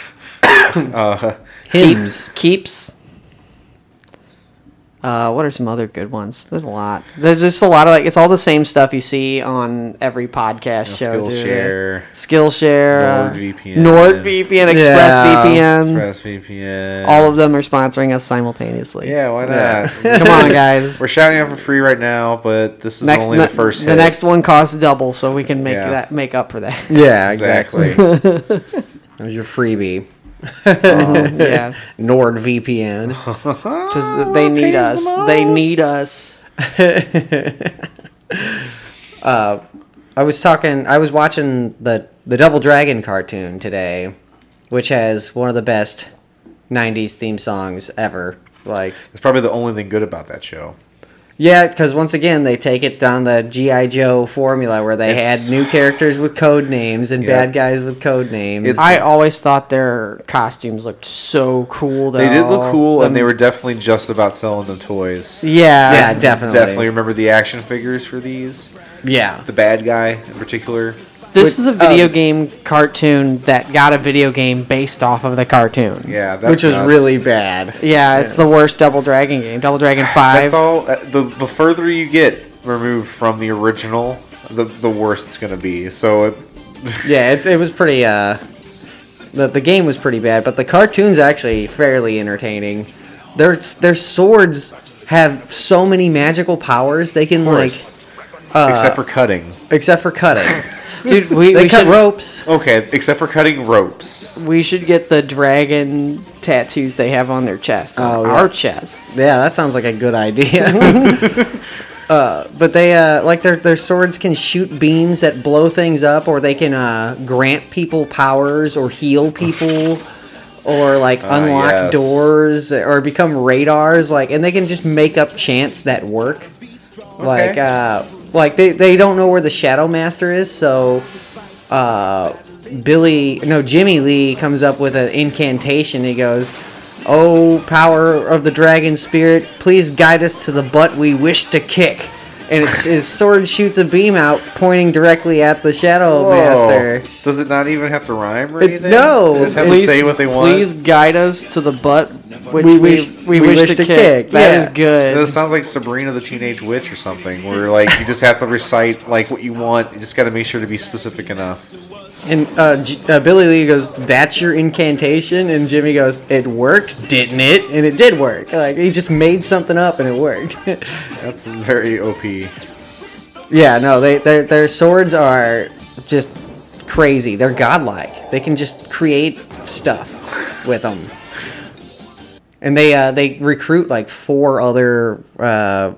E: Uh,
C: Hims.
D: Keeps. Uh, what are some other good ones? There's a lot. There's just a lot of like it's all the same stuff you see on every podcast show. too.
E: Skillshare.
D: Skillshare, uh,
E: NordVPN.
D: NordVPN, ExpressVPN.
E: ExpressVPN.
D: All of them are sponsoring us simultaneously.
E: Yeah, why not?
D: Come on, guys.
E: We're shouting out for free right now, but this is only the
D: ne-
E: first
D: the
E: hit.
D: next one costs double, so we can make
E: Yeah.
D: that make up for that.
C: yeah,
E: Exactly.
C: exactly. that was your freebie.
D: yeah,
C: NordVPN.
D: because
E: Oh,
D: they need us. they need us.
C: I was talking. I was watching the the Double Dragon cartoon today, which has one of the best '90s theme songs ever. Like,
E: It's probably the only thing good about that show.
C: yeah, because once again they take it down the GI Joe formula where they
E: It's-
C: had new characters with code names and
E: Yeah.
C: bad guys with code names.
E: It's-
D: Mm. I always thought their costumes looked so cool. Though.
E: They did look cool, and they
D: Um,
E: were definitely just about selling them toys.
D: Yeah,
C: yeah, definitely.
E: Definitely remember the action figures for these.
C: Yeah.
E: The bad guy in particular.
D: This is a video
C: um,
D: game cartoon that got a video game based off of the cartoon.
E: Yeah, that's
C: Which was
E: nuts.
C: really bad.
D: Yeah, it's the worst Double Dragon game. Double Dragon Five.
E: That's all. uh, The the further you get removed from the original, the the worse it's gonna be. So uh, it,
C: Yeah, it's, it was pretty. Uh, the the game was pretty bad, but the cartoon's actually fairly entertaining. Their their swords have so many magical powers. They can like,
D: uh,
E: except for cutting.
C: except for cutting,
D: Dude, we,
C: they
D: we
C: cut
D: should,
C: ropes.
E: Okay, except for cutting ropes.
D: we should get the dragon tattoos they have on their chest, on
C: Oh, yeah.
D: our chests.
C: Yeah, that sounds like a good idea. uh, but they uh, like their their swords can shoot beams that blow things up, or they can uh, grant people powers, or heal people. Or like unlock
E: Ah, yes.
C: doors, or become radars, like, and they can just make up chants that work. Like,
E: Okay.
C: uh, like they, they don't know where the Shadow Master is, so uh, Billy, no, Jimmy Lee comes up with an incantation. He goes, "Oh, power of the dragon spirit, please guide us to the butt we wish to kick." And it's, his sword shoots a beam out, pointing directly at the Shadow
E: Whoa.
C: Master.
E: Does it not even have to rhyme or
C: It-
E: anything?
C: no.
E: They just have
C: Please-
E: to say what they want.
D: Please guide us to the butt which we,
C: We
D: wish,
C: wish-
D: we, wish, to, kick. That
C: yeah.
D: is good.
E: This sounds like Sabrina the Teenage Witch or something, where like you just have to recite like what you want. You just got to make sure to be specific enough.
C: And uh, J- uh, Billy Lee goes, "That's your incantation." And Jimmy goes, "It worked, didn't it?" And it did work. Like he just made something up, and it worked.
E: That's very OP.
C: Yeah, no, they their their swords are just crazy. They're godlike. They can just create stuff with them. And they uh, they recruit like four other uh,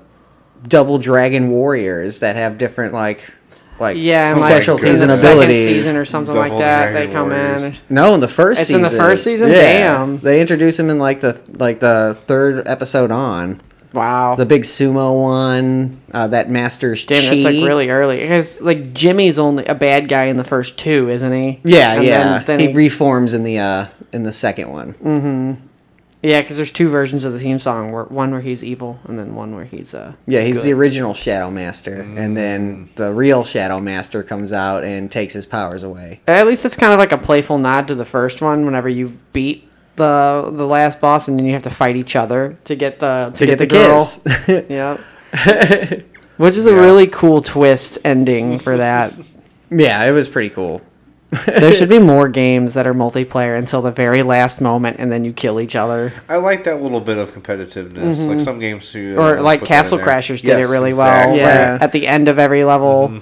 C: double dragon warriors that have different like like
D: yeah, and like
C: specialties
D: in
C: and
D: the
C: abilities.
D: second season or something like
E: Double
D: that, they
E: Dragon
D: come in.
E: Warriors.
C: No, in the first
D: It's in
C: season.
D: the first season? Damn.
C: They introduce him in like the like the third episode on.
D: Wow,
C: The big sumo one, uh, that master
D: damn,
C: Chi.
D: that's like really early. Because like Jimmy's only a bad guy in the first two, isn't he?
C: Yeah,
D: And
C: yeah.
D: Then, then
C: he,
D: he- Mm,
C: reforms in the uh in the second one.
D: yeah, because there's two versions of the theme song. Where one where he's evil, and then one where he's uh.
C: Yeah, he's the original Shadow Master, and then the real Shadow Master comes out and takes his powers away.
D: At least it's kind of like a playful nod to the first one. Whenever you beat the the last boss, and then you have to fight each other to get the to,
C: get the
D: girl. yeah, which is a really cool twist ending for that.
C: Yeah, it was pretty cool.
D: there should be more games that are multiplayer until the very last moment, and then you kill each other.
E: I like that little bit of competitiveness.
D: Mhm.
E: Like some games uh, who
D: or like Castle Crashers did it really well. where at the end of every level,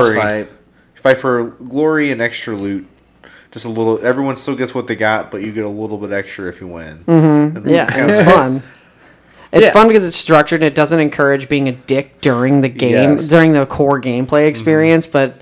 E: Fight for glory and extra loot. Just a little. Everyone still gets what they got, but you get a little bit extra if you win.
D: Mm-hmm.
E: That's-
D: Yeah,
E: that's kinda
D: and it's
E: nice.
D: fun. It's
E: Yeah.
D: fun because it's structured. and It doesn't encourage being a dick during the game,
E: Yes. Mm-hmm.
D: during the core gameplay experience. But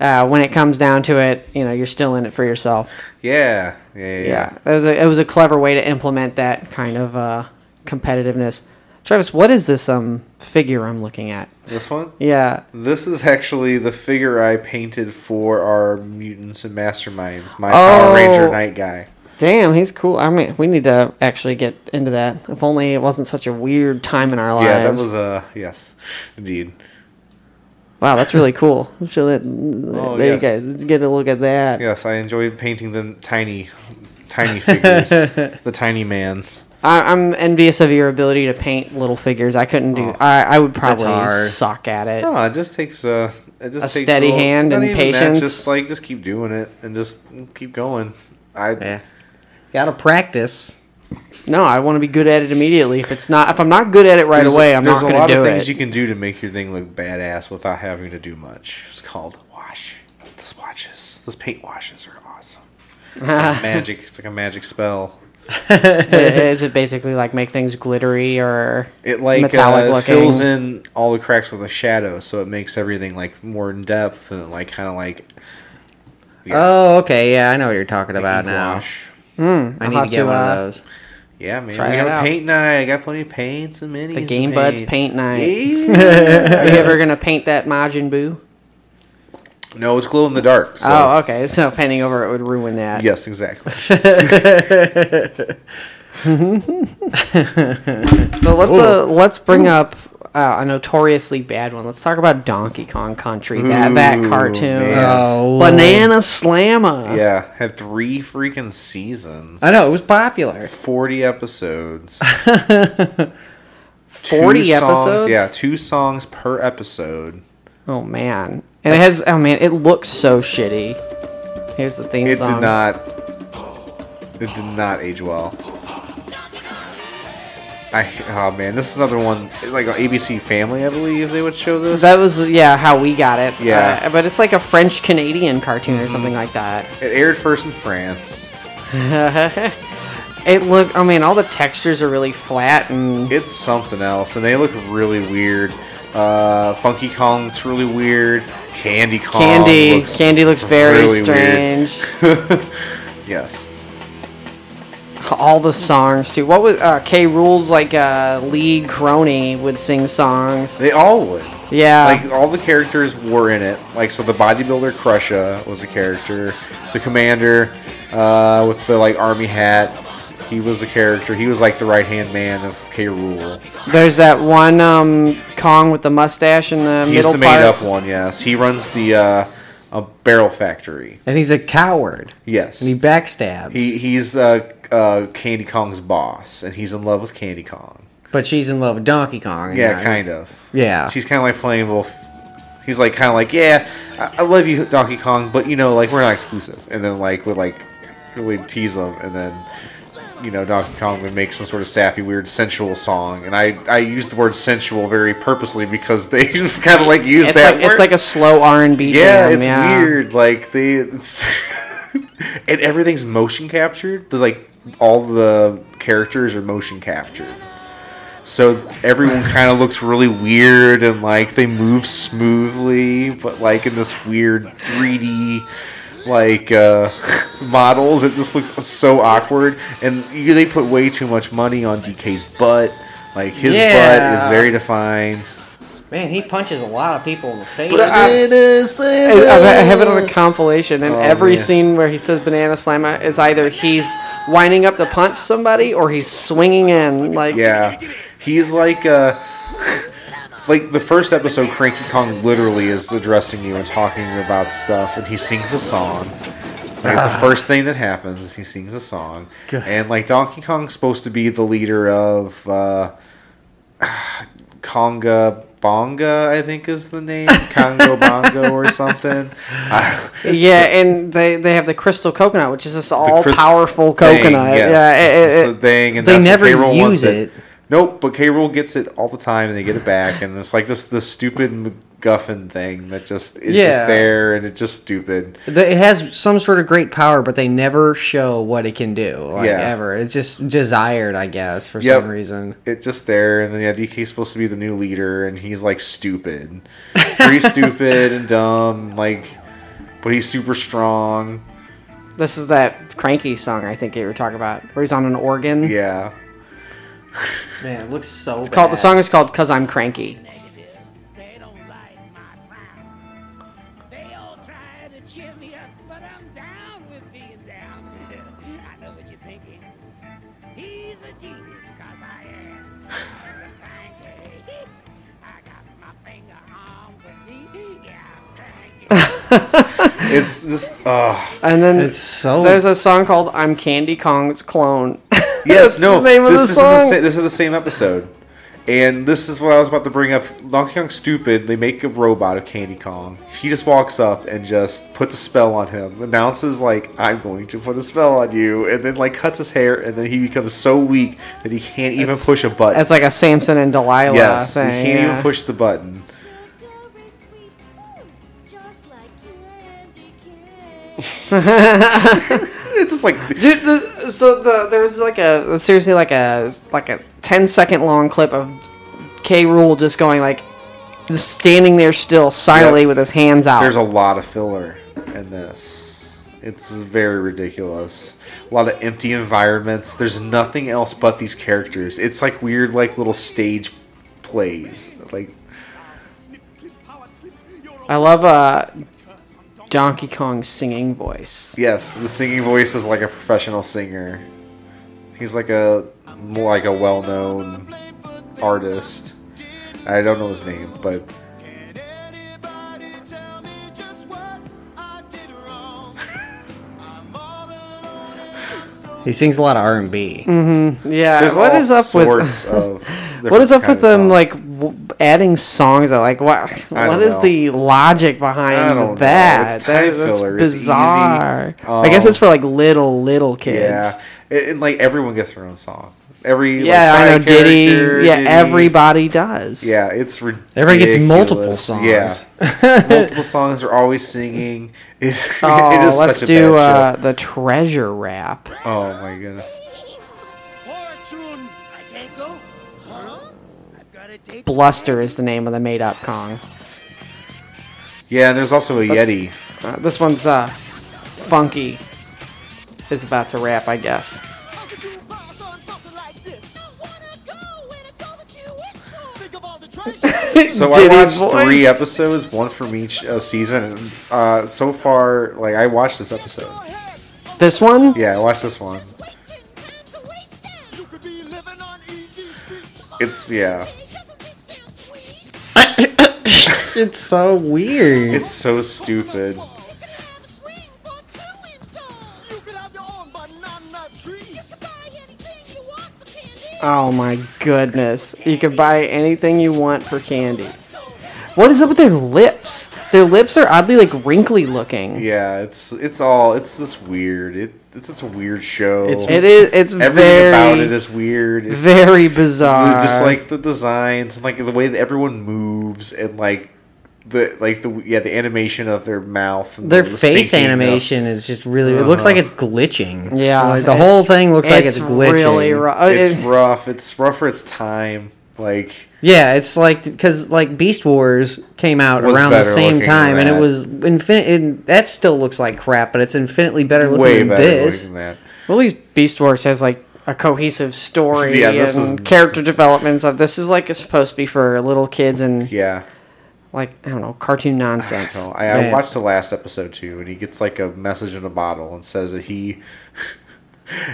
D: uh, when it comes down to it, you know, you're still in it for yourself.
E: Yeah, yeah, yeah.
D: Yeah, it was a, it was a clever way to implement that kind of uh, competitiveness. Travis, what is this um figure I'm looking at?
E: This one?
D: Yeah.
E: This is actually the figure I painted for our mutants and masterminds. My
D: Oh.
E: Power Ranger Night guy.
D: Damn, he's cool. I mean, we need to actually get into that. If only it wasn't such a weird time in our lives.
E: Yeah, that was uh yes, indeed.
D: Wow, that's really cool. So that
E: Oh,
D: there
E: yes.
D: you guys let's get a look at that.
E: Yes, I enjoyed painting the tiny, tiny figures, the tiny mans.
D: I, I'm envious of your ability to paint little figures. I couldn't
C: Oh,
D: do. I, I would
E: That's
D: probably
E: hard.
D: suck at it.
E: No, it just takes uh, it just
D: A
E: takes
D: steady
E: little-
D: hand
E: not
D: and
E: even that,
D: patience.
E: just like just keep doing it and just keep going. I
C: Gotta practice.
D: No, I want to be good at it immediately. If it's not, if I'm not good at it right
E: There's a-
D: away, I'm
E: there's
D: not
E: a
D: going
E: lot
D: to do
E: of things
D: it.
E: you can do to make your thing look badass without having to do much. It's called wash. Those washes, those paint washes are awesome. Like magic. It's like a magic spell.
D: Is it basically like make things glittery or
E: It like
D: metallic
E: uh,
D: looking?
E: fills in all the cracks with a shadow, so it makes everything like more in depth and like kind of like
C: Oh, okay. Yeah, I know what you're talking about now.
D: Hmm,
C: I
D: I'll
C: need to
D: have
C: get
D: to,
C: one
D: uh,
C: of those.
E: Yeah, man.
D: Try
E: we
D: it
E: have
D: out.
E: a paint night. I got plenty of paints and minis.
D: the
E: to
D: Game Buds paint night. Are
E: Yeah.
D: you ever going to paint that Majin Buu?
E: No, it's glow in the dark. So.
D: Oh, okay. So painting over it would ruin that.
E: Yes, exactly.
D: so let's uh, let's bring up uh, a notoriously bad one. Let's talk about Donkey Kong Country. that that
E: Ooh,
D: cartoon,
E: man. Oh, Lord.
D: Banana Slamma.
E: yeah, had three freaking seasons.
C: I know it was popular.
E: Forty episodes.
D: 40
E: Two songs-
D: episodes?
E: Yeah, two songs per episode.
D: Oh man, and it has. Oh man, it looks so shitty. Here's the theme
E: It
D: song.
E: did not. It did not age well. I oh man, this is another one like on ABC Family, I believe they would show this.
D: That was yeah how we got it.
E: Yeah. Mm-hmm.
D: Uh, but it's like a French Canadian cartoon or something like that.
E: It aired first in France.
D: it look. I mean, all the textures are really flat and
E: it's something else, and they look really weird. Uh, Funky Kong looks really weird. Candy Kong.
D: Candy- Candy looks very
E: weird. yes.
D: all the songs too. What was uh, K Rules like? Uh, Lee Crony would sing songs.
E: They all would.
D: Yeah.
E: Like all the characters were in it. Like so, the bodybuilder Krusha was a character. The commander uh, with the like army hat, he was a character. He was like the right hand man of K. Rule.
D: There's that one um, Kong with the mustache in the
E: He's
D: middle
E: the
D: part.
E: made up one. Yes, he runs the uh, a barrel factory.
C: And he's a coward.
E: Yes.
C: And he backstabs.
E: He he's uh, uh, Candy Kong's boss, and he's in love with Candy Kong.
C: But she's in love with Donkey Kong. and
E: Yeah,
C: I-
E: kind of.
C: Yeah.
E: she's kind of like playing both. He's like kind of like, yeah, I, I love you, Donkey Kong, but you know, like we're not exclusive. And then like would like really tease him, and then you know Donkey Kong would make some sort of sappy, weird, sensual song. And I I use the word sensual very purposely because they kind of like use
D: It's
E: that.
D: like
E: word.
D: it's like a slow R and B.
E: Yeah, it's weird. Like they, it's and everything's motion captured. There's like all the characters are motion captured, so everyone kind of looks really weird and like they move smoothly, but like in this weird 3D like uh, models. It just looks so awkward, and you, they put way too much money on DK's butt. Like his butt
C: Yeah.
E: is very defined.
C: Man, he punches a lot of people in the face.
D: I, I have it on a compilation, and
C: Oh,
D: every
C: man.
D: scene where he says "banana slammer" is either he's winding up to punch somebody or he's swinging in. Like
E: Yeah, he's like uh, like the first episode, Cranky Kong literally is addressing you and talking about stuff, and he sings a song, That's the first thing that happens is he sings a song,
C: God.
E: and like Donkey Kong's supposed to be the leader of uh, Conga Bonga, I think is the name Congo Bongo or something. I-
D: yeah, and they, they have the crystal coconut, which is this all
E: Chris
D: powerful
E: thing,
D: coconut.
E: yes.
D: Yeah, it-
E: it's
D: it-
E: the thing, and
C: they
E: that's what
C: never
E: K-Rool wants
C: use it.
E: Nope, but K. Rool gets it all the time, and they get it back, and it's like this this stupid MacGuffin thing that just is
C: Yeah.
E: just there, and it's just stupid.
C: The- It has some sort of great power, but they never show what it can do, like
E: Yeah.
C: ever. It's just desired, I guess, for
E: Yep.
C: some reason.
E: It's just there, and then yeah, DK's supposed to be the new leader, and he's like stupid, pretty stupid and dumb, like, but he's super strong.
D: this is that cranky song I think you were talking about, where he's on an organ.
E: Yeah,
C: Man, it looks so.
D: It's called the song is called "Cause I'm Cranky."
E: it's this. Uh,
D: And then
C: It's so.
D: there's a song called "I'm Candy Kong's Clone."
E: Yes, no.
D: the name of
E: this
D: the
E: is the
D: song.
E: sa- this is the same episode, and this is what I was about to bring up. Donkey Kong's stupid. They make a robot of Candy Kong. He just walks up and just puts a spell on him. Announces like, "I'm going to put a spell on you," and then like cuts his hair, and then he becomes so weak that he can't even push a button.
D: It's like a Samson and Delilah
E: yes,
D: thing.
E: he can't
D: yeah.
E: even push the button. It's just like
D: Dude, the, so the there was like a seriously like a like a 10 second long clip of K. Rule just going like just standing there still silently
E: Yep.
D: with his hands out.
E: there's a lot of filler in this. It's very ridiculous. A lot of empty environments. There's nothing else but these characters. It's like weird, like little stage plays. Like
D: I love uh, Donkey Kong's singing voice.
E: yes, the singing voice is like a professional singer. He's like a more like a well-known artist. I don't know his name, but
C: he sings a lot of R and B.
D: Yeah,
E: there's
D: what
E: all
D: is up with
E: sorts of
D: what is up
E: different
D: with them
E: kinda
D: like
E: songs.
D: w- adding songs? I like what
E: I
D: what
E: don't
D: is
E: know.
D: the logic
E: I don't know.
D: behind that?
E: It's time
D: That- that's
E: filler. It's easy.
D: bizarre. I guess
E: Um,
D: it's for like little little kids.
E: Yeah, and, and, like everyone gets their own song. Every like,
D: Yeah, I
E: side
D: know Diddy.
E: character,
D: Yeah,
E: Diddy.
D: everybody does.
E: Yeah, it's ridiculous.
C: Everyone gets multiple songs.
E: Yeah, multiple songs. They're always singing. It,
D: Oh,
E: it is
D: let's
E: such a
D: do
E: bad
D: uh, the treasure rap.
E: show. Oh my goodness.
F: Fortune! I can't go. Huh? I've got a date.
D: Bluster is the name of the made-up Kong.
E: Yeah, and there's also a Yeti.
D: Uh, this one's uh, funky. Is about to rap, I guess.
F: How could you pass on something like this? I wanna go and it's all that you wish for. Think of all the treasure.
E: So I watched
D: Diddy's
E: three
D: voice.
E: episodes, one from each uh, season. and, Uh, so far, like I watched this episode.
D: This one,
E: Yeah, I watched this one.
F: you could be living on easy streets.
E: It's yeah,
C: It's so weird.
E: it's so stupid.
F: You could have your own banana tree.
D: oh my goodness! You can buy anything you want for candy. What is up with their lips? Their lips are oddly like wrinkly looking.
E: Yeah, it's it's all it's just weird. It, it's it's a weird show.
C: It's-
D: It is. It's
E: everything
D: very,
E: about it is weird. It's
D: very bizarre.
E: just like the designs and like the way that everyone moves and like the like the yeah the animation of their mouth. And
C: Their
E: the
C: face
E: syncing of-
C: animation is just really. It looks like it's glitching.
D: yeah,
C: like the
D: it's-
C: whole thing looks like it's glitching.
D: Really rough.
C: Uh,
E: It's rough. It's rough for its time. Like
C: Yeah, it's like because like Beast Wars came out
E: Was
C: around the
E: better
C: same
E: looking
C: time, and
E: than
C: it
E: that.
C: was infinite. And that still looks like crap, but it's infinitely better looking
E: way
C: than
E: better
C: this.
E: than that.
D: Well, at least Beast Wars has like a cohesive story
E: Yeah,
D: and
E: this is-
D: character
E: this is-
D: developments. Of this is like it's supposed to be for little kids and
E: Yeah.
D: like I don't know cartoon nonsense.
E: So I, I
C: Man.
E: watched the last episode too, and he gets like a message in a bottle and says that he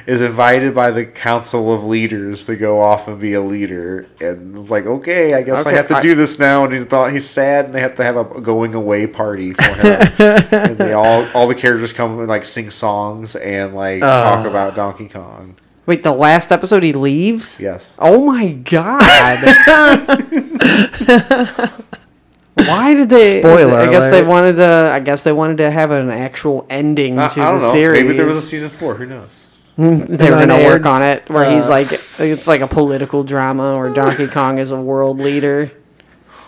E: is invited by the council of leaders to go off and be a leader, and it's like, okay, I guess
D: Okay,
E: I have to
D: I-
E: do this now. And he's thought he's sad, and they have to have a going away party for him. and they all all the characters come and like sing songs and like talk about Donkey Kong.
D: Wait, the last episode he leaves?
E: Yes.
D: Oh my god. Why did they
C: Spoiler
D: I guess they
C: alert.
D: wanted to I guess they wanted to have an actual ending
E: I, I
D: to
E: don't
D: the
E: know.
D: series.
E: Maybe there was a season four. Who knows?
D: they were
C: An
D: going to work
C: unaired-
D: on it where he's
C: uh,
D: like it's like a political drama or Donkey Kong is a world leader.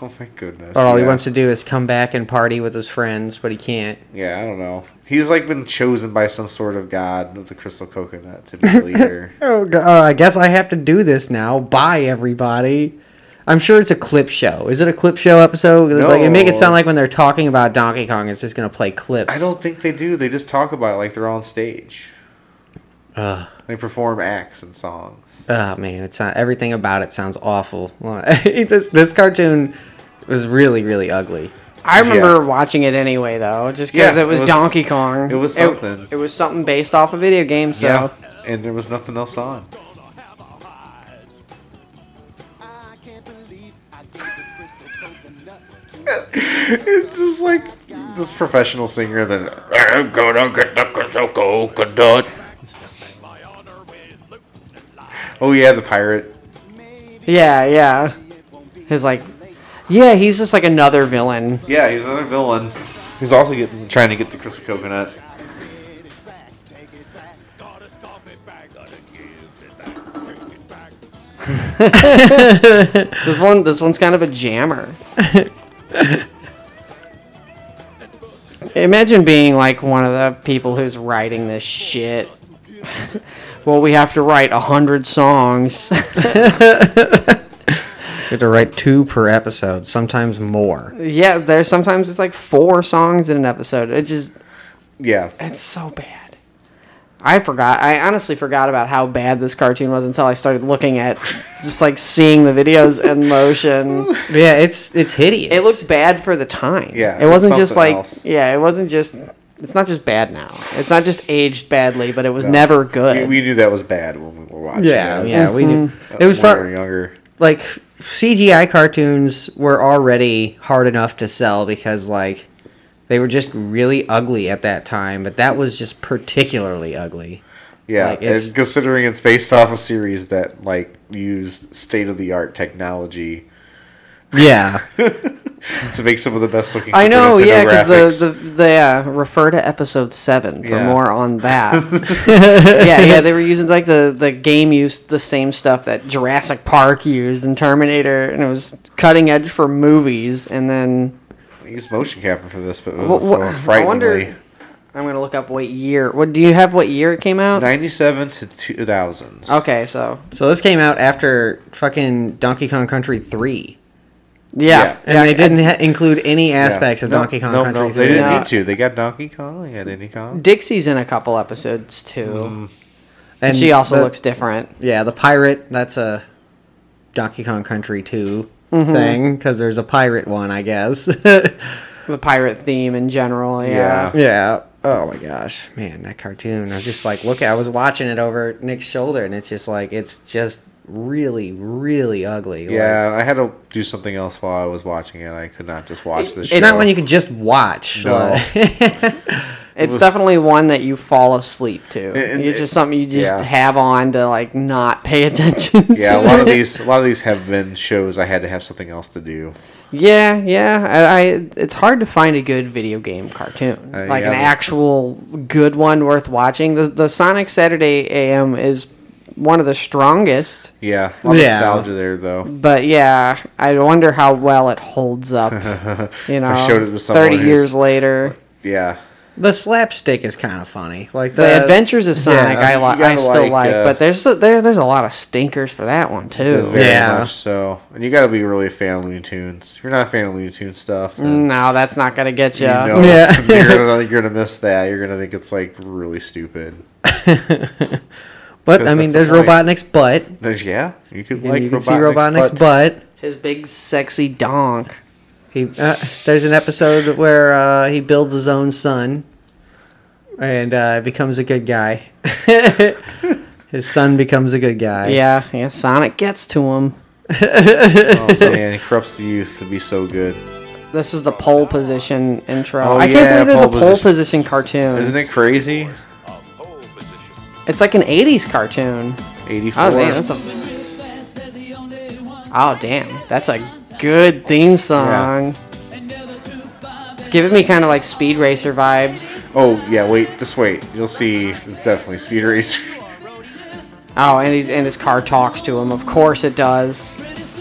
E: Oh my goodness.
C: Or all he
E: yeah.
C: wants to do is come back and party with his friends, but he can't.
E: Yeah, I don't know. He's like been chosen by some sort of god with the crystal coconut to be a leader.
C: Oh, g- uh, I guess I have to do this now. Bye, everybody. I'm sure it's a clip show. Is it a clip show episode? Like, you make it sound
E: No.
C: like when they're talking about Donkey Kong, it's just going to play clips.
E: I don't think they do. They just talk about it like they're on stage. They perform acts and songs.
C: Oh man, it's not, everything about it sounds awful. this this cartoon was really really ugly.
D: I remember watching it anyway though, just because
E: Yeah,
D: it, was
E: it was-
D: Donkey Kong.
E: it was something.
D: It, was something based off a video game, so
E: And there was nothing else on.
F: I can't believe I gave the crystal coconut to
E: It's just like this professional singer that
G: I'm gonna get the crystal coconut.
E: oh yeah, the pirate.
D: Yeah, yeah. His like, yeah, he's just like another villain.
E: Yeah, he's another villain. He's also getting trying to get the crystal coconut.
D: This one, this one's kind of a jammer. Imagine being like one of the people who's writing this shit. well, we have to write a hundred songs.
C: You have to write two per episode, sometimes more.
D: yeah, there's sometimes it's like four songs in an episode. It just,
E: Yeah.
D: it's so bad. I forgot. I honestly forgot about how bad this cartoon was until I started looking at, just like seeing the videos in motion.
C: Yeah, it's it's hideous.
D: It looked bad for the time.
E: Yeah,
D: It wasn't just
E: something
D: like
E: else.
D: yeah, it wasn't just it's not just bad now. It's not just aged badly, but it was never
E: We,
D: good.
E: we knew that was bad when we were watching.
C: yeah Mm-hmm.
E: it.
C: yeah we knew it was
E: when we were
C: fun.
E: younger.
C: like CGI cartoons were already hard enough to sell because like they were just really ugly at that time, but that was just particularly ugly.
E: Yeah,
C: Like, it's-
E: and considering it's based off a series that like used state of the art technology
C: Yeah.
E: to make some of the best looking.
D: I
E: Super
D: know,
E: Nintendo
D: yeah, because
E: graphics.
D: the the, the uh, refer to episode seven for
E: Yeah.
D: more on that. yeah, yeah, they were using like the the game used the same stuff that Jurassic Park used and Terminator, and it was cutting edge for movies. And then
E: They used motion capture for this, but
D: Wha- wha- I wonder-
E: frighteningly,
D: I'm gonna look up what year. What do you have? What year it came out?
E: ninety-seven to two thousand.
C: Oh,
D: Okay, so
C: so this came out after fucking Donkey Kong Country 3.
D: yeah,
C: And they didn't ha- include any aspects of Donkey Kong
E: No,
C: Country
E: no,
C: 3.
E: they didn't
D: Yeah.
E: need to. They got Donkey Kong. They got Diddy Kong.
D: Dixie's in a couple episodes too.
C: And
D: She also
C: the-
D: looks different.
C: Yeah, the pirate, that's a Donkey Kong Country 2
D: Mm-hmm.
C: thing, because there's a pirate one, I guess.
D: The pirate theme in general, yeah.
E: Yeah.
C: yeah. Oh my gosh. Man, that cartoon. I was just like, look, I was watching it over Nick's shoulder, and it's just like, it's just really, really ugly. Like,
E: Yeah, I had to do something else while I was watching it. I could not just watch this.
C: it's
E: show.
C: not one you can just watch.
E: No.
C: like-
D: It's definitely one that you fall asleep to.
E: and
D: it's
E: it-
D: just something you just
E: yeah.
D: have on to like not pay attention. to.
E: Yeah, a lot of these, a lot of these have been shows I had to have something else to do.
D: yeah, yeah. I, I it's hard to find a good video game cartoon,
E: Uh,
D: like
E: yeah,
D: an
E: but-
D: actual good one worth watching. The the Sonic Saturday AM is one of the strongest.
E: Yeah, a lot
C: Yeah.
E: of nostalgia there though.
D: But yeah, I wonder how well it holds up. You know,
E: showed it to someone
D: thirty
E: who's-
D: years later.
E: Yeah,
C: the slapstick is kind of funny. Like
D: The Adventures of Sonic,
E: yeah,
D: I,
E: you
D: li- I
E: gotta
D: still
E: like,
D: like,
E: uh,
D: but there's a, there there's a lot of stinkers for that one too.
E: very
C: Yeah.
E: much so. And you got to be really a fan of Looney Tunes. If you're not a fan of Looney Tunes stuff, then
D: No, that's not gonna get you.
E: you know,
C: Mm, Yeah.
E: you're gonna you're gonna miss that. You're gonna think it's like really stupid.
C: But
E: Because
C: I mean,
E: that's
C: there's
E: the point.
C: Robotnik's butt.
E: There's- Yeah, you could
C: And
E: like
C: you can see Robotnik's
E: butt.
C: butt.
D: His big sexy donk.
C: He uh, there's an episode where uh, he builds his own son and uh, becomes a good guy. His son becomes a good guy.
D: Yeah, yeah. Sonic gets to him.
E: Oh man, it corrupts the youth to be so good.
D: This is the pole position intro.
E: Oh,
D: I can't
E: yeah,
D: believe there's a
E: pole
D: pole
E: position.
D: position, cartoon.
E: Isn't it crazy?
C: Ah,
D: It's like an '80s cartoon.
E: 84.
D: Oh man, that's a. Oh damn, that's a good theme song. It's giving me kind of like Speed Racer vibes.
E: Oh, yeah, wait, just wait. You'll see it's definitely Speed Racer.
D: Oh, and he's and his car talks to him. Of course it does.
C: It's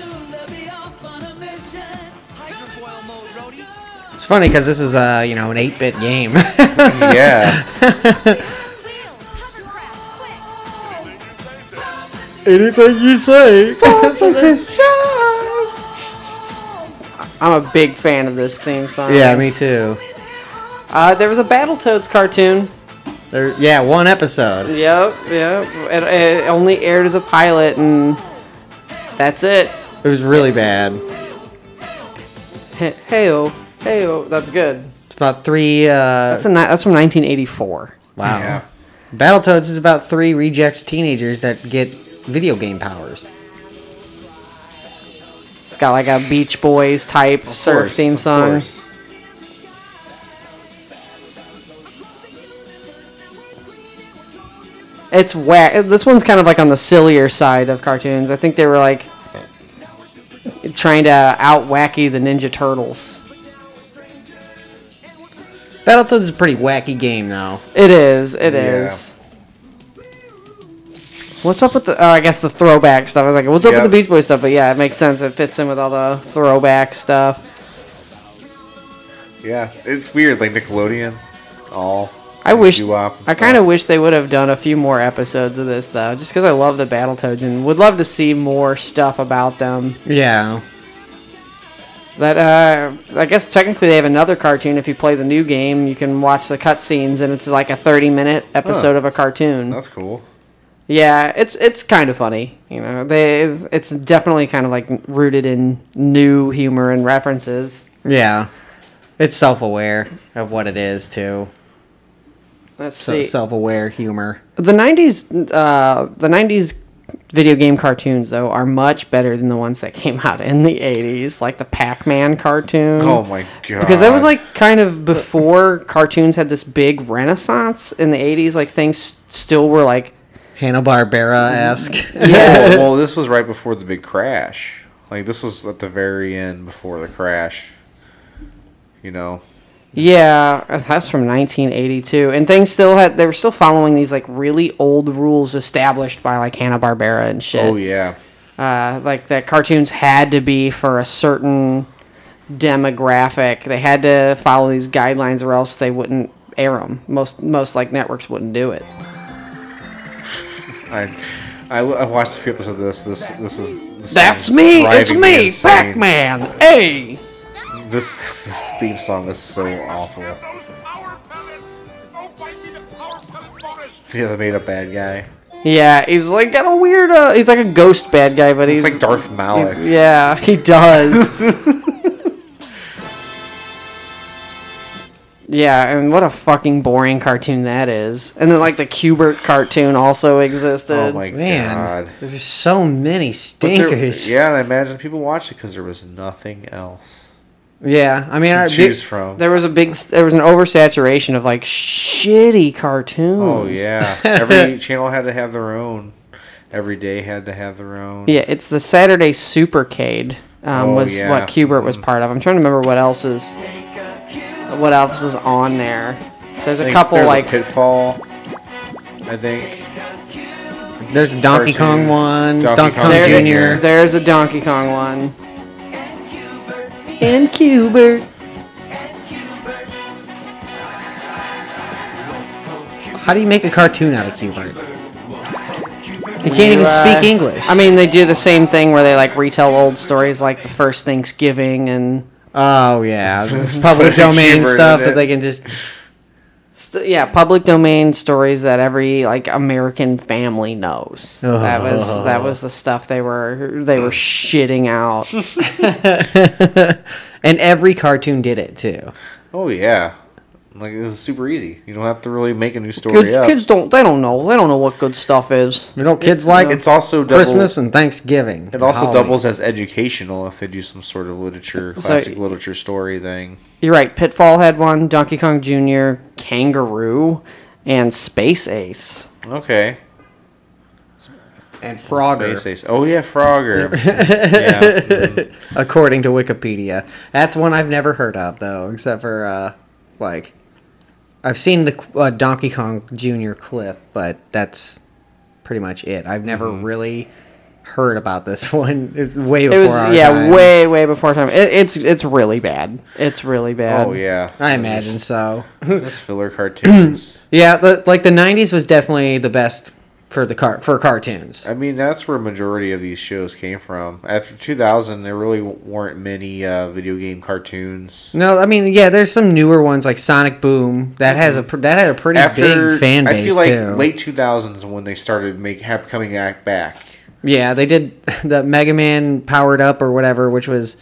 C: funny because this is a you know an eight bit game.
E: yeah.
C: Anything you say.
D: I'm a big fan of this theme song.
C: yeah, me too.
D: Uh, there was a Battletoads cartoon.
C: There, yeah, one episode.
D: Yep, yep. It, it only aired as a pilot, and that's it.
C: It was really bad.
D: Hey oh, hey oh. That's good.
C: It's about three. Uh,
D: That's a ni- that's from 1984.
C: wow.
E: Yeah.
C: Battletoads is about three reject teenagers that get video game powers.
D: It's got like a Beach Boys type surf
E: Of course,
D: theme
E: of
D: song.
E: course.
D: It's whack. This one's kind of like on the sillier side of cartoons. I think they were like trying to out wacky the Ninja Turtles.
C: Battletoads is a pretty wacky game though.
D: It is. It is.
E: Yeah.
D: What's up with the? Oh, I guess the throwback stuff. I was like, what's up
E: Yep.
D: with the Beach Boys stuff? But yeah, it makes sense. It fits in with all the throwback stuff.
E: Yeah, it's weird, like Nickelodeon. All.
D: I wish.
E: Doo-wop and
D: I kind of wish they would have done a few more episodes of this though, just because I love the Battletoads and would love to see more stuff about them.
C: Yeah.
D: That uh, I guess technically they have another cartoon. If you play the new game, you can watch the cutscenes, and it's like a thirty-minute episode
E: Huh.
D: of a cartoon.
E: That's cool.
D: yeah, it's it's kind of funny. You know, they it's definitely kind of like rooted in new humor and references.
C: Yeah. It's self-aware of what it is too.
D: Let's
C: So
D: see
C: self-aware humor.
D: the '90s. Uh, the '90s video game cartoons though are much better than the ones that came out in the '80s, like the Pac-Man cartoon.
E: Oh my god.
D: because that was like kind of before cartoons had this big renaissance in the 80s like things still were like
C: Hanna Barbera esque.
E: Yeah. Oh, Well, well, this was right before the big crash. Like, this was at the very end before the crash. You know?
D: yeah that's from 1982 and things still had they were still following these like really old rules established by like hanna-barbera and shit
E: Oh, yeah.
D: uh, like that cartoons had to be for a certain demographic they had to follow these guidelines or else they wouldn't air them most most like networks wouldn't do it
E: I, I, I watched a few episodes of this. This this is this
D: that's
E: is
D: me it's
E: driving
D: me
E: insane.
D: pac-man hey
E: This, this theme song is so awful. Yeah, they made a bad guy.
D: Yeah, he's like got a weird. Uh, he's like a ghost bad guy, but
E: It's
D: he's
E: like Darth Malik.
D: yeah, he does. yeah, and what a fucking boring cartoon that is. And then like the Cubert cartoon also existed.
E: oh my
C: Man,
E: god.
C: there's so many
E: But there-
C: stinkers.
E: yeah, and I imagine people watched it because there was nothing else
C: Yeah, I mean,
E: to
C: I,
E: choose
C: the-
E: from.
D: There was a big. There was an oversaturation of like shitty cartoons.
E: Oh yeah, every channel had to have their own. Every day had to have their own.
D: Yeah, it's the Saturday Supercade um,
E: Oh,
D: was
E: yeah.
D: what Cubert was part of. I'm trying to remember what else is what else is on there. There's
E: I
D: a
E: think
D: couple
E: there's
D: like
E: pitfall. I think.
C: there's a Donkey
E: Cartoon.
C: Kong one,
E: Donkey
C: Donkey,
E: Kong
C: Kong
E: There-
C: Junior.
D: There's a Donkey Kong one. And Cubert.
C: How do you make a cartoon out of Cubert? He can't even speak English.
D: I mean, they do the same thing where they like retell old stories like the first Thanksgiving and
C: oh yeah, it's public domain
E: Cubert
C: stuff
E: in it.
C: that they can just.
D: st- yeah, public domain stories that every like American family knows. That was that was the stuff they were they were shitting out.
C: And every cartoon did it too.
E: Oh yeah, Like it was super easy. You don't have to really make a new story
D: Kids,
E: up.
D: kids don't. They don't know. They don't know what good stuff is.
C: You know, kids like
E: it's also double,
C: Christmas and Thanksgiving.
E: It also
C: Halloween.
E: doubles as educational if they do some sort of literature,
D: So-
E: classic literature story thing.
D: You're right. Pitfall had one. Donkey Kong Jr., Kangaroo, and Space Ace.
E: Okay.
C: and Frogger,
E: Space Ace. Oh yeah, Frogger. yeah.
C: according to Wikipedia. That's one I've never heard of though, except for uh, like I've seen the uh, Donkey Kong Jr. clip, but that's pretty much it. I've never really heard about this one. It was way
D: It
C: before
D: was
C: our
D: yeah,
C: time.
D: way way before time. It, it's it's really bad. It's really bad.
E: Oh yeah.
C: I imagine so.
E: That's filler cartoons.
C: Yeah, the, like the '90s was definitely the best for the car for cartoons.
E: I mean, that's where majority of these shows came from. After 2000, there really weren't many uh, video game cartoons.
C: No, I mean, yeah, there's some newer ones like Sonic Boom that has a pr- that had a pretty big fan base
E: I feel like
C: too.
E: late 2000s when they started make have coming back back.
C: Yeah, they did the Mega Man powered up or whatever, which was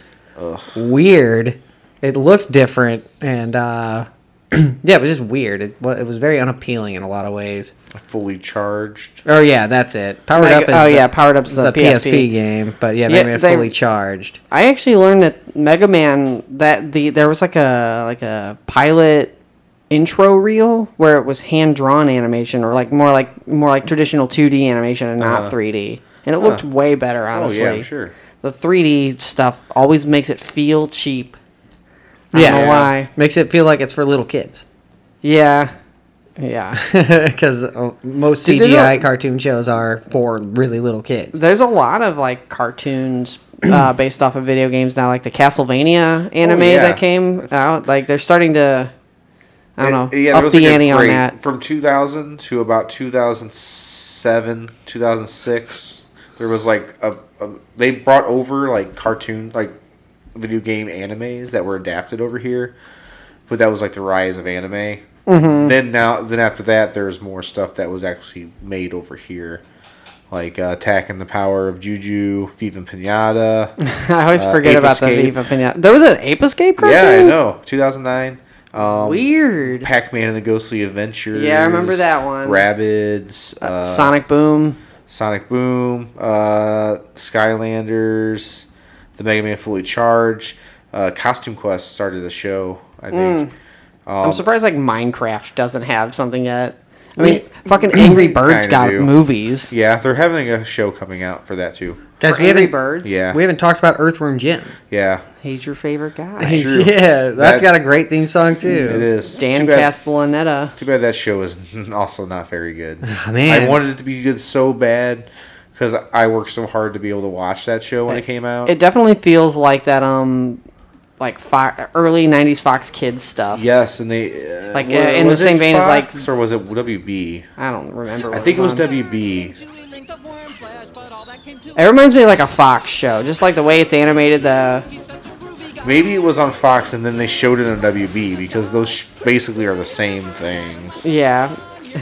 C: weird. It looked different, and uh, yeah, it was just weird. It, wa- it was very unappealing in a lot of ways.
E: Fully charged.
C: Oh yeah, that's it. Powered
D: Mega-
C: up. Is
D: oh,
C: the-
D: yeah, Powered Up's
C: is
D: the
C: the PSP.
D: PSP.
C: game, but yeah,
D: Yeah,
C: Mega Man
D: they-
C: fully charged.
D: I actually learned that Mega Man that the there was like a like a pilot intro reel where it was hand drawn animation or like more like more like traditional 2D animation and not 3D. And it looked way better honestly.
E: Uh-huh. Oh yeah, I'm sure.
D: The 3D stuff always makes it feel cheap. I
C: Yeah,
D: don't know why.
C: makes it feel like it's for little kids
D: Yeah. Yeah.
C: because uh, most
D: Dude, there's
C: CGI
D: a-
C: cartoon shows are for really little kids.
D: There's a lot of like cartoons uh, based off of video games now, like the Castlevania anime
E: Oh, yeah.
D: that came out. Like they're starting to, I don't
E: It-
D: know,
E: Uh, yeah, there
D: up
E: was
D: the
E: like a
D: ante on
E: great-
D: that.
E: From 2000 to about 2007, 2006, there was like a, a they brought over like cartoon like video game animes that were adapted over here, but that was like the rise of anime.
D: Mm-hmm.
E: Then now then after that there's more stuff that was actually made over here. Like uh, Attack and the Power of Juju, Viva Pinata.
D: I always
E: uh,
D: forget
E: Ape
D: about
E: Escape.
D: the Viva Pinata. There was an Ape Escape cartoon.
E: yeah, I know. 2009. Um,
D: Weird.
E: Pac Man and the Ghostly Adventures.
D: Yeah, I remember that one.
E: Rabbids, uh,
D: Sonic Boom.
E: Sonic Boom, uh, Skylanders, the Mega Man Fully Charged, uh, Costume Quest started the show. I
D: Mm.
E: think um,
D: I'm surprised like Minecraft doesn't have something yet. I mean, fucking Angry Birds
E: Kinda
D: got
E: do.
D: movies.
E: yeah, they're having a show coming out for that too.
C: Guys,
D: For
C: we
D: Angry
C: haven't
D: Birds.
E: Yeah,
C: we haven't talked about Earthworm Jim.
E: yeah,
D: He's your favorite guy.
E: True.
C: Yeah, that's
E: That-
C: got a great theme song
E: it
C: too.
E: is.
D: Dan
E: too bad,
D: Castellaneta.
E: Too bad that show is also not very good.
D: Oh,
C: man.
E: I wanted it to be good so bad because I worked so hard to be able to watch that show when it came out.
D: It definitely feels like that um like fo- early 90s Fox Kids stuff.
E: yes, and they uh,
D: Like,
E: wa-
D: uh, in the
E: was it
D: same vein as, like-
E: Fox or was it WB?
D: I don't remember.
E: I
D: what
E: think it was
D: on.
E: WB.
D: It reminds me of like a Fox show, just like the way it's animated. The
E: Maybe it was on Fox and then they showed it on WB because those sh- basically are the same things.
D: yeah,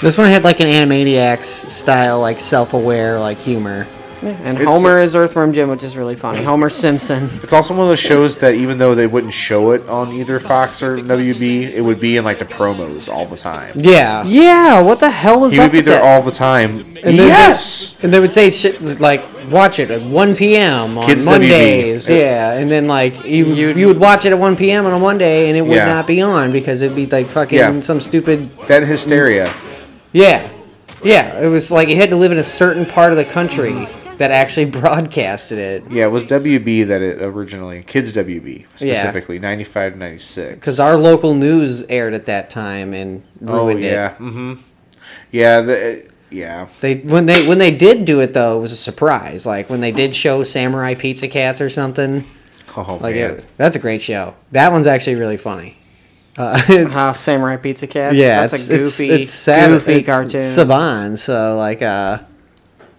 C: This one had like an Animaniacs style, like self-aware, like humor.
D: and
E: It's-
D: Homer is Earthworm Jim, which is really funny. Homer Simpson.
E: It's also one of those shows that even though they wouldn't show it on either Fox or WB, it would be in like the promos all the time.
C: Yeah,
D: Yeah, what the hell was
E: He
D: that?
E: would be there all the time.
C: then-
E: yes!
C: and they would say shit like, "Watch it at 1 p.m. on
E: Kids WB.
C: Mondays." Yeah, and then like you
D: You'd-
C: you would watch it at 1 p.m. on a Monday, and it would
E: Yeah.
C: not be on because it'd be like fucking
E: Yeah.
C: some stupid.
E: That hysteria.
C: Yeah, yeah. It was like you had to live in a certain part of the country that actually broadcasted it.
E: Yeah, it was WB that it originally. Kids WB, specifically, 95 to 96.
C: Because our local news aired at that time and
E: oh,
C: ruined it.
E: yeah. hmm Yeah, the, yeah.
C: They when they when they did do it though, it was a surprise. Like when they did show Samurai Pizza Cats or something.
E: Oh,
C: Like
E: man.
C: it, that's a great show. That one's actually really funny. Uh, it's-
D: Ah, Samurai Pizza Cats.
C: yeah, it's,
D: that's a goofy,
C: it's, it's sad.
D: goofy
C: it's
D: cartoon.
C: Saban. So like uh,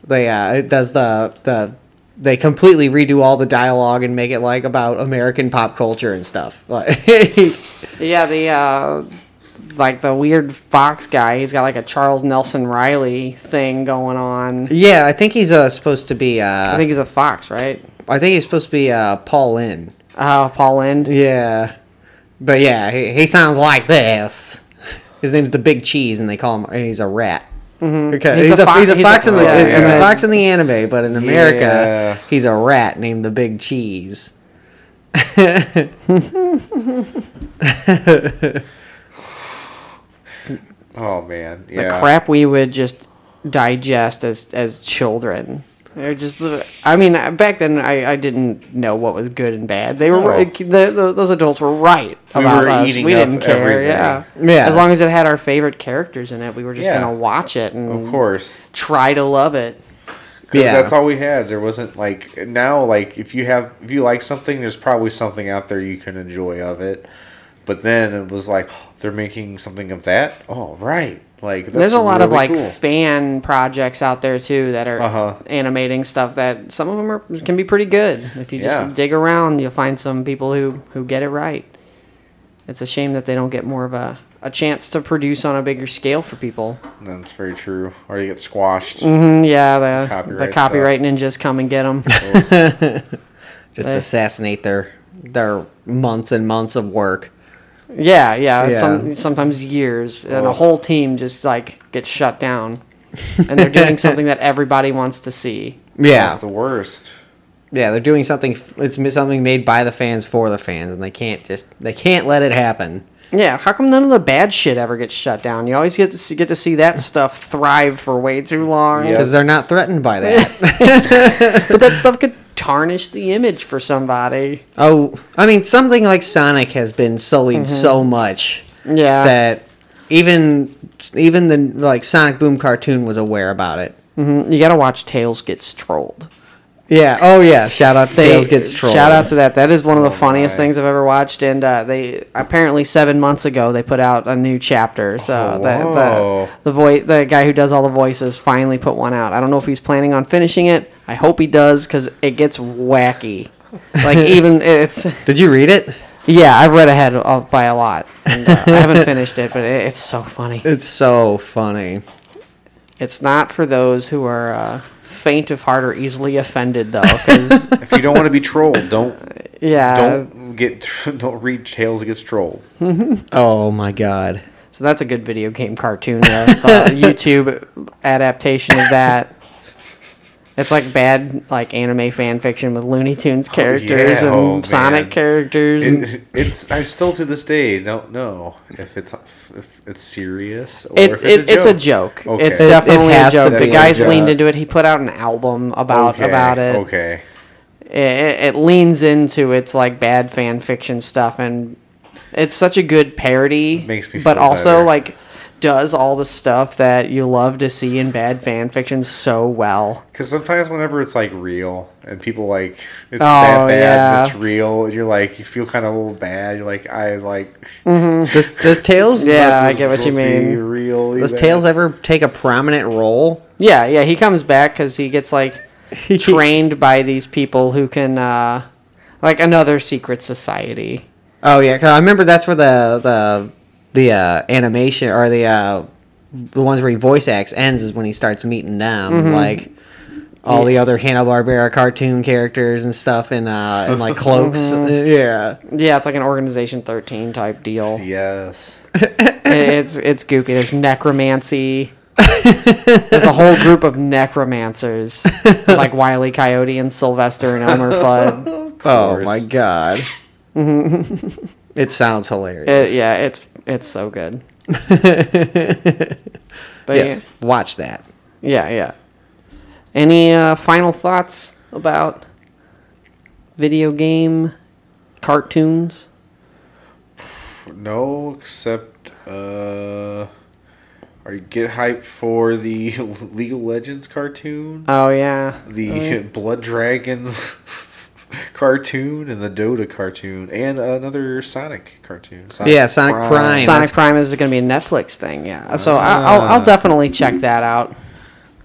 C: they uh, it does the the they completely redo all the dialogue and make it like about American pop culture and stuff. Like
D: yeah, the uh, like the weird Fox guy. He's got like a Charles Nelson Riley thing going on.
C: yeah, I think he's uh, supposed to be. Uh,
D: I think he's a fox, right?
C: I think he's supposed to be uh, Paul Lynn.
D: Uh, Paul Lynde.
C: Yeah. But yeah, he, he sounds like this. His name's the Big Cheese, and they call him. and He's a rat.
D: Mhm.
C: Okay, Mm-hmm. he's, a, fox. He's a fox in the
E: yeah,
C: he's a
E: yeah.
C: fox in the anime, but in America,
E: Yeah.
C: he's a rat named the Big Cheese.
E: Oh man,
D: the
E: yeah.
D: crap we would just digest as as children. They're just, the- I mean, uh, back then I, I didn't know what was good and bad. They were
E: No.
D: right- the, the, those adults were right
E: We
D: about
E: were
D: us.
E: eating
D: We
E: up
D: didn't care.
E: everything.
D: Yeah.
C: Yeah.
D: As long as it had our favorite characters in it, we were just
E: Yeah.
D: gonna watch it
E: Of
D: and
E: course,
D: try to love it.
E: because
C: Yeah.
E: that's all we had. There wasn't like now, like if you have if you like something, there's probably something out there you can enjoy of it. But then it was like they're making something of that. Oh right, like that's
D: There's a lot of
E: really
D: like
E: cool.
D: fan projects out there too that are
E: Uh-huh.
D: animating stuff that some of them are can be pretty good. If you just
E: Yeah.
D: dig around, you'll find some people who who get it right. It's a shame that they don't get more of a a chance to produce on a bigger scale for people.
E: that's very true. Or you get squashed.
D: Mm, yeah, the
E: Copyright
D: the copyright ninjas come and get them.
C: Just assassinate their their months and months of work.
D: yeah, yeah,
C: Yeah.
D: Some, sometimes years, and a whole team just like gets shut down, and they're doing something that everybody wants to see.
C: Yeah,
E: That's the worst.
C: yeah, they're doing something. f- It's m- something made by the fans for the fans, and they can't just they can't let it happen.
D: Yeah, how come none of the bad shit ever gets shut down? You always get to see, get to see that stuff thrive for way too long.
E: Yeah.
C: because they're not threatened by that.
D: But that stuff could tarnish the image for somebody.
C: oh, I mean, something like Sonic has been sullied so much
D: Yeah.
C: that even even the like Sonic Boom cartoon was aware about it.
D: You got to watch Tails Gets Trolled.
C: Yeah. Oh yeah. Shout out to
D: They-
C: Tails gets trolled.
D: Shout out to that. That is one
E: Oh,
D: of the funniest
E: my.
D: things I've ever watched. And uh, they apparently seven months ago they put out a new chapter. So
E: Oh,
D: the
E: wow.
D: the, the, voi- the guy who does all the voices finally put one out. I don't know if he's planning on finishing it. I hope he does because it gets wacky. Like even it's.
C: Did you read it?
D: Yeah, I've read ahead of, by a lot. And, uh, I haven't finished it, but it, it's so funny.
C: It's so funny.
D: It's not for those who are uh, faint of heart or easily offended, though. 'cause,
E: If you don't want to be trolled, don't
D: yeah.
E: don't get don't read Tails gets trolled.
C: Oh my god.
D: So that's a good video game cartoon. Though. the YouTube adaptation of that. It's like bad like anime fan fiction with Looney Tunes characters
E: yeah,
D: and
E: oh,
D: Sonic
E: man.
D: characters. and-
E: It, it's I still to this day don't know if it's if it's serious or
D: It,
E: if
D: it, it's a joke.
E: Okay.
D: It's
E: It- it
D: definitely a
C: has to
D: joke. The
E: be a
D: guy's
E: joke.
D: leaned into it. He put out an album about
E: Okay,
D: about it.
E: Okay.
D: it, it leans into its like bad fan fiction stuff and it's such a good parody
E: Makes me
D: but
E: feel
D: also
E: better.
D: like does all the stuff that you love to see in bad fan fiction so well
E: Because sometimes whenever it's like real and people like it's
D: Oh,
E: that bad,
D: yeah.
E: and it's real. You're like you feel kind of a little bad. You're like I like.
C: Does does Tails
D: Yeah,
E: like,
D: I
E: this
D: get what you
E: supposed to be
D: mean.
E: Real.
C: does
E: even.
C: Tails ever take a prominent role?
D: yeah yeah he comes back because he gets like trained by these people who can uh like another secret society
C: Oh yeah, 'cause I remember that's where the the the uh, animation or the uh, the ones where he voice acts ends is when he starts meeting them,
E: Mm-hmm.
C: like all the other Hanna Barbera cartoon characters and stuff, and uh, and like cloaks.
E: Mm-hmm.
C: Yeah,
D: yeah it's like an organization 13 type deal
E: Yes.
D: It- it's it's goofy there's necromancy There's a whole group of necromancers, like Wiley Coyote and Sylvester and Elmer Fudd.
C: Oh my
E: course.
C: god. it sounds hilarious.
D: It- yeah, it's it's so good. but
C: Yes. Watch that.
D: yeah, yeah, yeah. Any uh, final thoughts about video game cartoons?
E: No, except uh, are you get hyped for the League of Legends cartoon,
D: Oh yeah,
E: the Blood Dragon cartoon, and the Dota cartoon, and another Sonic cartoon. Sonic
C: Yeah, Sonic Prime.
D: Sonic Prime is going to be a Netflix thing. Yeah, so
C: Ah.
D: I, I'll I'll definitely check that out.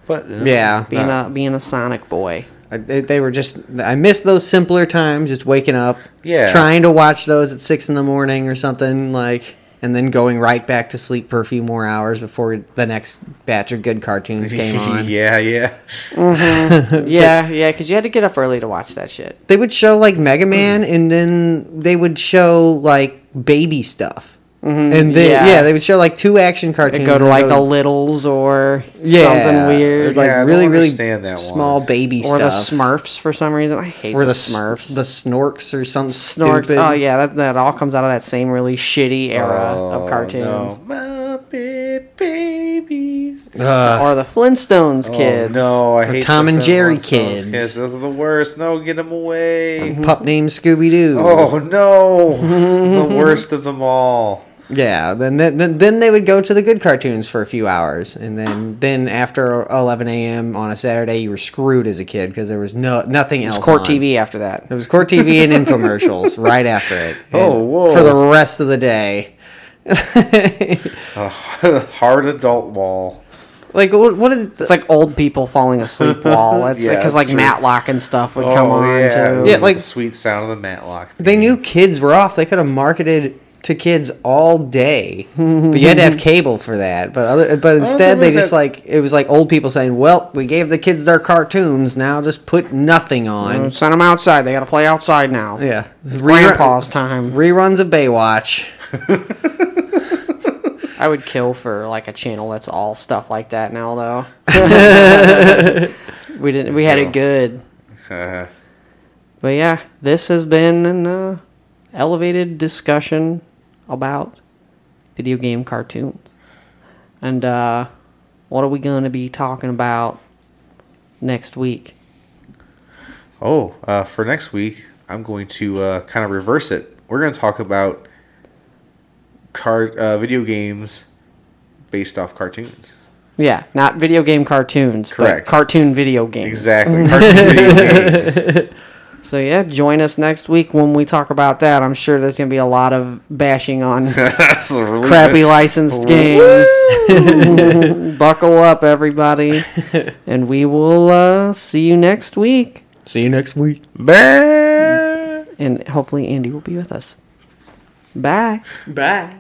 E: But uh,
C: Yeah.
D: Being a being a Sonic boy.
C: I, they they were just. I miss those simpler times, just waking up.
E: Yeah.
C: Trying to watch those at six in the morning or something like. and then going right back to sleep for a few more hours before the next batch of good cartoons came on.
E: yeah, yeah.
D: Mhm. yeah, yeah, because you had to get up early to watch that shit.
C: They would show like
E: Hmm.
C: Mega Man, and then they would show like baby stuff,
E: Mm-hmm.
C: and then
D: Yeah.
C: yeah. they would show like two action cartoons.
D: go
C: and
D: to
C: then
D: like the Littles or
C: Yeah,
D: something weird,
C: or, like
E: Yeah, I don't
C: really really
E: understand that one.
C: small baby
D: or
C: stuff,
D: the Smurfs for some reason. I hate
C: or
D: the,
C: the
D: Smurfs.
C: Smurfs, the Snorks, or something
D: Snorks.
C: stupid.
D: Oh yeah, that, that all comes out of that same really shitty era
C: Oh,
D: of cartoons.
E: Muppet Babies.
C: Uh,
D: or the Flintstones kids.
E: Oh, No, I hate
C: Tom
E: the
C: and Jerry
E: Flintstones kids.
C: kids.
E: Those are the worst. No, get them away.
C: Pup
D: Mm-hmm.
C: named Scooby Doo.
E: Oh no, the worst of them all.
C: Yeah, then, then then they would go to the good cartoons for a few hours, and then then after 11 a.m. on a Saturday, you were screwed as a kid because there was no nothing else.
D: Court
C: on.
D: TV after that.
C: It was court TV and infomercials right after it.
E: Oh,
C: And
E: whoa.
C: For the rest of the day,
E: Hard adult wall.
C: like what? What did?
D: It's like old people falling asleep wall. That's
E: Yeah,
D: because
E: that's
D: like
E: true. Oh,
D: Matlock and stuff would come on too.
C: Yeah,
E: With
C: like-
E: the sweet sound of the matlock.
C: they knew kids were off. They could have marketed to kids all day, but you had to have cable for that. But other, but instead, they
E: was
C: just
E: that-
C: like it was like old people saying, "Well, we gave the kids their cartoons. Now just put nothing on."
D: Mm, Send them outside. They got to play outside now.
C: Yeah,
D: Grandpa's time.
C: reruns of Baywatch.
D: I would kill for like a channel that's all stuff like that now though. we didn't. We had it good.
E: Uh,
D: But yeah, this has been an uh, elevated discussion about video game cartoons. And uh, what are we going to be talking about next week?
E: oh, uh, for next week, I'm going to uh, kind of reverse it. We're going to talk about card uh, video games based off cartoons.
D: Yeah, not video game cartoons,
E: Correct.
D: but cartoon video games.
E: Exactly, cartoon video games.
D: So yeah, join us next week when we talk about that. I'm sure there's going to be a lot of bashing on
E: That's a really
D: crappy licensed games. Buckle up, everybody. and we will uh, see you next week.
C: See you next week.
D: and hopefully Andy will be with us. Bye.
C: Bye.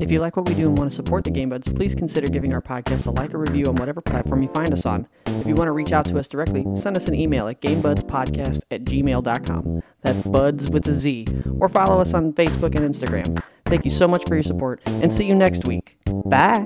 D: If you like what we do and want to support the Game Buds, please consider giving our podcast a like or review on whatever platform you find us on. If you want to reach out to us directly, send us an email at gamebudspodcast at gmail.com. That's buds with a Z. Or follow us on Facebook and Instagram. Thank you so much for your support, and see you next week. Bye.